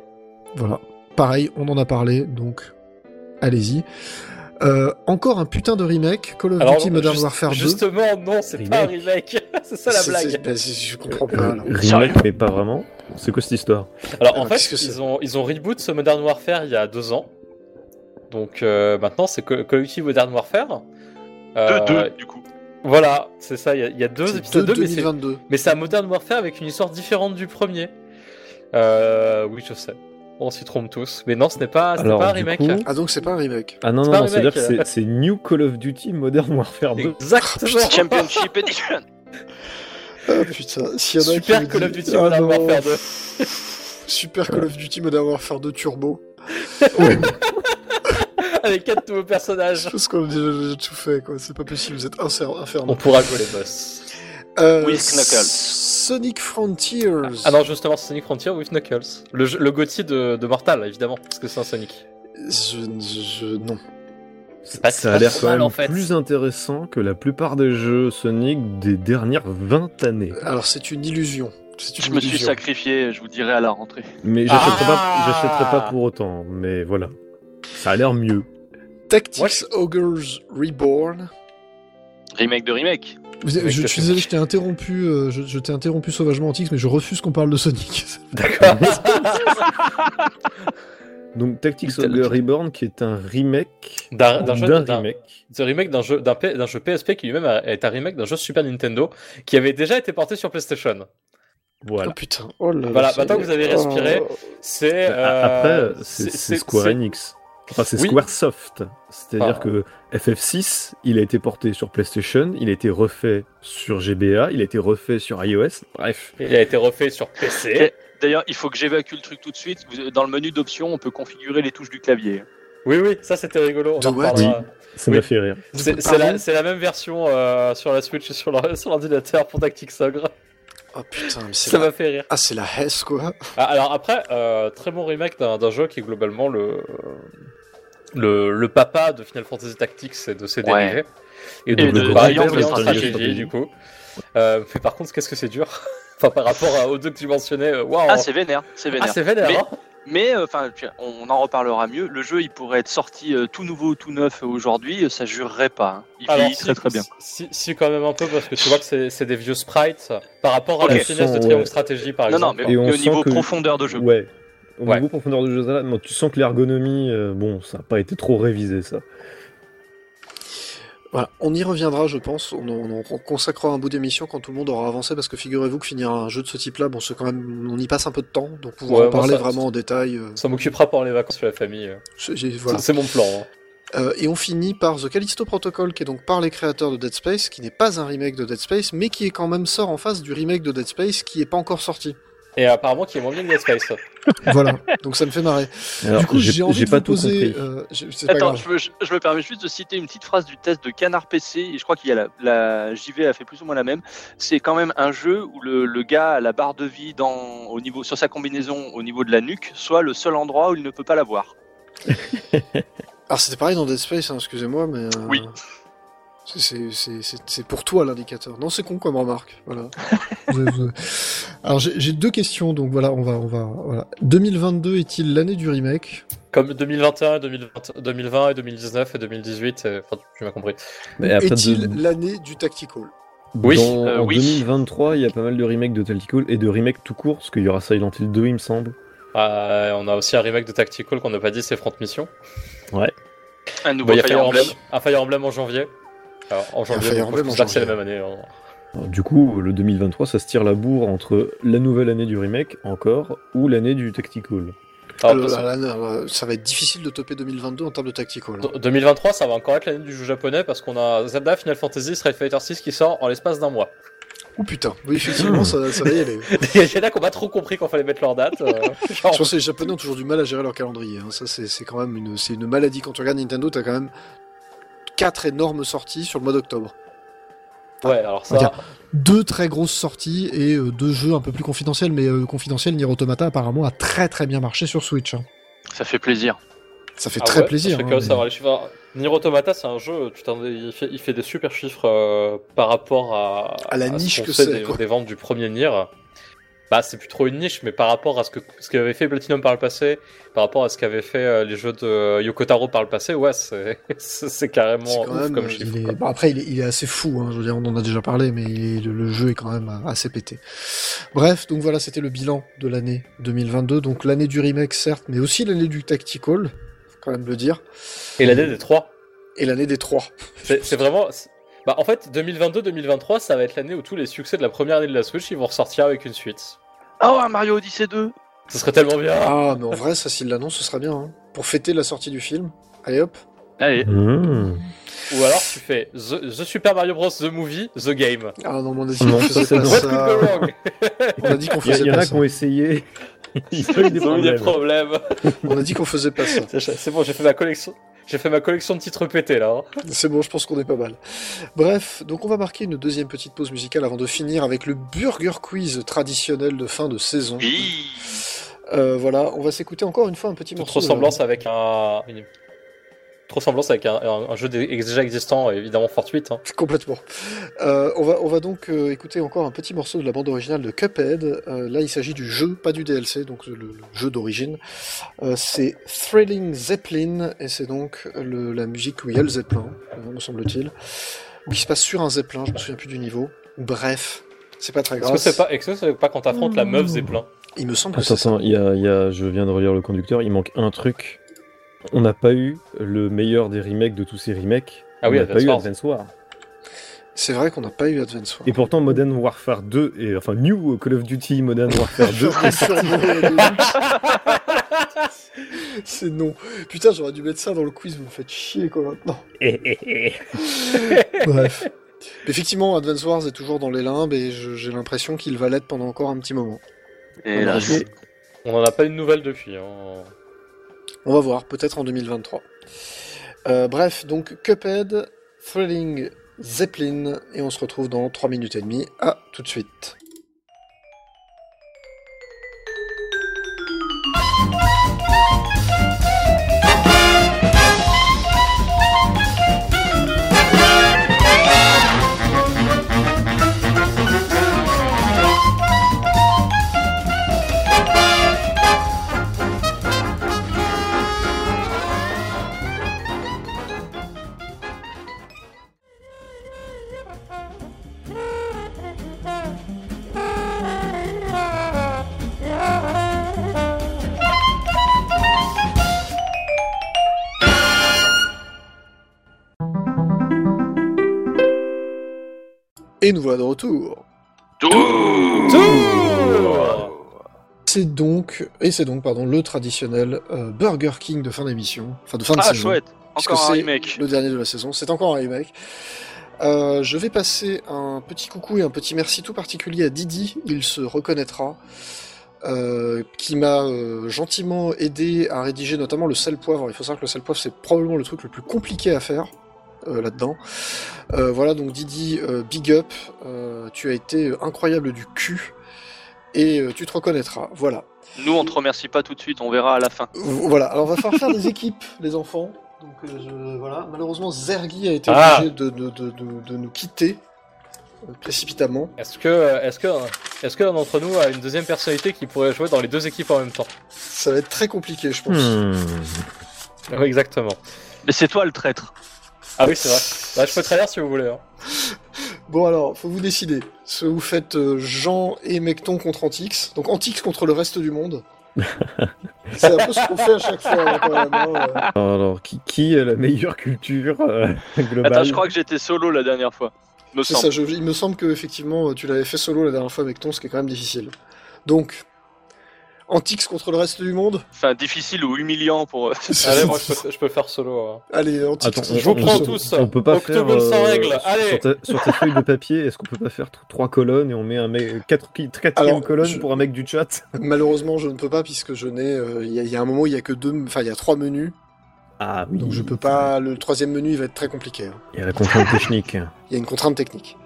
Speaker 1: Voilà. Pareil, on en a parlé, donc allez-y. Euh, encore un putain de remake, Call of
Speaker 2: Alors,
Speaker 1: Duty Modern
Speaker 2: juste-
Speaker 1: Warfare 2.
Speaker 2: justement, non, c'est pas un remake. c'est ça la
Speaker 1: C'est-
Speaker 2: blague.
Speaker 1: c'est- bah, c'est- je comprends pas. là.
Speaker 4: Sérieux
Speaker 3: Euh, Remake, mais pas vraiment. C'est quoi cette histoire
Speaker 2: Alors en
Speaker 1: Alors, qu'est-ce
Speaker 2: fait,
Speaker 1: que c'est
Speaker 2: ils ont, ils ont reboot ce Modern Warfare il y a deux ans. Donc euh, maintenant, c'est Co- Call of Duty Modern Warfare. Euh,
Speaker 4: Deux, deux, du coup.
Speaker 2: Voilà, c'est ça, il y a- il y, a deux
Speaker 1: C'est
Speaker 2: épisodes
Speaker 1: de
Speaker 2: 2, mais c'est-
Speaker 1: 2022.
Speaker 2: mais c'est un Modern Warfare avec une histoire différente du premier. Euh, oui, je sais. On s'y trompe tous. Mais non, ce n'est pas, ce n'est
Speaker 3: Alors,
Speaker 2: pas un
Speaker 3: du
Speaker 2: remake.
Speaker 3: coup-
Speaker 1: Ah, donc c'est pas un remake.
Speaker 3: Ah non,
Speaker 2: C'est
Speaker 3: non,
Speaker 2: pas un
Speaker 3: non, c'est-à-dire que
Speaker 2: remake,
Speaker 3: c'est- c'est New Call of Duty Modern Warfare 2.
Speaker 2: Exactement.
Speaker 4: Championship Edition
Speaker 1: Ah putain, s'il y en a
Speaker 2: Super
Speaker 1: qui me
Speaker 2: Call of
Speaker 1: dit-
Speaker 2: Duty Modern
Speaker 1: Ah, non.
Speaker 2: Warfare 2.
Speaker 1: Super Call of Duty Modern Warfare 2 Turbo.
Speaker 2: avec quatre nouveaux
Speaker 1: Je
Speaker 2: personnages.
Speaker 1: pense qu'on a déjà- déjà tout fait, quoi. C'est pas possible, vous êtes infer- infernaux.
Speaker 2: On pourra jouer les boss.
Speaker 1: Euh,
Speaker 4: With Knuckles.
Speaker 1: Sonic Frontiers.
Speaker 2: Ah non, justement, c'est Sonic Frontier with Knuckles. Le, jeu- le Gotti de, de Mortal, évidemment, parce que c'est un Sonic.
Speaker 1: Je, je- je- non.
Speaker 2: pas- c'est
Speaker 3: Ça a
Speaker 2: pas
Speaker 3: l'air
Speaker 2: trop
Speaker 3: quand
Speaker 2: mal,
Speaker 3: même
Speaker 2: en fait.
Speaker 3: plus intéressant que la plupart des jeux Sonic des dernières 20 années.
Speaker 1: Alors c'est une illusion. C'est une
Speaker 4: Je me suis
Speaker 1: illusion.
Speaker 4: sacrifié, je vous dirai à la rentrée.
Speaker 3: Mais j'achèterai
Speaker 2: Ah
Speaker 3: pas, j'achèterai pas pour autant, mais voilà. Ça a l'air mieux.
Speaker 1: Tactics
Speaker 2: Moi, je-
Speaker 1: Ogres Reborn.
Speaker 4: Remake de remake.
Speaker 1: Vous- Je,
Speaker 2: Avec
Speaker 1: je
Speaker 2: le
Speaker 1: suis désolé, je t'ai interrompu, euh, je, je t'ai interrompu sauvagement en mais je refuse qu'on parle de Sonic.
Speaker 2: D'accord.
Speaker 3: Donc Tactics
Speaker 4: Putain,
Speaker 3: Ogre
Speaker 4: ok.
Speaker 3: Reborn qui est un remake
Speaker 2: D'un d'un jeu
Speaker 3: d'un
Speaker 2: d'un-
Speaker 3: remake.
Speaker 2: C'est un remake d'un jeu, d'un P- d'un jeu PSP qui lui-même a- est un remake d'un jeu Super Nintendo qui avait déjà été porté sur PlayStation.
Speaker 1: Oh
Speaker 3: Voilà. Bah,
Speaker 1: putain. Oh là là,
Speaker 2: Voilà,
Speaker 1: c'est-
Speaker 2: maintenant que vous avez respiré,
Speaker 1: Oh.
Speaker 2: C'est. euh,
Speaker 3: Après, c'est c'est Square Enix. Enfin, c'est
Speaker 2: Oui.
Speaker 3: Squaresoft. C'est-à-dire
Speaker 2: Ah.
Speaker 3: que FF6, il a été porté sur PlayStation, il a été refait sur GBA, il a été refait sur iOS. Bref,
Speaker 2: Il a été refait sur PC.
Speaker 4: D'ailleurs, il faut que j'évacue le truc tout de suite. Vous- Dans le menu d'options, on peut configurer les touches du clavier.
Speaker 2: oui, oui, ça c'était rigolo. On
Speaker 1: De
Speaker 2: en
Speaker 1: what
Speaker 2: reparlera.
Speaker 3: ça
Speaker 2: Oui.
Speaker 3: m'a fait rire.
Speaker 2: C'est c'est
Speaker 1: Pardon
Speaker 2: la, c'est la même version euh, sur la Switch et sur l'or- sur l'ordinateur pour Tactics Ogre.
Speaker 1: Oh putain, mais c'est
Speaker 2: Ça
Speaker 1: la...
Speaker 2: m'a fait rire.
Speaker 1: Ah c'est la Hesse quoi.
Speaker 2: Ah, alors après, euh, très bon remake d'un d'un jeu qui est globalement le, le, le papa de Final Fantasy Tactics et de ses
Speaker 4: Ouais.
Speaker 2: dérivés. Et
Speaker 4: de- de
Speaker 2: Brilliant
Speaker 4: Brilliant
Speaker 2: Brilliant
Speaker 4: Strategy.
Speaker 2: Strategy, du coup. Euh, mais par contre, qu'est-ce que c'est dur Enfin, par rapport à- aux deux que tu mentionnais, euh,
Speaker 1: Oh.
Speaker 2: waouh
Speaker 4: Ah, c'est vénère, c'est
Speaker 2: Ah,
Speaker 4: vénère.
Speaker 2: c'est vénère
Speaker 4: Mais-
Speaker 2: hein
Speaker 4: Mais euh, enfin, on on en reparlera mieux. Le jeu, il pourrait être sorti euh, tout nouveau, tout neuf euh, aujourd'hui, euh, ça jurerait pas. hein. Il
Speaker 2: Alors,
Speaker 4: vieillit très très bien.
Speaker 2: Si, si, quand même un peu, parce que tu vois que c'est c'est des vieux sprites par rapport à
Speaker 4: Ok.
Speaker 2: la finesse de
Speaker 3: Sont,
Speaker 2: Triangle
Speaker 3: ouais.
Speaker 2: Strategy, par
Speaker 4: Non, non,
Speaker 2: exemple.
Speaker 4: mais,
Speaker 3: Et on
Speaker 4: mais au
Speaker 3: sent
Speaker 4: niveau
Speaker 3: que-
Speaker 4: profondeur de jeu.
Speaker 3: Ouais. Au
Speaker 2: Ouais.
Speaker 3: niveau profondeur de jeu, ça va. Bon, tu sens que l'ergonomie, euh, bon, ça n'a pas été trop révisé, ça.
Speaker 1: Voilà, on y reviendra, je pense. On, en- on en consacrera un bout d'émission quand tout le monde aura avancé, parce que figurez-vous que finir un jeu de ce type-là, bon, c'est quand même, on y passe un peu de temps, donc pouvoir
Speaker 2: Ouais,
Speaker 1: en
Speaker 3: bah,
Speaker 2: moi,
Speaker 1: parler
Speaker 2: ça-
Speaker 1: vraiment en détail. euh,
Speaker 2: Ça m'occupera pendant les vacances sur la famille. euh.
Speaker 1: c'est- j'ai- voilà.
Speaker 2: C'est c'est mon plan. hein.
Speaker 1: Euh, et on finit par The Callisto Protocol, qui est donc par les créateurs de Dead Space, qui n'est pas un remake de Dead Space, mais qui est quand même sort en face du remake de Dead Space, qui est pas encore sorti.
Speaker 2: Et apparemment, qui est moins bien que Dead Space. hein.
Speaker 1: voilà, donc ça me fait marrer.
Speaker 3: Alors,
Speaker 1: du coup, j'ai envie de
Speaker 3: pas
Speaker 1: vous
Speaker 3: tout
Speaker 1: poser.
Speaker 3: compris.
Speaker 1: euh, j'ai- c'est pas
Speaker 4: Attends,
Speaker 1: grave.
Speaker 4: je me, je- je me permets juste de citer une petite phrase du test de Canard PC, et je crois qu'il y a la, la JV a fait plus ou moins la même. C'est quand même un jeu où le, le gars a la barre de vie dans, au niveau, sur sa combinaison au niveau de la nuque, soit le seul endroit où il ne peut pas la voir.
Speaker 1: Alors c'était pareil dans Dead Space, hein, excusez-moi, mais. euh,
Speaker 4: Oui.
Speaker 1: C'est- c'est- C'est c'est- c'est pour toi l'indicateur. Non, c'est con comme remarque. Voilà. Vous- vous- Alors j'ai j'ai deux questions, donc voilà, on va, on va. Voilà. 2022 est-il l'année du remake
Speaker 2: Comme 2021, 2020, 2020 et 2019 et 2018, euh, enfin, tu m'as compris.
Speaker 3: Mais après,
Speaker 1: Est-il
Speaker 3: de-
Speaker 1: l'année du tactical
Speaker 2: Oui,
Speaker 3: dans-
Speaker 4: euh,
Speaker 3: en
Speaker 4: oui.
Speaker 3: 2023, il y a pas mal de remakes de Tactical et de remakes tout court, parce qu'il y aura Silent Hill 2, il me semble.
Speaker 2: Euh, on a aussi un remake de Tactical qu'on n'a pas dit, c'est Front Mission.
Speaker 4: Un
Speaker 2: Il
Speaker 4: nouveau
Speaker 2: y a
Speaker 4: Fire Emblem.
Speaker 2: un Fire Emblem en janvier. Alors, en
Speaker 1: Il y a
Speaker 2: janvier,
Speaker 1: Fire
Speaker 2: donc,
Speaker 1: Emblem en
Speaker 2: je pense pas que c'est la
Speaker 1: janvier.
Speaker 2: même année. hein.
Speaker 3: Alors, du coup, le 2023, ça se tire la bourre entre la nouvelle année du remake, encore, ou l'année du Tactical. Ah,
Speaker 2: Alors,
Speaker 1: Alors,
Speaker 2: parce-
Speaker 1: Ah là, là, là, Ça va être difficile de toper 2022 en termes de tactical.
Speaker 2: d- 2023, ça va encore être l'année du jeu japonais parce qu'on a Zelda, Final Fantasy, Street Fighter 6 qui sort en l'espace d'un mois.
Speaker 1: Oh putain, oui effectivement, ça, ça va y aller.
Speaker 2: Il y en a qui ont pas trop compris qu'on fallait mettre leur date. euh, genre,
Speaker 1: Je pense que les Japonais ont toujours du mal à gérer leur calendrier. hein. Ça, c'est c'est quand même une, c'est une maladie. Quand tu regardes Nintendo, t'as quand même quatre énormes sorties sur le mois d'octobre.
Speaker 2: ouais, alors ça,
Speaker 1: Regarde. Deux très grosses sorties et euh, deux jeux un peu plus confidentiels, mais euh, confidentiels, Nier Automata apparemment a très très bien marché sur Switch. hein.
Speaker 4: Ça fait plaisir.
Speaker 1: Ça fait
Speaker 2: Ah
Speaker 1: très
Speaker 2: ouais, Je
Speaker 1: plaisir.
Speaker 2: serais
Speaker 1: hein,
Speaker 2: curieux de
Speaker 1: mais-
Speaker 2: savoir les chiffres. Alors, Nier Automata, c'est un jeu, tu t'en- il, fait, il fait des super chiffres euh, par rapport à,
Speaker 1: À la
Speaker 2: ce
Speaker 1: niche
Speaker 2: qu'on
Speaker 1: que
Speaker 2: sait
Speaker 1: c'est,
Speaker 2: des,
Speaker 1: quoi.
Speaker 2: des ventes du premier Nier. Bah, c'est plus trop une niche, mais par rapport à ce que ce qu'avait fait Platinum par le passé, par rapport à ce qu'avaient fait euh, les jeux de euh, Yoko Taro par le passé, ouais, c'est c'est- c'est
Speaker 1: C'est
Speaker 2: carrément
Speaker 1: quand
Speaker 2: ouf
Speaker 1: même,
Speaker 2: comme
Speaker 1: euh,
Speaker 2: chiffre.
Speaker 1: il est-
Speaker 2: quoi.
Speaker 1: bon, après, il est, il est assez fou, hein, je veux dire, on en a déjà parlé, mais il est- le, le jeu est quand même euh, assez pété. Bref, donc voilà, c'était le bilan de l'année 2022. Donc l'année du remake, certes, mais aussi l'année du tactical, faut quand même le dire,
Speaker 2: Et l'année des trois,
Speaker 1: et l'année des trois.
Speaker 2: c'est c'est vraiment. c'est- Bah, en fait, 2022-2023, ça va être l'année où tous les succès de la première année de la Switch, ils vont ressortir avec une suite.
Speaker 4: Oh, un Mario Odyssey 2
Speaker 2: Ce serait tellement bien.
Speaker 1: Ah, mais en vrai, ça, s'il l'annonce, ce sera bien. hein. Pour fêter la sortie du film, allez hop.
Speaker 4: Allez,
Speaker 3: Mmh.
Speaker 2: Ou alors tu fais The, The Super Mario Bros. The Movie, The Game.
Speaker 1: Ah non, mais on a dit
Speaker 3: Non,
Speaker 1: qu'on
Speaker 3: ça,
Speaker 1: faisait
Speaker 3: c'est
Speaker 1: pas
Speaker 3: bon.
Speaker 2: What could
Speaker 1: ça.
Speaker 2: go wrong
Speaker 1: On a dit qu'on
Speaker 3: Il y, a- il
Speaker 1: faisait
Speaker 3: y en
Speaker 1: pas
Speaker 3: a
Speaker 1: ça.
Speaker 3: qui ont essayé. Ils ont eu des
Speaker 2: Ils ont eu des
Speaker 3: problèmes.
Speaker 2: problèmes.
Speaker 1: On a dit qu'on faisait pas ça.
Speaker 2: C'est bon, j'ai fait ma collection. J'ai fait ma collection de titres pétés là. hein.
Speaker 1: C'est bon, je pense qu'on est pas mal. Bref, donc on va marquer une deuxième petite pause musicale avant de finir avec le burger quiz traditionnel de fin de saison.
Speaker 4: oui
Speaker 1: Euh, voilà, on va s'écouter encore une fois un petit
Speaker 2: Toute
Speaker 1: morceau.
Speaker 2: ressemblance avec un. une- toute ressemblance avec un, un- un jeu dé- déjà existant, est évidemment fortuite. hein.
Speaker 1: euh, Complètement. Euh, on, va, on va donc euh, écouter encore un petit morceau de la bande originale de Cuphead. Euh, là, il s'agit du jeu, pas du DLC, donc le, le jeu d'origine. Euh, c'est Thrilling Zeppelin, et c'est donc le- la musique où il y a le Zeppelin, euh, me semble-t-il. Ou qui se passe sur un Zeppelin, je me souviens plus du niveau. Bref, c'est pas très
Speaker 2: Est-ce
Speaker 1: grave.
Speaker 2: que c'est pas, est-ce que c'est pas quand t'affrontes la meuf Zeppelin
Speaker 1: Il me semble que
Speaker 3: Attends,
Speaker 1: c'est ça.
Speaker 3: attends, il y a, il y a- je viens de relire le conducteur, il manque un truc. On n'a pas eu le meilleur des remakes de tous ces remakes.
Speaker 2: Ah oui,
Speaker 3: on n'a pas eu
Speaker 2: Advance
Speaker 3: Advance War.
Speaker 1: C'est vrai qu'on n'a pas eu Advance Wars.
Speaker 3: Et pourtant, Modern Warfare 2, et, enfin New Call of Duty Modern Warfare 2,
Speaker 1: J'aurais survolé le doute. C'est non. Putain, j'aurais dû mettre ça dans le quiz, vous me faites chier quoi maintenant. Bref. Effectivement, Advance Wars est toujours dans les limbes et je- j'ai l'impression qu'il va l'être pendant encore un petit moment.
Speaker 4: Et là,
Speaker 1: je-
Speaker 2: On en a pas une nouvelle depuis. hein.
Speaker 1: On va voir, peut-être en 2023. Euh, bref, donc Cuphead, Thrilling, Zeppelin, et on se retrouve dans 3 minutes et demie. À tout de suite. Et nous voilà de retour. C'est donc, et c'est donc, pardon, le traditionnel euh, Burger King de fin d'émission, enfin de fin de
Speaker 4: Ah,
Speaker 1: saison.
Speaker 4: chouette
Speaker 1: puisque
Speaker 4: Encore un
Speaker 1: c'est
Speaker 4: remake
Speaker 1: Le dernier de la saison, c'est encore un remake. Euh, je vais passer un petit coucou et un petit merci tout particulier à Didi, il se reconnaîtra, euh, qui m'a euh, gentiment aidé à rédiger notamment le sel poivre. Il faut savoir que le sel poivre, c'est probablement le truc le plus compliqué à faire euh, là-dedans. Euh, voilà, donc Didi, euh, big up, euh, tu as été incroyable du cul, et euh, tu te reconnaîtras, voilà.
Speaker 4: Nous, on te remercie pas tout de suite, on verra à la fin.
Speaker 1: Voilà, alors on va falloir faire des équipes, les enfants. Donc euh, je- voilà, malheureusement Zergi a été
Speaker 2: Ah.
Speaker 1: obligé de, de- de- de- de nous quitter euh, précipitamment.
Speaker 2: Est-ce que, est-ce que, est-ce que l'un d'entre nous a une deuxième personnalité qui pourrait jouer dans les deux équipes en même temps
Speaker 1: Ça va être très compliqué, je pense.
Speaker 3: Hmm.
Speaker 2: Oui, exactement.
Speaker 4: Mais c'est toi le traître.
Speaker 2: Ah oui, c'est vrai. Bah, je peux trahir si vous voulez. hein.
Speaker 1: Bon alors, faut vous décider. Soit vous faites euh, Jean et Mecton contre Antix, donc Antix contre le reste du monde. C'est un peu ce qu'on fait à chaque fois hein, quand même. hein, ouais.
Speaker 3: Alors, qui, qui a la meilleure culture euh, globale
Speaker 4: Attends, je crois que j'étais solo la dernière fois. Me
Speaker 1: Bah C'est
Speaker 4: semble.
Speaker 1: ça, je- il me semble que effectivement euh, tu l'avais fait solo la dernière fois avec ton, ce qui est quand même difficile. Donc, Antix contre le reste du monde.
Speaker 4: Enfin, difficile ou humiliant pour.
Speaker 2: Allez, moi, je peux, je peux faire solo. hein.
Speaker 1: Allez, Antix.
Speaker 3: Attends,
Speaker 1: contre
Speaker 3: on-
Speaker 2: Je vous
Speaker 3: on-
Speaker 2: prends
Speaker 3: on-
Speaker 2: tous.
Speaker 3: On peut pas
Speaker 2: Octogone
Speaker 3: faire,
Speaker 2: sans
Speaker 3: euh,
Speaker 2: règles,
Speaker 3: sur-
Speaker 2: allez.
Speaker 3: Sur, ta, sur tes feuilles de papier, est-ce qu'on peut pas faire tr- trois colonnes et on met un mec quatre qui- quatrième
Speaker 1: Alors,
Speaker 3: colonne
Speaker 1: je-
Speaker 3: pour un mec du chat
Speaker 1: Malheureusement, je ne peux pas puisque je n'ai. euh, Il y, a- il y a un moment, il y a que deux, enfin il y a trois menus,
Speaker 3: Ah oui.
Speaker 1: donc je peux pas. Le troisième menu, il va être très compliqué. hein.
Speaker 3: Il y a la contrainte technique. Euh,
Speaker 1: Il y a une contrainte technique.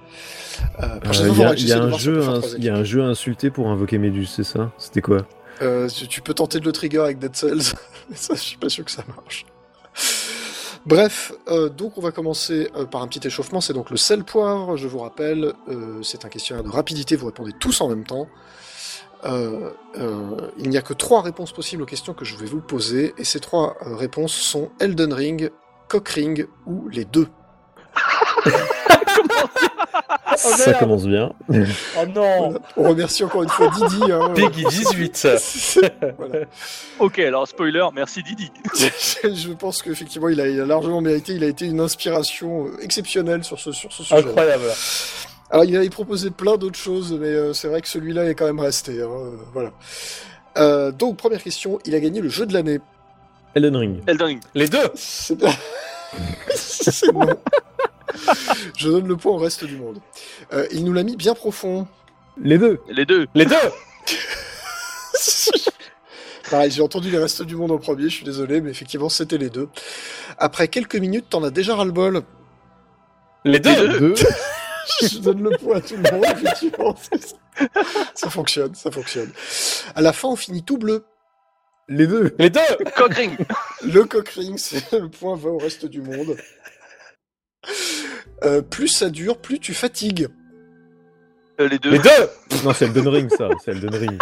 Speaker 1: Euh,
Speaker 3: Il
Speaker 1: prochaine fois,
Speaker 3: y a-
Speaker 1: faudra que
Speaker 3: il y, a
Speaker 1: j'essaie de
Speaker 3: un
Speaker 1: voir si on peut
Speaker 3: jeu
Speaker 1: faire
Speaker 3: à-
Speaker 1: trois
Speaker 3: il y a un jeu à insulter pour invoquer Méduse, c'est ça C'était quoi
Speaker 1: Euh, tu, tu peux tenter de le trigger avec Dead Cells, mais ça, je suis pas sûr que ça marche. Bref, euh, donc on va commencer euh, par un petit échauffement. C'est donc le sel poivre, je vous rappelle. euh, c'est un questionnaire de rapidité, vous répondez tous en même temps. Euh, euh, il n'y a que trois réponses possibles aux questions que je vais vous poser, et ces trois euh, réponses sont Elden Ring, Cock Ring ou les deux. Ah, oh,
Speaker 3: Ça commence bien.
Speaker 2: Oh non
Speaker 1: Voilà. On remercie encore une fois Didi. hein.
Speaker 2: Peggy 18
Speaker 1: Voilà.
Speaker 4: Ok, alors spoiler, merci Didi.
Speaker 1: je pense qu'effectivement, il a, il a largement mérité. Il a été une inspiration euh, exceptionnelle sur ce, sur ce sujet.
Speaker 2: Incroyable.
Speaker 1: Alors, il avait proposé plein d'autres choses, mais euh, c'est vrai que celui-là est quand même resté. hein, euh, voilà. Euh, donc, première question, il a gagné le jeu de l'année.
Speaker 3: Elden Ring.
Speaker 4: Elden Ring.
Speaker 2: Les deux
Speaker 1: C'est C'est bon. Je donne le point au reste du monde. Euh, il nous l'a mis bien profond.
Speaker 3: Les deux.
Speaker 4: Les deux.
Speaker 2: Les deux
Speaker 1: Pareil, j'ai entendu les restes du monde en premier, je suis désolé, mais effectivement, c'était les deux. Après quelques minutes, t'en as déjà ras-le-bol.
Speaker 2: Les deux
Speaker 3: Deux.
Speaker 1: je donne le point à tout le monde, effectivement. Ça fonctionne, ça fonctionne. À la fin, on finit tout bleu.
Speaker 3: Les deux.
Speaker 2: Les deux
Speaker 4: Cock Ring.
Speaker 1: Le cock ring, c'est le point va au reste du monde. Euh, plus ça dure, plus tu fatigues.
Speaker 4: Euh, Les deux.
Speaker 2: Les deux
Speaker 3: Non, c'est Elden Ring ça. C'est Elden Ring.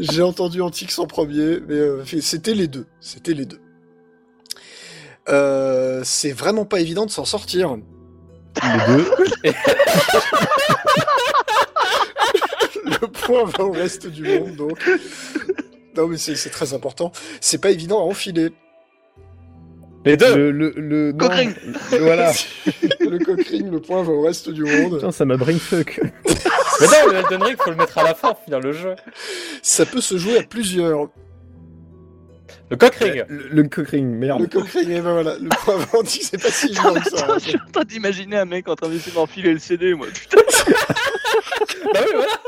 Speaker 1: J'ai entendu Antix en premier, mais euh, c'était les deux. C'était les deux. Euh, c'est vraiment pas évident de s'en sortir.
Speaker 3: Les deux.
Speaker 1: Le point va au reste du monde, donc. Non, mais c'est c'est très important. C'est pas évident à enfiler.
Speaker 2: Les deux
Speaker 1: Euh,
Speaker 3: Le, le, le- non.
Speaker 4: Cochrane.
Speaker 3: Le- Voilà.
Speaker 1: le cock ring, le point va au reste du monde.
Speaker 3: Putain, ça m'a brain fuck.
Speaker 2: Mais non, le Elden Ring, faut le mettre à la fin, pour finir le jeu.
Speaker 1: Ça peut se jouer à plusieurs.
Speaker 2: Le cock ring
Speaker 3: Le, le cock ring, merde.
Speaker 1: Le cockring, et ben voilà, le point vendu, c'est pas si évident que ça. hein.
Speaker 4: Attends, je suis en train d'imaginer un mec en train d'essayer d'enfiler le CD, moi. Putain.
Speaker 2: Bah oui, voilà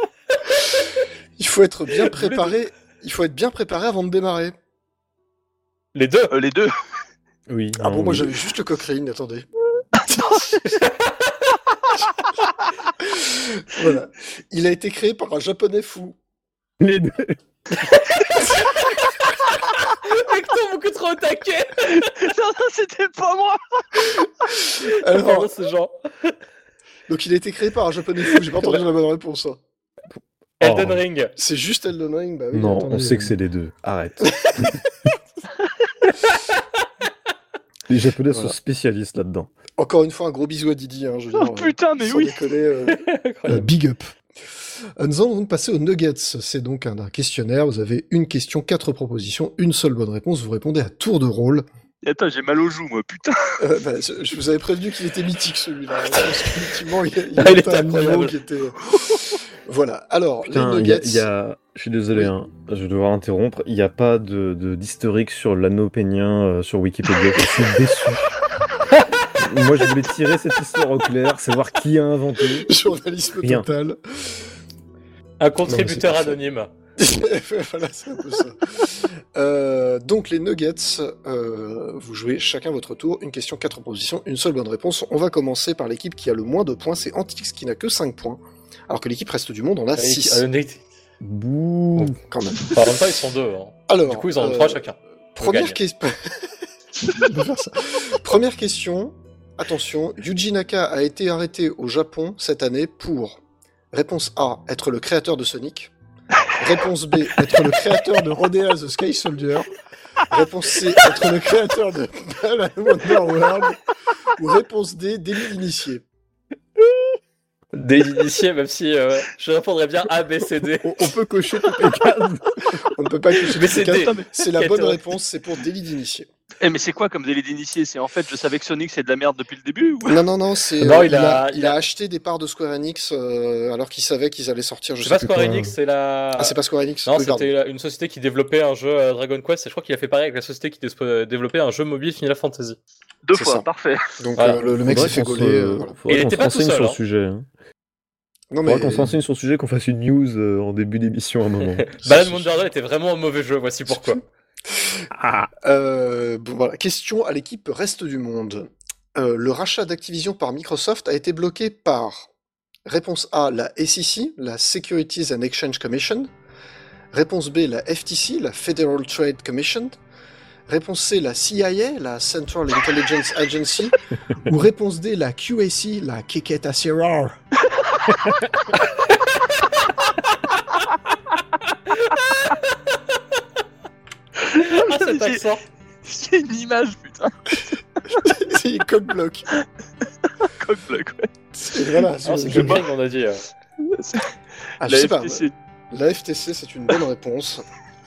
Speaker 1: Il faut être bien préparé. Il faut être bien préparé avant de démarrer.
Speaker 2: Les deux
Speaker 4: Euh, les deux.
Speaker 3: Oui.
Speaker 1: Ah bon,
Speaker 3: non,
Speaker 1: moi
Speaker 3: oui.
Speaker 1: j'avais juste le cockring, attendez. voilà. Il a été créé par un japonais fou.
Speaker 3: Les deux.
Speaker 2: Hector, beaucoup trop attaqué
Speaker 4: non, non, c'était pas moi.
Speaker 1: Alors,
Speaker 2: ce genre
Speaker 1: donc il a été créé par un japonais fou, j'ai pas entendu la bonne réponse. hein.
Speaker 2: Elden Ring
Speaker 1: C'est juste Elden Ring, bah oui.
Speaker 3: Non,
Speaker 1: attendez.
Speaker 3: on sait que c'est les deux. Arrête. les Japonais
Speaker 1: Voilà.
Speaker 3: sont spécialistes là-dedans.
Speaker 1: Encore une fois, un gros bisou à Didi, hein, je veux
Speaker 4: Oh
Speaker 1: dire, euh,
Speaker 4: putain, mais
Speaker 1: sans
Speaker 4: oui.
Speaker 1: déconner, euh, Euh,
Speaker 2: Incroyable.
Speaker 1: big up. Euh, Nous allons donc passer aux nuggets. C'est donc un, un questionnaire. Vous avez une question, quatre propositions, une seule bonne réponse. Vous répondez à tour de rôle.
Speaker 4: Attends, j'ai mal aux joues, moi. Putain.
Speaker 1: Euh, bah, je, je vous avais prévenu qu'il était mythique celui-là. hein, parce qu'effectivement, il, il
Speaker 2: Ah, il
Speaker 1: était à un
Speaker 2: était
Speaker 1: niveau
Speaker 2: incroyable.
Speaker 1: qui était. Voilà. Alors,
Speaker 3: Putain,
Speaker 1: les
Speaker 3: il y a,
Speaker 1: nuggets.
Speaker 3: il y a- je suis désolé,
Speaker 1: Oui.
Speaker 3: hein, je vais devoir interrompre. Il n'y a pas de de- d'historique sur l'anneau pénien euh, sur Wikipédia. je suis déçu. Moi, je voulais tirer cette histoire au clair, savoir qui a inventé.
Speaker 1: Journalisme
Speaker 3: Rien.
Speaker 1: total.
Speaker 2: Un
Speaker 1: Non,
Speaker 2: contributeur
Speaker 1: mais c'est pas ça.
Speaker 2: anonyme.
Speaker 1: voilà, c'est un peu ça. Euh, donc, les nuggets, euh, vous jouez chacun votre tour. Une question, quatre propositions, une seule bonne réponse. On va commencer par l'équipe qui a le moins de points. C'est Antix qui n'a que 5 points. Alors que l'équipe reste du monde en a
Speaker 2: Ring-
Speaker 1: 6.
Speaker 2: Elden Ring-
Speaker 3: Bouh.
Speaker 1: quand même.
Speaker 2: Enfin, en même temps, ils sont deux. hein.
Speaker 1: Alors,
Speaker 2: Du coup, ils en ont
Speaker 1: euh,
Speaker 2: trois chacun.
Speaker 1: Première
Speaker 2: gagne.
Speaker 1: question. On peut faire ça. Première question. Attention, Yuji Naka a été arrêté au Japon cette année pour réponse A, être le créateur de Sonic. Réponse B, être le créateur de Rodea the Sky Soldier. Réponse C, être le créateur de Bella Wonderworld. Ou réponse D, délit d'initié.
Speaker 2: Des initiés, même si euh, je répondrais bien A, B, C, D.
Speaker 3: On, on peut cocher toutes les cases.
Speaker 1: On ne peut pas que
Speaker 2: Mais c'est D.
Speaker 1: C'est la bonne
Speaker 2: Créateur.
Speaker 1: réponse, c'est pour délit d'initié.
Speaker 4: Eh, mais c'est quoi comme délai d'initié C'est en fait, je savais que Sonic c'est de la merde depuis le début ou
Speaker 1: Non, non, non, c'est.
Speaker 2: Non,
Speaker 1: euh,
Speaker 2: il a-
Speaker 1: il a acheté des parts de Square Enix euh, alors qu'il savait qu'ils allaient sortir, je,
Speaker 2: Je sais
Speaker 1: sais plus
Speaker 2: pas Square
Speaker 1: quoi.
Speaker 2: Enix, c'est la.
Speaker 1: Ah, c'est pas Square Enix
Speaker 2: Non,
Speaker 1: Oui, pardon.
Speaker 2: c'était la- une société qui développait un jeu euh, Dragon Quest, et je crois qu'il a fait pareil avec la société qui dé- développait un jeu mobile Final Fantasy.
Speaker 4: Deux
Speaker 1: c'est
Speaker 4: fois,
Speaker 1: ça.
Speaker 4: parfait.
Speaker 1: Donc
Speaker 2: Voilà.
Speaker 1: euh, le, le mec s'est
Speaker 3: Faudrait
Speaker 1: fait
Speaker 3: qu'on se-
Speaker 1: gauler. euh, voilà.
Speaker 3: faudrait
Speaker 2: Il
Speaker 3: qu'on
Speaker 2: était
Speaker 3: se
Speaker 2: pas tout
Speaker 3: renseigne
Speaker 2: seul,
Speaker 3: sur le
Speaker 2: hein.
Speaker 3: sujet. hein.
Speaker 1: Non, mais.
Speaker 3: Faudrait qu'on se renseigne sur le sujet, qu'on fasse une news euh, en début d'émission à un moment.
Speaker 2: Balan Wonderland était vraiment un mauvais jeu, voici pourquoi.
Speaker 5: Ah,
Speaker 1: Euh, bon, voilà. Question à l'équipe Reste du Monde. Euh, le rachat d'Activision par Microsoft a été bloqué par réponse A, la SEC, la Securities and Exchange Commission. Réponse B, la FTC, la Federal Trade Commission. Réponse C, la CIA, la Central Intelligence Agency. Ou réponse D, la QAC, la Kiketa Sirar.
Speaker 2: Ah,
Speaker 4: mais
Speaker 2: cet
Speaker 4: j'ai-
Speaker 2: accent
Speaker 4: J'ai une image, putain.
Speaker 1: C'est comme bloc.
Speaker 4: Coq-bloc, ouais.
Speaker 1: Et voilà,
Speaker 2: Ah,
Speaker 1: je-
Speaker 2: C'est Joe Biden, on a dit. euh.
Speaker 1: Ah, je
Speaker 4: La
Speaker 1: sais pas.
Speaker 4: FTC.
Speaker 1: La FTC, c'est une bonne réponse.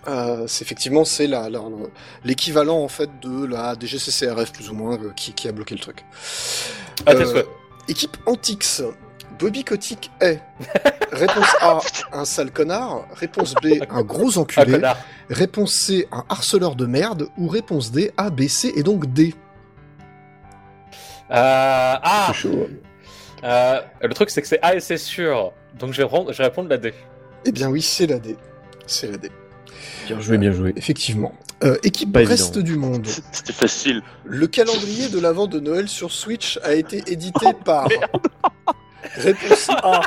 Speaker 1: Euh, c'est effectivement, c'est la- la- le- l'équivalent en fait de la DGCCRF plus ou moins euh, qui, qui a bloqué le truc.
Speaker 2: À tes
Speaker 1: Euh,
Speaker 2: souhaits.
Speaker 1: équipe Antix. Bobby Kotick est. Réponse A, un sale connard. Réponse B, un gros
Speaker 2: Ah,
Speaker 1: enculé.
Speaker 2: connard.
Speaker 1: réponse C, un harceleur de merde. Ou réponse D, A, B, C et donc D.
Speaker 2: Euh, ah
Speaker 3: C'est chaud.
Speaker 2: euh, Le truc, c'est que c'est A et c'est sûr. Donc je vais, rendre- je vais répondre la D.
Speaker 1: Eh bien oui, c'est la D. C'est la D.
Speaker 3: Bien joué, bien joué.
Speaker 1: Effectivement. Euh, équipe
Speaker 3: Pas
Speaker 1: Reste
Speaker 3: évident.
Speaker 1: du Monde.
Speaker 4: C'était facile.
Speaker 1: Le calendrier de l'avant de Noël sur Switch a été édité
Speaker 4: Oh,
Speaker 1: par. Réponse A.
Speaker 4: Ah.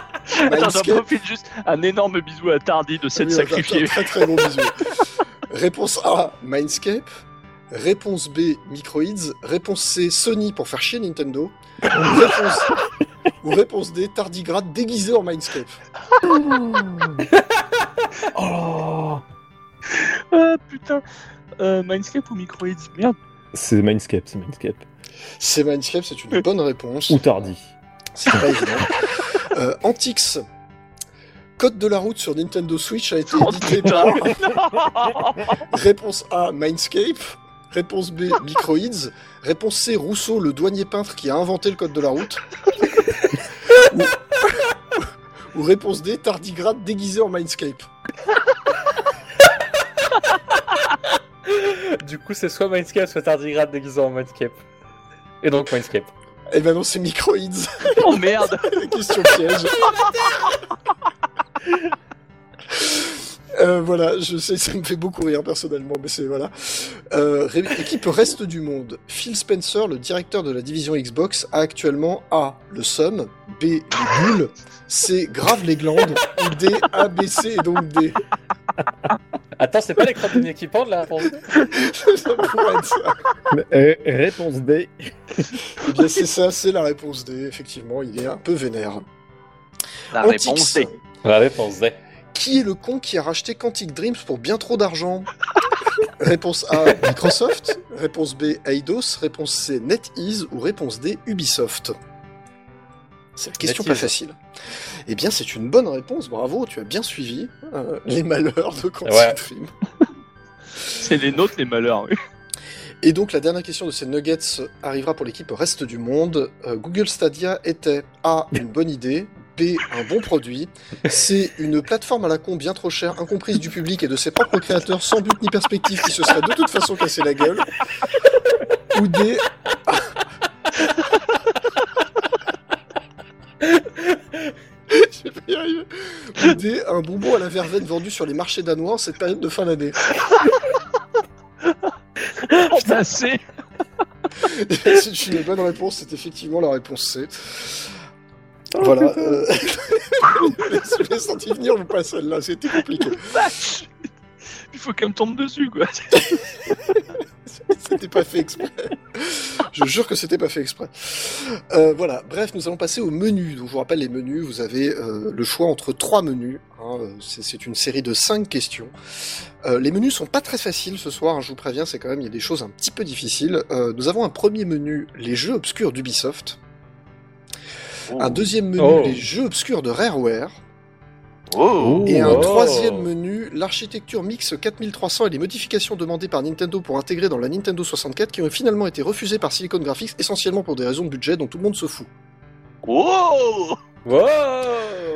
Speaker 4: Attends, j'en
Speaker 1: Mindscape.
Speaker 4: profite juste. Un énorme bisou à Tardy de s'être
Speaker 1: Oui, un- un
Speaker 4: sacrifié.
Speaker 1: Très très gros bisou. Réponse A. Mindscape. Réponse B. Microids. Réponse C. Sony pour faire chier Nintendo. Ou réponse, ou réponse D. Tardigrade déguisé en Mindscape.
Speaker 3: Oh
Speaker 4: Ah putain. Euh, Mindscape ou Microids Merde.
Speaker 3: c'est Mindscape, c'est Mindscape.
Speaker 1: C'est Mindscape, c'est une bonne réponse.
Speaker 3: Ou tardi.
Speaker 1: C'est pas évident. Euh, Antix. Code de la route sur Nintendo Switch a été
Speaker 4: Oh,
Speaker 1: édité
Speaker 4: putain,
Speaker 1: par. Réponse A, Mindscape. Réponse B, Microids. Réponse C, Rousseau, le douanier peintre qui a inventé le code de la route. ou... ou réponse D, Tardigrade déguisé en Mindscape.
Speaker 2: Du coup, c'est soit Mindscape, soit Tardigrade déguisé en Mindscape. Et donc Mindscape.
Speaker 1: Eh ben non, c'est Microids.
Speaker 4: Oh merde.
Speaker 1: Question piège. Euh, voilà, je sais, ça me fait beaucoup rire personnellement, mais c'est voilà. Euh, ré- équipe reste du monde. Phil Spencer, le directeur de la division Xbox, a actuellement A. Le somme, B. Les bulles, C. Grave les glandes, ou D. A, B, C et donc D.
Speaker 2: Attends, c'est pas les crabes d'une équipante là pour-
Speaker 1: ça pourrait être ça.
Speaker 3: Eh, réponse D.
Speaker 1: Eh bien, c'est ça, c'est la réponse D. Effectivement, il est un peu vénère.
Speaker 4: La
Speaker 1: Antix,
Speaker 4: réponse est.
Speaker 2: La réponse D.
Speaker 1: Qui est le con qui a racheté Quantic Dreams pour bien trop d'argent Réponse A, Microsoft. Réponse B, Eidos. Réponse C, NetEase. Ou réponse D, Ubisoft C'est la question pas
Speaker 2: NetEase.
Speaker 1: facile. Eh bien, c'est une bonne réponse, bravo, tu as bien suivi euh, les malheurs de Quantic
Speaker 2: Ouais.
Speaker 1: Dream.
Speaker 4: C'est les nôtres les malheurs. oui.
Speaker 1: Et donc, la dernière question de ces Nuggets arrivera pour l'équipe Reste du Monde. Euh, Google Stadia était A, une bonne idée. B, un bon produit. C, une plateforme à la con bien trop chère, incomprise du public et de ses propres créateurs, sans but ni perspective, qui se serait de toute façon cassé la gueule. Ou D, Je vais pas y arriver. Ou D, un bonbon à la verveine vendu sur les marchés danois en cette période de fin d'année.
Speaker 4: Putain, c'est.
Speaker 1: C'est une bonne réponse, c'est effectivement la réponse C. Voilà. euh, je l'ai senti venir, mais pas celle-là, c'était compliqué.
Speaker 4: Vache Il faut qu'elle me tombe dessus, quoi.
Speaker 1: C'était pas fait exprès. Je jure que c'était pas fait exprès. Euh, voilà, bref, nous allons passer au menu. Donc, je vous rappelle les menus, vous avez euh, le choix entre trois menus. hein. C'est- C'est une série de cinq questions. Euh, les menus sont pas très faciles ce soir, hein, je vous préviens, c'est quand même, il y a des choses un petit peu difficiles. Euh, nous avons un premier menu, les jeux obscurs d'Ubisoft. Un deuxième menu,
Speaker 2: Oh.
Speaker 1: les jeux obscurs de Rareware.
Speaker 2: Oh.
Speaker 1: Et un
Speaker 2: Oh.
Speaker 1: troisième menu, l'architecture Mix 4300 et les modifications demandées par Nintendo pour intégrer dans la Nintendo 64 qui ont finalement été refusées par Silicon Graphics essentiellement pour des raisons de budget dont tout le monde se fout.
Speaker 4: Oh. Wow
Speaker 2: Wow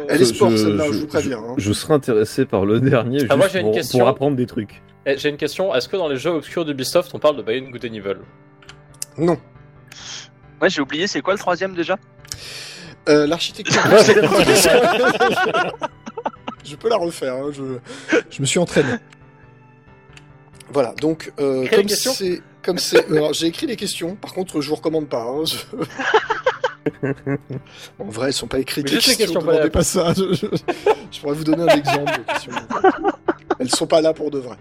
Speaker 1: Elle est sport celle-là, je vous préviens. hein.
Speaker 3: je serais intéressé par le dernier
Speaker 2: Ah, moi,
Speaker 3: juste
Speaker 2: j'ai une
Speaker 3: pour,
Speaker 2: question.
Speaker 3: pour apprendre des trucs.
Speaker 2: Eh, J'ai une question. Est-ce que dans les jeux obscurs d'Ubisoft, on parle de Beyond Good and Evil
Speaker 1: Non.
Speaker 4: Ouais, j'ai oublié, c'est quoi le troisième déjà
Speaker 1: Euh, l'architecture Mix 4300. je peux la refaire, hein, je... je me suis entraîné. Voilà, donc euh,
Speaker 2: Écris les
Speaker 1: comme
Speaker 2: questions
Speaker 1: c'est... Comme c'est... euh, Alors, j'ai écrit les questions, par contre je vous recommande pas. hein, je- en vrai, elles sont pas écrites.
Speaker 2: Mais
Speaker 1: les
Speaker 2: juste les questions, pas
Speaker 1: demandez
Speaker 2: la-
Speaker 1: pas ça. Je, je- je pourrais vous donner un exemple. de questions. Elles sont pas là pour de vrai.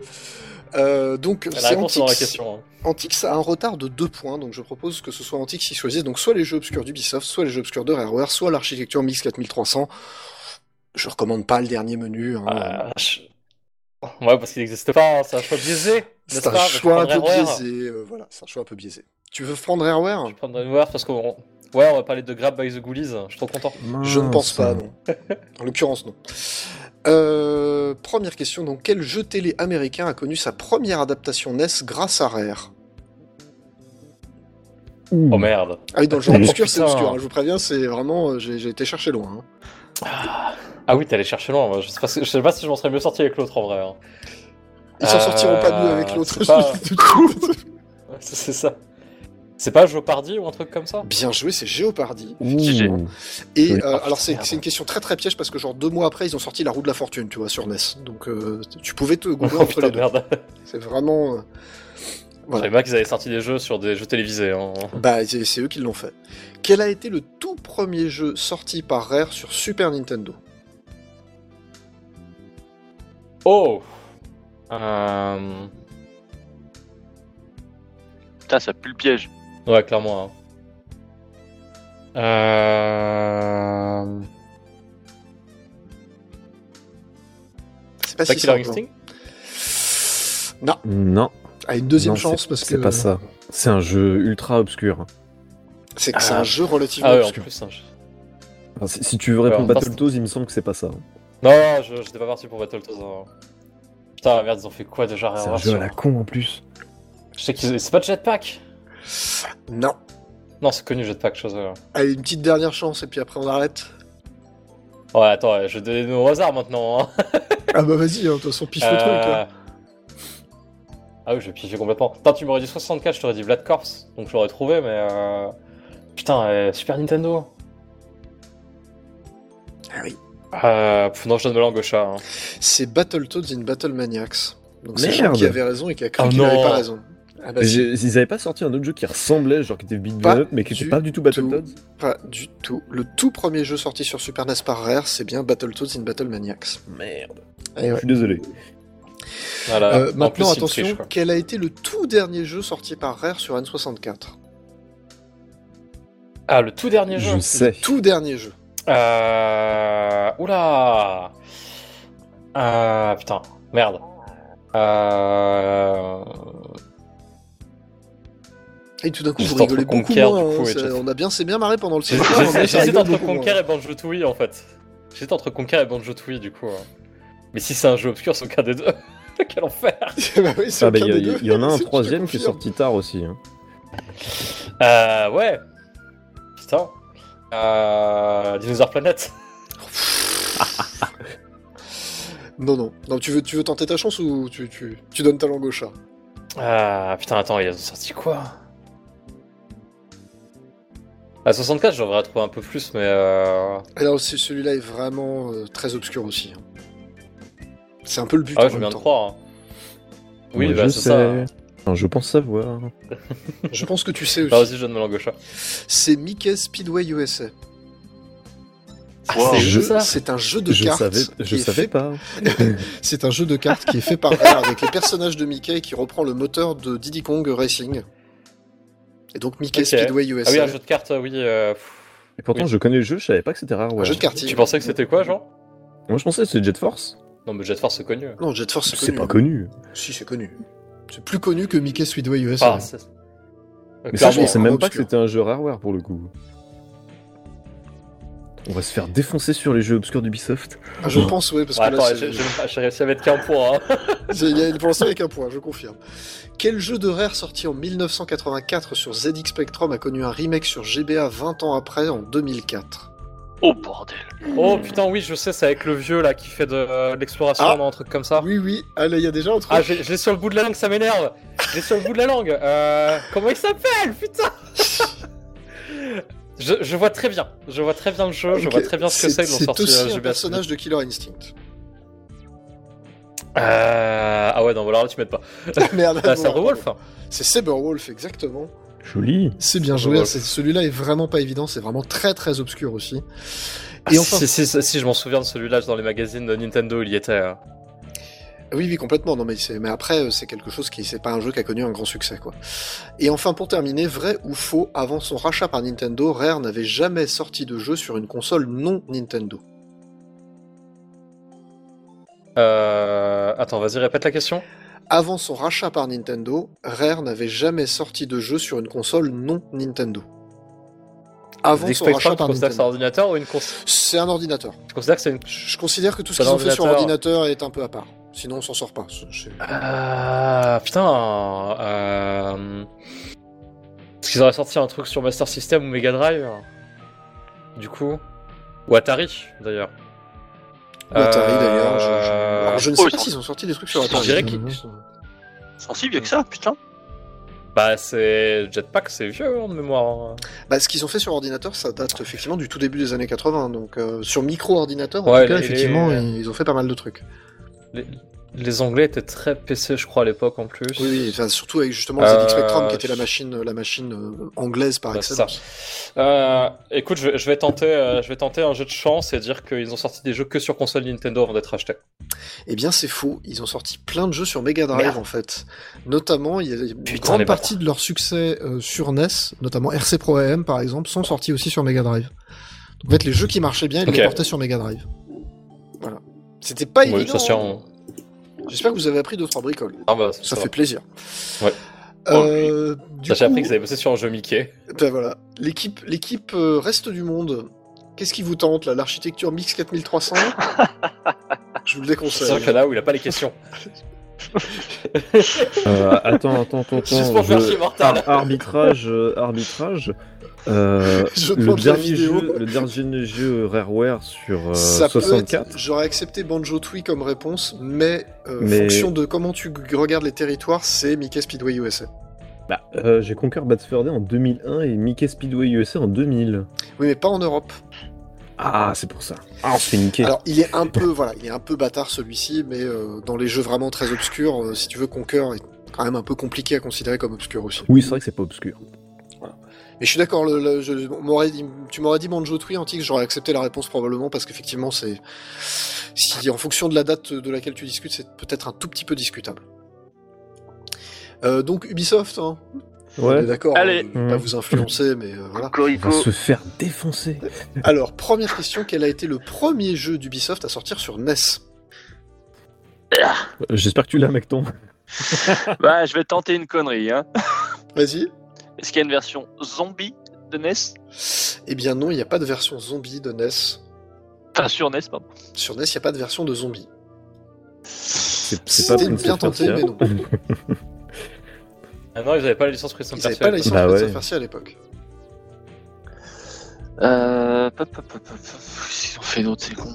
Speaker 1: Euh, donc
Speaker 2: La
Speaker 1: c'est
Speaker 2: réponse est dans la
Speaker 1: Antix.
Speaker 2: question. hein.
Speaker 1: Antix a un retard de 2 points, donc je propose que ce soit Antix qui choisisse donc soit les jeux obscurs d'Ubisoft, soit les jeux obscurs de Rareware, soit l'architecture Mix 4300. Je recommande pas le dernier menu. hein.
Speaker 2: Ah, je- Ouais, parce qu'il n'existe pas, hein, c'est un choix biaisé. n'est-ce
Speaker 1: c'est un
Speaker 2: pas Je
Speaker 1: choix un
Speaker 2: prendrais
Speaker 1: peu
Speaker 2: Rare.
Speaker 1: biaisé. euh, voilà, c'est un choix un peu biaisé. Tu veux prendre Rareware
Speaker 2: Je prendrais une Rare parce qu'on. Ouais, on va parler de Grab by the Ghoulies, je suis trop content.
Speaker 1: Je
Speaker 3: Ah,
Speaker 1: ne pense pas, non. En l'occurrence, non. Euh, première question, donc quel jeu télé américain a connu sa première adaptation NES grâce à Rare
Speaker 2: Oh merde.
Speaker 1: Ah oui, dans le genre
Speaker 2: Oh,
Speaker 1: obscur, c'est
Speaker 2: putain.
Speaker 1: obscur. hein, je vous préviens, c'est vraiment, euh, j'ai j'ai été chercher loin. hein.
Speaker 2: Ah oui, t'es allé chercher loin. moi. Je sais pas, si- je sais pas si je m'en serais mieux sorti avec l'autre en vrai. hein.
Speaker 1: Ils s'en
Speaker 2: Euh,
Speaker 1: sortiront pas mieux avec l'autre.
Speaker 2: c'est pas- Ouais, C'est c'est ça. C'est pas Jeopardy ou un truc comme ça
Speaker 1: Bien joué, c'est Géopardy.
Speaker 4: GG.
Speaker 1: Et
Speaker 3: Oui.
Speaker 1: euh, alors c'est
Speaker 2: merde.
Speaker 1: c'est une question très très piège parce que genre deux mois après ils ont sorti la roue de la fortune, tu vois, sur NES. Donc euh, tu pouvais te goûter
Speaker 2: Oh
Speaker 1: entre
Speaker 2: putain
Speaker 1: les
Speaker 2: de
Speaker 1: deux.
Speaker 2: merde.
Speaker 1: C'est vraiment, euh,
Speaker 2: Je savais pas qu'ils avaient sorti des jeux sur des jeux télévisés. hein.
Speaker 1: bah c'est c'est eux qui l'ont fait. Quel a été le tout premier jeu sorti par Rare sur Super Nintendo
Speaker 2: Oh Euh,
Speaker 4: Putain, ça pue le piège.
Speaker 2: Ouais, clairement. hein. Euh...
Speaker 1: C'est pas
Speaker 2: Pas
Speaker 1: si
Speaker 2: Killer
Speaker 1: simple.
Speaker 2: Instinct
Speaker 1: hein. Non,
Speaker 3: Non,
Speaker 1: à une deuxième
Speaker 3: Non,
Speaker 1: chance parce que
Speaker 3: c'est pas ça. C'est un jeu ultra obscur.
Speaker 1: C'est que c'est
Speaker 2: Ah.
Speaker 1: un jeu relativement
Speaker 2: Ah ouais, en
Speaker 1: obscur.
Speaker 2: plus. hein, je-
Speaker 3: Enfin, si, si tu veux répondre
Speaker 2: Alors,
Speaker 3: Battletoads, il me semble que c'est pas ça.
Speaker 2: Non, non, je j'étais pas parti pour Battletoads. hein. Putain, merde, ils ont fait quoi déjà
Speaker 3: C'est un
Speaker 2: Rare
Speaker 3: jeu à
Speaker 2: Ah, sur-
Speaker 3: la con en plus.
Speaker 2: Je sais qu'ils. C'est pas Jetpack
Speaker 1: Non.
Speaker 2: Non, c'est connu Jetpack, chose. Ouais,
Speaker 1: Allez, une petite dernière chance et puis après on arrête.
Speaker 2: Ouais, attends, je vais donner au hasard maintenant. Hein.
Speaker 1: Ah bah vas-y, hein, de toute façon piffe le truc. hein.
Speaker 2: Euh, Ah oui, j'ai piégé complètement. Putain, tu m'aurais dit 64, je t'aurais dit Vlad Corps, donc je l'aurais trouvé, mais. euh, Putain, euh, Super Nintendo
Speaker 1: Ah oui.
Speaker 2: Euh, pff, non, je donne ma langue au chat. hein.
Speaker 1: C'est Battletoads in Battle Maniacs. Donc c'est Jean
Speaker 3: Merde.
Speaker 1: qui avait raison et qui a cru
Speaker 2: Oh
Speaker 1: qu'il n'avait
Speaker 2: non.
Speaker 1: pas raison. Ah bah c'est
Speaker 3: J'ai- Ils avaient pas sorti un autre jeu qui ressemblait, genre qui était beat 'em
Speaker 1: Pas
Speaker 3: up, mais qui
Speaker 1: du
Speaker 3: était pas du tout Battletoads
Speaker 1: pas du tout. Le tout premier jeu sorti sur Super NES par Rare, c'est bien Battletoads in Battle Maniacs.
Speaker 3: Merde.
Speaker 1: Eh ouais.
Speaker 3: Je suis désolé.
Speaker 2: Voilà.
Speaker 1: Euh,
Speaker 2: Ah, En
Speaker 1: maintenant,
Speaker 2: plus, il me
Speaker 1: attention,
Speaker 2: triche, quoi.
Speaker 1: quel a été le tout dernier jeu sorti par Rare sur N64
Speaker 2: Ah, le tout dernier jeu
Speaker 3: Je sais.
Speaker 1: Tout dernier jeu.
Speaker 2: Euh... Oula euh... Putain, merde. Euh...
Speaker 1: Et tout d'un coup, vous
Speaker 2: J'étais entre
Speaker 1: rigolez beaucoup
Speaker 2: Conquer,
Speaker 1: moins.
Speaker 2: du coup,
Speaker 1: hein,
Speaker 2: et
Speaker 1: c'est-
Speaker 2: Jet.
Speaker 1: on a bien, c'est bien marré pendant le séminaire. mais ça
Speaker 2: J'hésite
Speaker 1: rigole
Speaker 2: entre
Speaker 1: beaucoup moins.
Speaker 2: Conquer et Banjo Tooie en fait. J'hésite entre Conquer et Banjo Tooie du coup. hein. Mais si c'est un jeu obscur, c'est aucun des deux. Quel enfer
Speaker 1: bah oui, c'est
Speaker 3: Ah bah,
Speaker 1: aucun
Speaker 3: il y, a-
Speaker 1: des deux.
Speaker 3: il y en a un
Speaker 1: Je te
Speaker 3: troisième qui est
Speaker 1: confirme.
Speaker 3: sorti tard aussi. hein.
Speaker 2: Euh... Ouais Putain euh... Dinosaur Planet
Speaker 1: Non, non. non tu, veux, tu veux tenter ta chance ou tu, tu, tu donnes ta langue au chat
Speaker 2: Ah putain, attends, ils ont sorti quoi À 64, j'aurais trouvé un peu plus, mais... Euh...
Speaker 1: Alors, c'est- celui-là est vraiment euh, très obscur aussi. hein. C'est un peu le but.
Speaker 2: Ah ouais,
Speaker 1: en
Speaker 2: je
Speaker 1: même
Speaker 2: viens de
Speaker 1: temps.
Speaker 2: croire. hein. Oui,
Speaker 3: Moi,
Speaker 2: bah,
Speaker 3: je
Speaker 2: c'est ça.
Speaker 3: Enfin, je pense savoir.
Speaker 1: Je pense que tu sais aussi.
Speaker 2: Bah, vas-y, je donne ma langue au chat.
Speaker 1: C'est Mickey Speedway USA.
Speaker 4: Wow.
Speaker 2: Ah, C'est
Speaker 1: Je-
Speaker 2: où, ça
Speaker 1: C'est un jeu de
Speaker 3: Je
Speaker 1: cartes.
Speaker 3: savais,
Speaker 1: qui
Speaker 3: je
Speaker 1: est
Speaker 3: savais
Speaker 1: fait-
Speaker 3: pas.
Speaker 1: C'est un jeu de cartes qui est fait par Rare avec les personnages de Mickey qui reprend le moteur de Diddy Kong Racing. Et donc Mickey
Speaker 2: Ok.
Speaker 1: Speedway USA.
Speaker 2: Ah oui, un jeu de cartes, oui. euh, pff.
Speaker 3: Et pourtant, je connais le jeu, je savais pas que c'était rare.
Speaker 1: Un jeu de karting.
Speaker 2: Tu pensais que c'était quoi, Jean
Speaker 3: Moi, je pensais que c'était Jet Force.
Speaker 2: Non, mais Jet Force, c'est connu.
Speaker 1: Non, Jet Force, c'est
Speaker 3: C'est
Speaker 1: connu. hein.
Speaker 3: pas connu.
Speaker 1: Si, c'est connu. C'est plus connu que Mickey Speedway USA.
Speaker 2: Ah, c'est-
Speaker 3: Mais ça, je
Speaker 2: Clairement.
Speaker 3: pensais même pas que
Speaker 1: obscur.
Speaker 3: c'était un jeu rareware pour le coup. On va se faire défoncer sur les jeux obscurs d'Ubisoft.
Speaker 1: Ah, je pense, oui, parce
Speaker 2: Ouais,
Speaker 1: que là,
Speaker 2: attends,
Speaker 1: c'est-
Speaker 2: j'ai j'ai- j'ai réussi à mettre qu'un point. hein.
Speaker 1: c'est- il y a pour l'instant, il y a qu'un point, je confirme. Quel jeu de Rare sorti en 1984 sur ZX Spectrum a connu un remake sur GBA 20 ans après, en 2004
Speaker 4: Oh bordel.
Speaker 2: Oh putain, oui, je sais, c'est avec le vieux là qui fait de euh, de l'exploration,
Speaker 1: Ah.
Speaker 2: non, un truc comme ça.
Speaker 1: Oui, oui, ah, là, il y a déjà un truc.
Speaker 2: Ah, j'ai j'ai sur le bout de la langue, ça m'énerve. J'ai sur le bout de la langue. Euh, comment il s'appelle, putain je, je vois très bien. Je vois très bien le jeu. Je
Speaker 1: Ok,
Speaker 2: vois très bien ce que c'est. Ils l'ont
Speaker 1: C'est
Speaker 2: sorti, euh,
Speaker 1: aussi un
Speaker 2: GBA.
Speaker 1: personnage de Killer Instinct.
Speaker 2: Euh, ah ouais, non, voilà, là, tu m'aides pas.
Speaker 1: Merde,
Speaker 2: Ah,
Speaker 1: bon,
Speaker 2: c'est un
Speaker 1: pardon.
Speaker 2: Wolf.
Speaker 1: C'est Saberwolf, exactement.
Speaker 3: Joli.
Speaker 1: C'est bien joué.
Speaker 2: Saberwolf.
Speaker 1: c'est- Celui-là est vraiment pas évident. C'est vraiment très très obscur aussi. Et enfin,
Speaker 2: Ah, si, si, si, si, je m'en souviens de celui-là dans les magazines de Nintendo, il y était. euh.
Speaker 1: oui, oui, complètement. Non, mais, c'est- mais après, euh, c'est quelque chose qui c'est pas un jeu qui a connu un grand succès quoi. Et enfin, pour terminer, vrai ou faux, avant son rachat par Nintendo, Rare n'avait jamais sorti de jeu sur une console non Nintendo.
Speaker 2: Euh, Attends, vas-y, répète la question.
Speaker 1: Avant son rachat par Nintendo, Rare n'avait jamais sorti de jeu sur une console non Nintendo. Avant
Speaker 2: Next
Speaker 1: son
Speaker 2: Spectrum,
Speaker 1: rachat
Speaker 2: tu
Speaker 1: par
Speaker 2: considères que c'est un
Speaker 1: Nintendo.
Speaker 2: ordinateur ou une console
Speaker 1: C'est un ordinateur.
Speaker 2: Tu considères que c'est une.
Speaker 1: Je considère que tout ce
Speaker 2: C'est
Speaker 1: qu'ils ont fait sur
Speaker 2: l'ordinateur.
Speaker 1: ordinateur est un peu à part. Sinon, on s'en sort pas. C'est- c'est-
Speaker 2: Ah, putain. Euh... Est-ce qu'ils auraient sorti un truc sur Master System ou Mega Drive Du coup. Ou Atari, d'ailleurs.
Speaker 1: Ou Atari, d'ailleurs. Je, je-
Speaker 2: Euh,
Speaker 1: Alors, je ne
Speaker 4: oh,
Speaker 1: sais
Speaker 4: ils
Speaker 1: pas
Speaker 4: sont-
Speaker 1: s'ils ont sorti des trucs sur
Speaker 4: Je
Speaker 1: Atari.
Speaker 2: dirais
Speaker 1: finalement.
Speaker 4: Sensible, y'a que ça, putain.
Speaker 2: Bah, c'est. Jetpack, c'est vieux en mémoire. hein.
Speaker 1: Bah, ce qu'ils ont fait sur ordinateur, ça date effectivement du tout début des années 80. Donc, euh, sur micro-ordinateur, en
Speaker 2: Ouais, euh,
Speaker 1: tout cas,
Speaker 2: les-
Speaker 1: effectivement,
Speaker 2: les-
Speaker 1: ils ont fait pas mal de trucs.
Speaker 2: Les... les Anglais étaient très PC, je crois, à l'époque en plus.
Speaker 1: Oui, oui, enfin, surtout avec justement le
Speaker 2: Euh,
Speaker 1: ZX Spectrum, qui était la
Speaker 2: je-
Speaker 1: machine, la machine euh, anglaise par
Speaker 2: Bah, c'est
Speaker 1: excellence.
Speaker 2: ça. Euh, écoute, je, vais- je vais tenter, euh, je vais tenter un jeu de chance et dire qu'ils ont sorti des jeux que sur console Nintendo avant d'être achetés.
Speaker 1: Eh bien, c'est faux. Ils ont sorti plein de jeux sur Mega Drive,
Speaker 2: Merde.
Speaker 1: en fait. Notamment, il y a une
Speaker 2: Putain,
Speaker 1: grande
Speaker 2: les bâtards.
Speaker 1: partie de leur succès euh, sur NES, notamment RC Pro AM, par exemple, sont sortis aussi sur Mega Drive. Donc, en fait, les jeux qui marchaient bien, ils
Speaker 2: Ok.
Speaker 1: les portaient sur Mega Drive. Voilà. C'était pas
Speaker 2: Oui,
Speaker 1: évident.
Speaker 2: ça se tient.
Speaker 1: hein.
Speaker 2: en-
Speaker 1: J'espère que vous avez appris deux trois bricoles.
Speaker 2: Ah bah,
Speaker 1: Ça
Speaker 2: va.
Speaker 1: fait plaisir.
Speaker 2: Ouais.
Speaker 1: Euh, du
Speaker 2: Ça, J'ai
Speaker 1: coup,
Speaker 2: appris que vous avez bossé sur un jeu Mickey.
Speaker 1: ben voilà, l'équipe, l'équipe euh, reste du monde. Qu'est-ce qui vous tente là L'architecture Mix 4300 Je vous le
Speaker 2: C'est
Speaker 1: déconseille.
Speaker 2: sûr qu'il y en a où il a pas les questions.
Speaker 3: Euh, attends, attends, attends. attends,
Speaker 2: Juste pour faire
Speaker 3: je-
Speaker 2: chier Mortal.
Speaker 3: Ar- arbitrage, euh, arbitrage. Euh,
Speaker 1: Je
Speaker 3: le,
Speaker 1: plante la
Speaker 3: dernier
Speaker 1: vidéo.
Speaker 3: jeu, euh, le dernier jeu Rareware sur euh,
Speaker 1: Ça peut
Speaker 3: 64.
Speaker 1: être- J'aurais accepté Banjo Tooie comme réponse, mais euh,
Speaker 3: Mais-
Speaker 1: fonction de comment tu g- regardes les territoires, c'est Mickey Speedway USA.
Speaker 3: Bah, euh, j'ai Conquer Bad Fur Day en 2001 et Mickey Speedway USA en 2000.
Speaker 1: Oui, mais pas en Europe.
Speaker 3: Ah, c'est pour ça. Ah, on se fait niquer.
Speaker 1: Alors, il est un peu, voilà, il est un peu bâtard celui-ci, mais euh, dans les jeux vraiment très obscurs, euh, si tu veux, Conquer est quand même un peu compliqué à considérer comme obscur aussi.
Speaker 3: Oui, c'est vrai que c'est pas obscur.
Speaker 1: Mais je suis d'accord, le, le- je- on m'aurait dit- tu m'aurais dit Banjo Tooie antique, j'aurais accepté la réponse probablement parce qu'effectivement c'est, si en fonction de la date de laquelle tu discutes, c'est peut-être un tout petit peu discutable. Euh, donc Ubisoft, hein, on est
Speaker 3: Ouais. Mmh.
Speaker 1: d'accord,
Speaker 4: Allez.
Speaker 1: hein, je vais pas vous influencer, mais euh, voilà.
Speaker 3: On va se faire défoncer.
Speaker 1: Alors première question, quel a été le premier jeu d'Ubisoft à sortir sur E NES
Speaker 3: Euh, J'espère que tu l'as, Mecton.
Speaker 4: bah, je vais tenter une connerie, hein.
Speaker 1: Vas-y.
Speaker 4: Est-ce qu'il y a une version zombie de NES
Speaker 1: Eh bien non, il n'y a pas de version zombie de NES.
Speaker 4: Enfin, sur NES, pardon.
Speaker 1: Sur NES, il n'y a pas de version de zombie.
Speaker 3: C'est c'est pas
Speaker 1: C'était
Speaker 3: Prince
Speaker 1: bien
Speaker 3: of
Speaker 1: tenté, mais
Speaker 3: Persia.
Speaker 1: non.
Speaker 2: Ah non, ils avaient pas la licence Prison
Speaker 1: Ils n'avaient pas la licence
Speaker 3: Bah
Speaker 1: de
Speaker 3: ouais.
Speaker 1: Persia à l'époque.
Speaker 4: Euh. pop, pop, pop, pop. Qu'est-ce qu'ils ont fait d'autre, c'est con.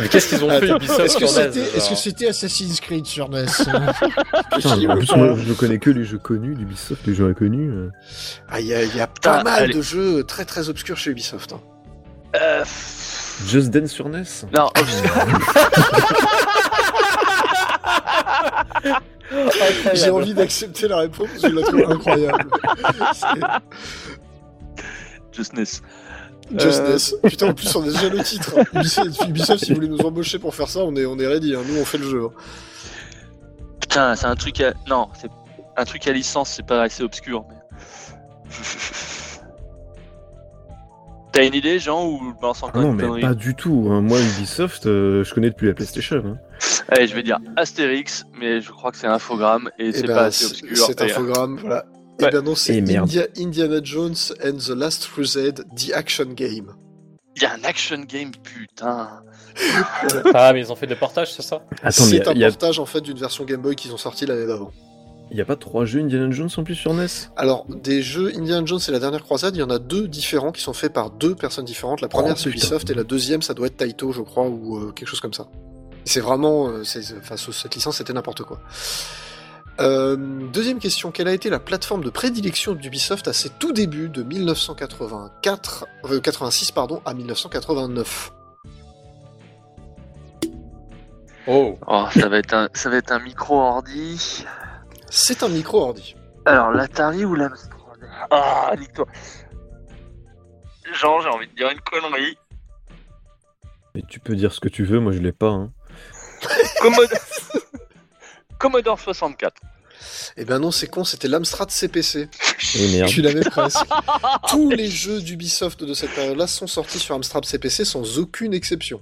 Speaker 2: Mais qu'est-ce qu'ils ont fait
Speaker 1: Attends,
Speaker 2: Ubisoft
Speaker 1: Est-ce que
Speaker 2: sur NES,
Speaker 1: c'était est-ce que
Speaker 2: genre
Speaker 1: c'était Assassin's Creed sur NES
Speaker 3: Putain, mais en plus, moi, je connais que les jeux connus d'Ubisoft, les jeux inconnus. euh.
Speaker 1: Ah, il y a, il y a pas
Speaker 4: Putain,
Speaker 1: mal
Speaker 4: allez.
Speaker 1: de jeux très très obscurs chez Ubisoft. hein.
Speaker 4: Euh.
Speaker 3: Just Dance sur E NES
Speaker 4: Non, obs-
Speaker 2: Incroyable.
Speaker 1: J'ai envie d'accepter la réponse, je la trouve incroyable. C'est-
Speaker 4: Just NES.
Speaker 1: Just
Speaker 2: Euh,
Speaker 1: Dance. Putain, en plus, on a déjà le titre. hein. Ubisoft, Ubisoft, si vous voulez nous embaucher pour faire ça, on est, on est ready. hein. Nous, on fait le jeu. hein.
Speaker 4: Putain, c'est un truc à. Non, c'est un truc à licence, c'est pas assez obscur. mais- T'as une idée, Jean, ou bah, je lance
Speaker 3: Ah
Speaker 4: encore
Speaker 3: non,
Speaker 4: une
Speaker 3: mais
Speaker 4: connerie
Speaker 3: pas du tout. hein. Moi, Ubisoft, euh, je connais depuis la PlayStation. hein.
Speaker 4: Allez, je vais dire Astérix, mais je crois que c'est un infogramme et
Speaker 1: Eh
Speaker 4: c'est
Speaker 1: ben,
Speaker 4: pas assez
Speaker 1: c'est-
Speaker 4: obscur.
Speaker 1: Cet
Speaker 4: Et-
Speaker 1: infogramme, voilà.
Speaker 4: Ouais.
Speaker 1: Et ben non, c'est
Speaker 3: Eh merde.
Speaker 1: India- Indiana Jones and the Last Crusade, The Action Game.
Speaker 4: Il y a un action game, putain.
Speaker 2: Ah, mais ils ont fait des portages, c'est ça
Speaker 3: Attends, mais
Speaker 1: C'est un
Speaker 3: il y, a-
Speaker 1: portage en fait d'une version Game Boy qu'ils ont sorti l'année d'avant.
Speaker 3: y a pas trois jeux Indiana Jones en plus sur E NES
Speaker 1: Alors, des jeux Indiana Jones et la dernière croisade, il y en a deux différents qui sont faits par deux personnes différentes. La première,
Speaker 3: Oh,
Speaker 1: c'est
Speaker 3: putain.
Speaker 1: Ubisoft, et la deuxième, ça doit être Taito, je crois, ou euh, quelque chose comme ça. C'est vraiment. euh, c'est- enfin, ce- cette licence, c'était n'importe quoi. Euh, deuxième question, quelle a été la plateforme de prédilection d'Ubisoft à ses tout débuts de 1984, euh, 86 pardon, à 1989
Speaker 2: Oh,
Speaker 4: Oh, ça va être un, ça va être un micro ordi.
Speaker 1: C'est un micro-ordi.
Speaker 4: Alors, l'Atari ou l'Amstrad Ah, nique-toi. Jean, j'ai envie de dire une connerie.
Speaker 3: Mais tu peux dire ce que tu veux, moi je l'ai pas. hein.
Speaker 4: Commodore, Commodore 64.
Speaker 1: Eh ben non, c'est con, c'était l'Amstrad CPC.
Speaker 3: Eh merde.
Speaker 1: Tu l'avais presque. Tous les jeux d'Ubisoft de cette période-là sont sortis sur Amstrad CPC sans aucune exception.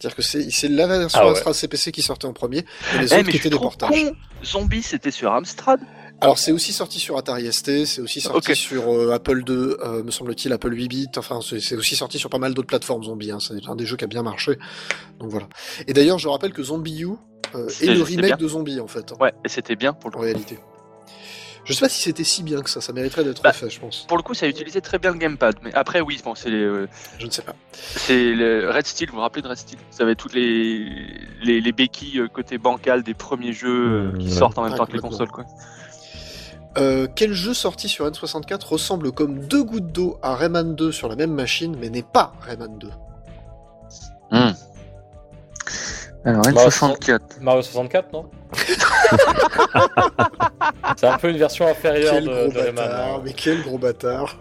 Speaker 1: C'est-à-dire que c'est c'est la version
Speaker 2: Ah ouais.
Speaker 1: Amstrad CPC qui sortait en premier et les
Speaker 4: Eh,
Speaker 1: autres qui étaient des portages.
Speaker 4: con. Zombie, c'était sur Amstrad.
Speaker 1: Alors c'est aussi sorti sur Atari ST, c'est aussi sorti
Speaker 4: Ok.
Speaker 1: sur euh, Apple II, euh, me semble-t-il, Apple 8 bits, enfin c'est c'est aussi sorti sur pas mal d'autres plateformes Zombie, hein. c'est un des jeux qui a bien marché. Donc voilà. Et d'ailleurs je rappelle que Zombie U euh, est
Speaker 4: C'était-
Speaker 1: le
Speaker 4: c'était
Speaker 1: remake
Speaker 4: bien.
Speaker 1: de Zombie en fait, hein,
Speaker 4: Ouais, et c'était bien pour le
Speaker 1: en réalité. Je sais pas si c'était si bien que ça, ça mériterait d'être
Speaker 4: Bah.
Speaker 1: fait je pense.
Speaker 4: Pour le coup, ça utilisait très bien le gamepad. Mais après, oui, bon, c'est les, euh,
Speaker 1: Je ne sais pas.
Speaker 4: c'est le Red Steel. Vous vous rappelez de Red Steel Ça avait toutes les, les, les béquilles euh, côté bancal des premiers jeux euh,
Speaker 3: Euh,
Speaker 4: qui
Speaker 3: ouais.
Speaker 4: sortent en même
Speaker 1: Ah,
Speaker 4: temps que les
Speaker 1: complètement.
Speaker 4: consoles, quoi.
Speaker 1: Euh, quel jeu sorti sur N64 ressemble comme deux gouttes d'eau à Rayman 2 sur la même machine, mais n'est pas Rayman 2
Speaker 4: Alors,
Speaker 2: N64. Mario 64, non C'est un peu une version inférieure
Speaker 1: Quel
Speaker 2: de,
Speaker 1: gros
Speaker 2: de Rayman.
Speaker 1: bâtard,
Speaker 2: hein.
Speaker 1: mais quel gros bâtard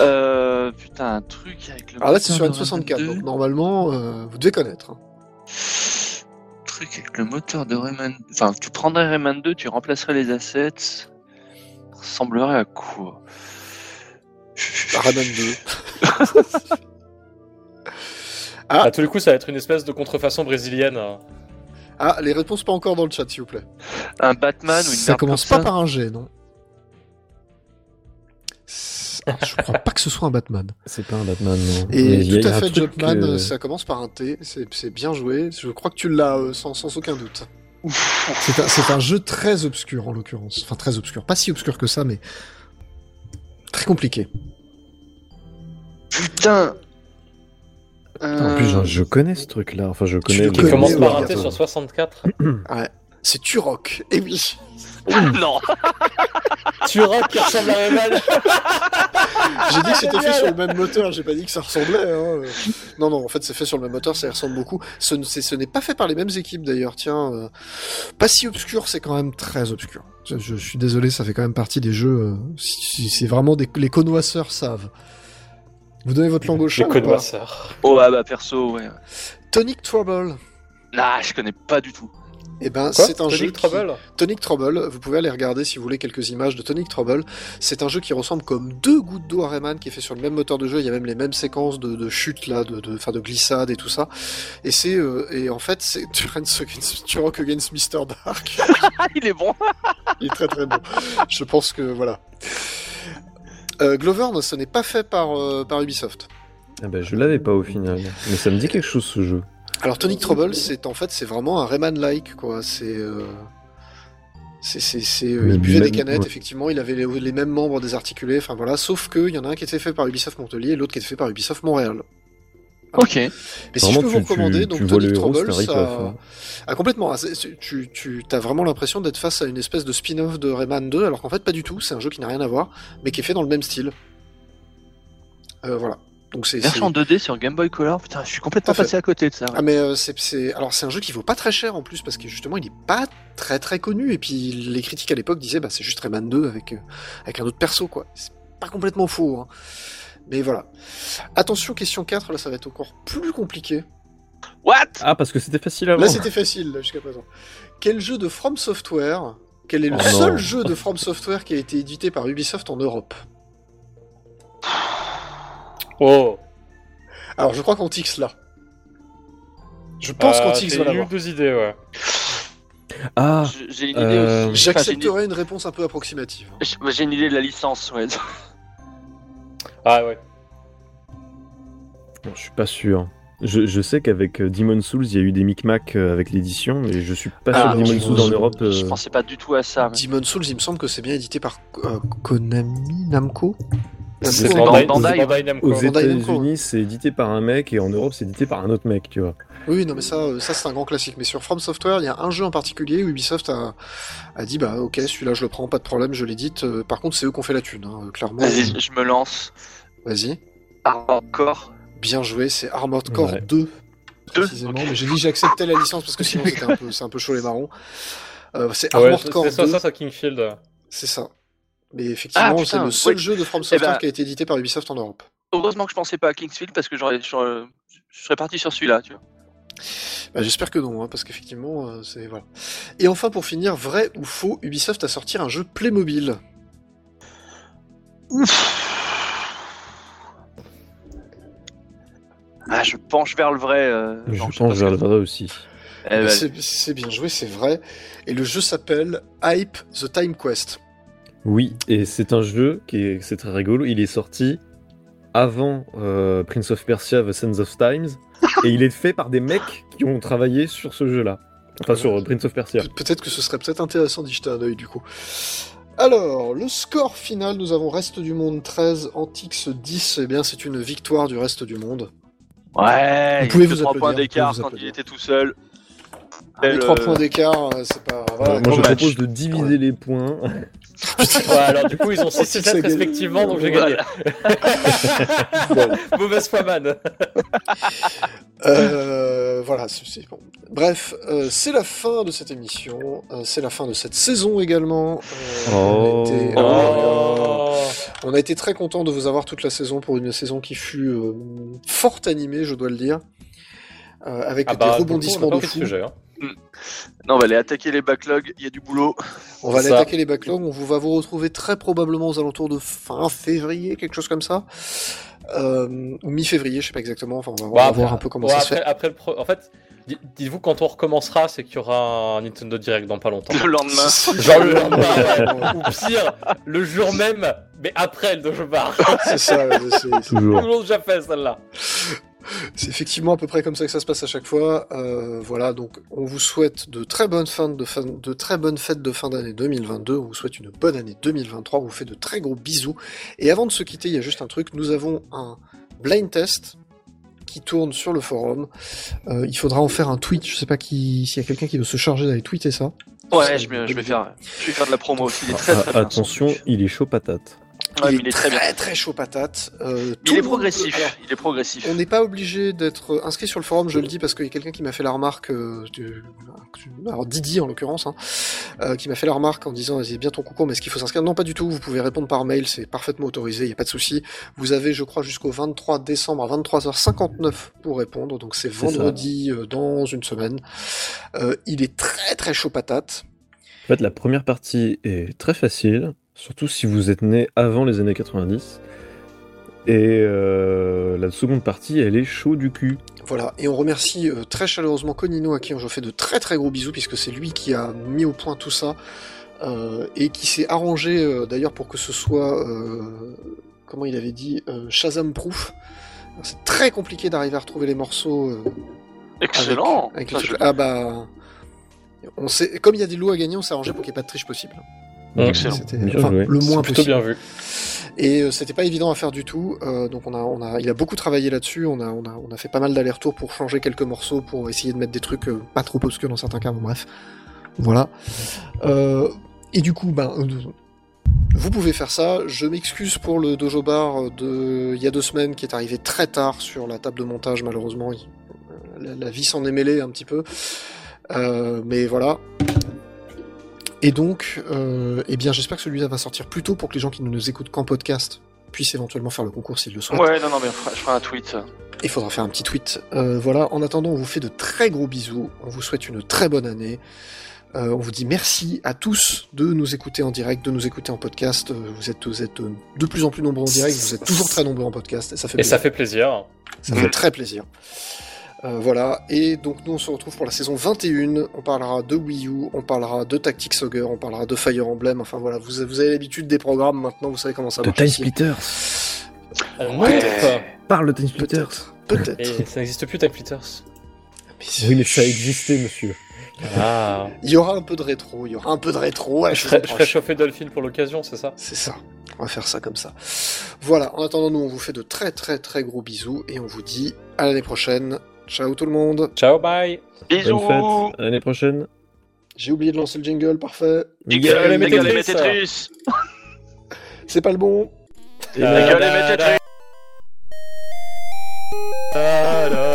Speaker 4: Euh, putain, un truc avec le.
Speaker 1: Alors là, c'est sur
Speaker 4: moteur de
Speaker 1: N64,
Speaker 4: Rayman
Speaker 1: donc normalement, euh, vous devez connaître. hein.
Speaker 4: 2. Truc avec le moteur de Rayman. Enfin, tu prendrais Rayman 2, tu remplacerais les assets. Ça Ressemblerait à quoi
Speaker 1: Bah, Rayman 2.
Speaker 2: À Bah, tous les coups, ça va être une espèce de contrefaçon brésilienne. hein.
Speaker 1: Ah, les réponses pas encore dans le chat, s'il vous plaît.
Speaker 4: Un Batman ou une
Speaker 1: ça
Speaker 4: merde
Speaker 1: commence
Speaker 4: comme
Speaker 1: pas par un G, non Ah, Je crois pas que ce soit un Batman.
Speaker 3: C'est pas un Batman. non. Mais il y
Speaker 1: Et tout
Speaker 3: a- il y
Speaker 1: à
Speaker 3: a un
Speaker 1: fait,
Speaker 3: truc,
Speaker 1: Jumpman,
Speaker 3: euh,
Speaker 1: ça commence par un T, c'est c'est bien joué, je crois que tu l'as euh, sans, sans aucun doute. C'est un, c'est un jeu très obscur en l'occurrence, enfin très obscur, pas si obscur que ça, mais très compliqué.
Speaker 4: Putain Euh,
Speaker 3: En plus, je, je connais ce truc-là. Enfin, je connais.
Speaker 1: le
Speaker 2: Qui
Speaker 1: connais,
Speaker 2: commence par
Speaker 1: ouais.
Speaker 2: un T sur 64.
Speaker 1: C'est Turok, et oui,
Speaker 4: oh, Non
Speaker 2: tu rock qui ressemble à Rayman.
Speaker 1: j'ai dit que c'était fait
Speaker 2: Génial.
Speaker 1: sur le même moteur, j'ai pas dit que ça ressemblait. hein. Non, non, en fait c'est fait sur le même moteur, ça y ressemble beaucoup. Ce, n- c'est- ce n'est pas fait par les mêmes équipes d'ailleurs, tiens, euh, pas si obscur, c'est quand même très obscur. Je, je suis désolé, ça fait quand même partie des jeux, euh, si- si- c'est vraiment des, les connoisseurs savent. Vous donnez votre langue au chat
Speaker 2: Les
Speaker 1: ou pas
Speaker 2: connoisseurs.
Speaker 4: Oh, ah bah perso, ouais.
Speaker 1: Tonic Trouble.
Speaker 4: Nah, je connais pas du tout.
Speaker 1: Eh ben,
Speaker 2: Quoi
Speaker 1: c'est un
Speaker 2: Tonic
Speaker 1: jeu. qui-
Speaker 2: Trouble
Speaker 1: Tonic Trouble. Vous pouvez aller regarder si vous voulez quelques images de Tonic Trouble. C'est un jeu qui ressemble comme deux gouttes d'eau à Rayman, qui est fait sur le même moteur de jeu. Il y a même les mêmes séquences de, de chute là, de, de, enfin, de glissade et tout ça. Et c'est, euh, et en fait, c'est Turok Against, Turok against Mr. Dark.
Speaker 4: Ah, il est bon
Speaker 1: Il est très très bon. Je pense que voilà. Euh, Glover, non, ce n'est pas fait par, euh, par Ubisoft.
Speaker 3: Ah bah, je l'avais pas au final. Mais ça me dit quelque chose ce jeu.
Speaker 1: Alors Tonic Trouble, c'est en fait c'est vraiment un Rayman-like quoi. C'est euh, c'est c'est c'est euh,
Speaker 3: Mais
Speaker 1: il buvait des
Speaker 3: même-
Speaker 1: canettes
Speaker 3: ouais.
Speaker 1: effectivement. Il avait les, les mêmes membres désarticulés. Enfin voilà. Sauf que il y en a un qui était fait par Ubisoft Montpellier et l'autre qui était fait par Ubisoft Montréal.
Speaker 4: Ok.
Speaker 1: Et si je peux
Speaker 3: tu-
Speaker 1: vous recommander,
Speaker 3: tu,
Speaker 1: donc
Speaker 3: tu vois le
Speaker 1: Tonic
Speaker 3: héros, c'est
Speaker 1: Trouble,
Speaker 3: un rip
Speaker 1: ça... Ah, complètement. Ah, c'est- c'est- tu tu as vraiment l'impression d'être face à une espèce de spin-off de Rayman 2, alors qu'en fait pas du tout. C'est un jeu qui n'a rien à voir, mais qui est fait dans le même style. Euh, voilà. Donc c'est c'est-
Speaker 4: Version 2D sur Game Boy Color, putain, je suis complètement
Speaker 1: Tout à fait.
Speaker 4: passé à côté de ça. ouais.
Speaker 1: Ah mais euh, c'est- c'est alors c'est un jeu qui vaut pas très cher en plus parce que justement il est pas très très connu et puis les critiques à l'époque disaient bah c'est juste Rayman 2 avec euh, avec un autre perso quoi. C'est pas complètement faux. hein. Mais voilà. Attention, question 4, là ça va être encore plus compliqué.
Speaker 4: What
Speaker 3: Ah, parce que c'était facile avant.
Speaker 1: Là c'était facile là, jusqu'à présent. Quel jeu de From Software Quel est le
Speaker 3: Oh non.
Speaker 1: seul jeu de From Software qui a été édité par Ubisoft en Europe
Speaker 2: Oh
Speaker 1: Alors je crois qu'Antix là. Je pense
Speaker 2: euh,
Speaker 1: qu'Antix
Speaker 2: J'ai
Speaker 1: va
Speaker 2: eu
Speaker 1: l'avoir.
Speaker 2: deux idées, ouais.
Speaker 3: Ah,
Speaker 7: J'ai j'ai une idée
Speaker 3: euh,
Speaker 7: aussi. Enfin, j'ai une idée-
Speaker 1: J'accepterai une réponse un peu approximative.
Speaker 7: j'ai- bah, J'ai une idée de la licence, ouais.
Speaker 2: Ah ouais.
Speaker 3: je suis pas sûr. Je, je sais qu'avec euh, Demon Souls, il y a eu des micmacs euh, avec l'édition, mais je suis pas
Speaker 1: Ah,
Speaker 3: sûr que
Speaker 1: non,
Speaker 3: Demon
Speaker 1: je-
Speaker 3: Souls en Europe. euh,
Speaker 7: Je pensais pas du tout à
Speaker 4: Ah
Speaker 7: ça. mais-
Speaker 1: Demon Souls, il me semble que c'est bien édité par euh, Konami, Namco
Speaker 3: C'est
Speaker 1: Namco,
Speaker 3: Bandai-
Speaker 1: pardon.
Speaker 7: Bandai,
Speaker 2: Namco.
Speaker 3: Aux
Speaker 1: Bandai Namco.
Speaker 3: États-Unis, c'est édité par un mec et en Europe, c'est édité par un autre mec, tu vois.
Speaker 1: Oui, oui, non, mais ça, euh, ça c'est un grand classique. Mais sur From Software, il y a un jeu en particulier où Ubisoft a, a dit bah ok, celui-là je le prends, pas de problème, je l'édite. Euh, Par contre, c'est eux qui ont fait la thune, hein, euh, clairement.
Speaker 7: Vas-y, je me lance.
Speaker 1: Vas-y.
Speaker 7: Ah, encore.
Speaker 1: Bien joué, c'est Armored Core
Speaker 3: Ouais.
Speaker 1: 2.
Speaker 7: Deux
Speaker 1: Précisément,
Speaker 7: Ok.
Speaker 1: mais j'ai dit que j'acceptais la licence parce que sinon c'était un peu, c'est un peu chaud les marrons. Euh, c'est
Speaker 2: Ouais,
Speaker 1: Armored
Speaker 2: c'est
Speaker 1: Core
Speaker 2: c'est ça,
Speaker 1: 2,
Speaker 2: ça, ça, Kingfield.
Speaker 1: c'est ça. Mais effectivement, c'est
Speaker 7: Ah, putain,
Speaker 1: le seul
Speaker 7: oui.
Speaker 1: jeu de From Software
Speaker 7: ben-
Speaker 1: qui a été édité par Ubisoft en Europe.
Speaker 7: Heureusement que je pensais pas à Kingsfield parce que j'aurais, j'aurais- je serais parti sur celui-là, tu vois.
Speaker 1: Bah, J'espère que non, hein, parce qu'effectivement, euh, c'est voilà. Et enfin, pour finir, vrai ou faux, Ubisoft a sorti un jeu Playmobil.
Speaker 7: Ah, je penche vers le vrai. euh,
Speaker 3: Je
Speaker 7: non, sais pas
Speaker 3: pense
Speaker 7: ce
Speaker 3: vers
Speaker 7: que
Speaker 3: le vrai aussi.
Speaker 7: c'est. Eh ben,
Speaker 1: C'est c'est bien joué, c'est vrai. Et le jeu s'appelle Hype the Time Quest.
Speaker 3: Oui, et c'est un jeu qui est, c'est très rigolo. Il est sorti avant euh, Prince of Persia: The Sands of Times, et il est fait par des mecs qui ont travaillé sur ce jeu-là. Enfin, sur euh, Prince of Persia.
Speaker 1: Pe- peut-être que ce serait peut-être intéressant d'y jeter un œil du coup. Alors, le score final, nous avons Reste du Monde 13, Antix 10, eh bien c'est une victoire du Reste du Monde.
Speaker 7: Ouais,
Speaker 1: Vous
Speaker 7: il
Speaker 1: pouvez
Speaker 7: y a
Speaker 1: vous
Speaker 7: trois points
Speaker 1: applaudir,
Speaker 7: d'écart
Speaker 1: vous pouvez vous
Speaker 7: quand il
Speaker 1: applaudir. Ah,
Speaker 7: était tout seul.
Speaker 1: Les
Speaker 7: Belle,
Speaker 1: 3
Speaker 7: euh,
Speaker 1: points d'écart, euh, c'est pas... voilà,
Speaker 3: Alors, moi, je
Speaker 7: match.
Speaker 3: propose de diviser les points.
Speaker 2: Ouais, alors du coup, ils ont 6
Speaker 1: C'est
Speaker 2: et
Speaker 1: ça,
Speaker 2: 7
Speaker 1: gagné.
Speaker 2: respectivement, donc j'ai gagné. Mauvaise foi, man.
Speaker 1: Euh, voilà, c'est c'est bon. Bref, euh, c'est la fin de cette émission, euh, c'est la fin de cette saison également. Euh, on, a
Speaker 3: Oh.
Speaker 1: été,
Speaker 2: Oh.
Speaker 1: on a été très content de vous avoir toute la saison pour une saison qui fut euh, fort animée, je dois le dire, euh, avec
Speaker 2: Ah
Speaker 1: des
Speaker 2: bah, du coup,
Speaker 1: rebondissements
Speaker 2: on a pas
Speaker 1: de
Speaker 2: fait
Speaker 1: fou.
Speaker 2: sujet, hein.
Speaker 7: Non, on va aller attaquer les backlogs, il y a du boulot.
Speaker 1: On va
Speaker 2: C'est
Speaker 1: aller
Speaker 2: ça.
Speaker 1: attaquer les backlogs, on vous va vous retrouver très probablement aux alentours de fin février, quelque chose comme ça. Euh, ou mi-février, je sais pas exactement, enfin on va, on va
Speaker 2: Bah,
Speaker 1: voir
Speaker 2: après-
Speaker 1: un peu comment
Speaker 2: ouais,
Speaker 1: ça se
Speaker 2: après,
Speaker 1: fait.
Speaker 2: après le pro- En fait, di- dites-vous quand on recommencera, c'est qu'il y aura un Nintendo Direct dans pas longtemps.
Speaker 7: Le lendemain.
Speaker 2: Genre le lendemain, ouais. ou pire, le jour même, mais après le dojo bar. Tout
Speaker 1: C'est ça, ouais, c'est- c'est-
Speaker 2: le
Speaker 3: Toujours.
Speaker 2: monde déjà fait celle-là.
Speaker 1: C'est effectivement à peu près comme ça que ça se passe à chaque fois. Euh, voilà, donc on vous souhaite de très bonnes fins de, fin- de très bonnes fêtes de fin d'année 2022. On vous souhaite une bonne année 2023. On vous fait de très gros bisous. Et avant de se quitter, il y a juste un truc. Nous avons un blind test qui tourne sur le forum. Euh, il faudra en faire un tweet. Je sais pas qui, s'il y a quelqu'un qui veut se charger d'aller tweeter ça.
Speaker 7: Ouais, je, me- je vais faire, je vais faire de la promo aussi. Il est très très
Speaker 3: Ah,
Speaker 7: bien.
Speaker 3: attention, il est chaud patate.
Speaker 7: Ouais, mais
Speaker 1: Ah, il, est très,
Speaker 7: bien.
Speaker 1: très, chaud patate. Euh,
Speaker 7: Il
Speaker 1: tout le
Speaker 7: est
Speaker 1: monde-
Speaker 7: progressif.
Speaker 1: Alors,
Speaker 7: Il est progressif.
Speaker 1: On n'est pas obligé d'être inscrit sur le forum, je le dis parce qu'il y a quelqu'un qui m'a fait la remarque, euh, de- alors Didi en l'occurrence, hein, euh, qui m'a fait la remarque en disant c'est bien ton concours, mais est-ce qu'il faut s'inscrire Non, pas du tout, vous pouvez répondre par mail, c'est parfaitement autorisé, il n'y a pas de souci. Vous avez, je crois, jusqu'au 23 décembre à 23h59 pour répondre, donc c'est
Speaker 3: C'est ça.
Speaker 1: vendredi euh, dans une semaine. Euh, il est très très chaud patate.
Speaker 3: En fait, la première partie est très facile, surtout si vous êtes né avant les années 90. Et euh, la seconde partie, elle est chaud du cul.
Speaker 1: Voilà, et on remercie euh, très chaleureusement Conino à qui je fais de très très gros bisous puisque c'est lui qui a mis au point tout ça euh, et qui s'est arrangé euh, d'ailleurs pour que ce soit, euh, comment il avait dit, euh, Shazam Proof. Alors, C'est très compliqué d'arriver à retrouver les morceaux. euh,
Speaker 7: Excellent.
Speaker 1: avec les
Speaker 7: Ça, je-
Speaker 1: trucs- Ah bah. On s'est- Comme il y a des lots à gagner, on s'est arrangé pour qu'il n'y ait pas de triche possible.
Speaker 2: Excellent.
Speaker 1: C'était
Speaker 3: Bien
Speaker 1: enfin,
Speaker 3: joué.
Speaker 1: le moins
Speaker 2: C'est plutôt
Speaker 1: possible.
Speaker 2: bien vu.
Speaker 1: Et euh, c'était pas évident à faire du tout, euh, donc on a, on a, il a beaucoup travaillé là-dessus, on a, on, a, on a fait pas mal d'allers-retours pour changer quelques morceaux, pour essayer de mettre des trucs euh, pas trop obscurs dans certains cas, bon bref. Voilà. Euh, et du coup, ben, euh, vous pouvez faire ça. Je m'excuse pour le dojo bar de il y a deux semaines qui est arrivé très tard sur la table de montage, malheureusement. Il- euh, La, la vie s'en est mêlée un petit peu. Euh, mais voilà. Et donc, euh, eh bien, j'espère que celui-là va sortir plus tôt pour que les gens qui ne nous écoutent qu'en podcast puisse éventuellement faire le concours s'il le souhaite.
Speaker 7: Ouais, non, non, mais on fera- je ferai un tweet.
Speaker 1: Il faudra faire un petit tweet. Euh, voilà, en attendant, on vous fait de très gros bisous. On vous souhaite une très bonne année. Euh, on vous dit merci à tous de nous écouter en direct, de nous écouter en podcast. Euh, Vous êtes, vous êtes euh, de plus en plus nombreux en direct, vous êtes toujours très nombreux en podcast, et ça fait
Speaker 2: Et ça
Speaker 1: plaisir.
Speaker 2: fait plaisir.
Speaker 1: Ça fait très plaisir. Euh, voilà, et donc nous on se retrouve pour la saison 21, on parlera de Wii U, on parlera de Tactics Ogre, on parlera de Fire Emblem, enfin voilà, vous, vous avez l'habitude des programmes maintenant, vous savez comment ça
Speaker 3: De
Speaker 1: marche.
Speaker 3: Time
Speaker 1: ici.
Speaker 3: Splitters.
Speaker 2: Euh,
Speaker 1: Ouais.
Speaker 2: peut-être.
Speaker 3: Parle de Time Splitters.
Speaker 1: Peut-être, peut-être.
Speaker 2: Et ça n'existe plus, Time Splitters.
Speaker 3: Oui, mais ça a existé, monsieur.
Speaker 2: Ah.
Speaker 1: Il y aura un peu de rétro, il y aura un peu de rétro. à la
Speaker 2: Je
Speaker 1: saison
Speaker 2: ferai, je ferai
Speaker 1: prochaine.
Speaker 2: chauffer Dolphine pour l'occasion, c'est ça
Speaker 1: C'est ça. On va faire ça comme ça. Voilà, en attendant, nous, on vous fait de très très très gros bisous et on vous dit à l'année prochaine. Ciao tout le monde.
Speaker 2: Ciao, bye
Speaker 7: Bisous
Speaker 3: Bonne fête. À l'année prochaine.
Speaker 1: J'ai oublié de lancer le jingle, parfait.
Speaker 2: Gueule,
Speaker 7: Gueulez,
Speaker 2: mais
Speaker 7: mais
Speaker 2: Tetris.
Speaker 7: Tetris
Speaker 1: C'est pas le bon.
Speaker 2: Euh,
Speaker 7: Gueulez, mais Tetris
Speaker 2: Ah, là.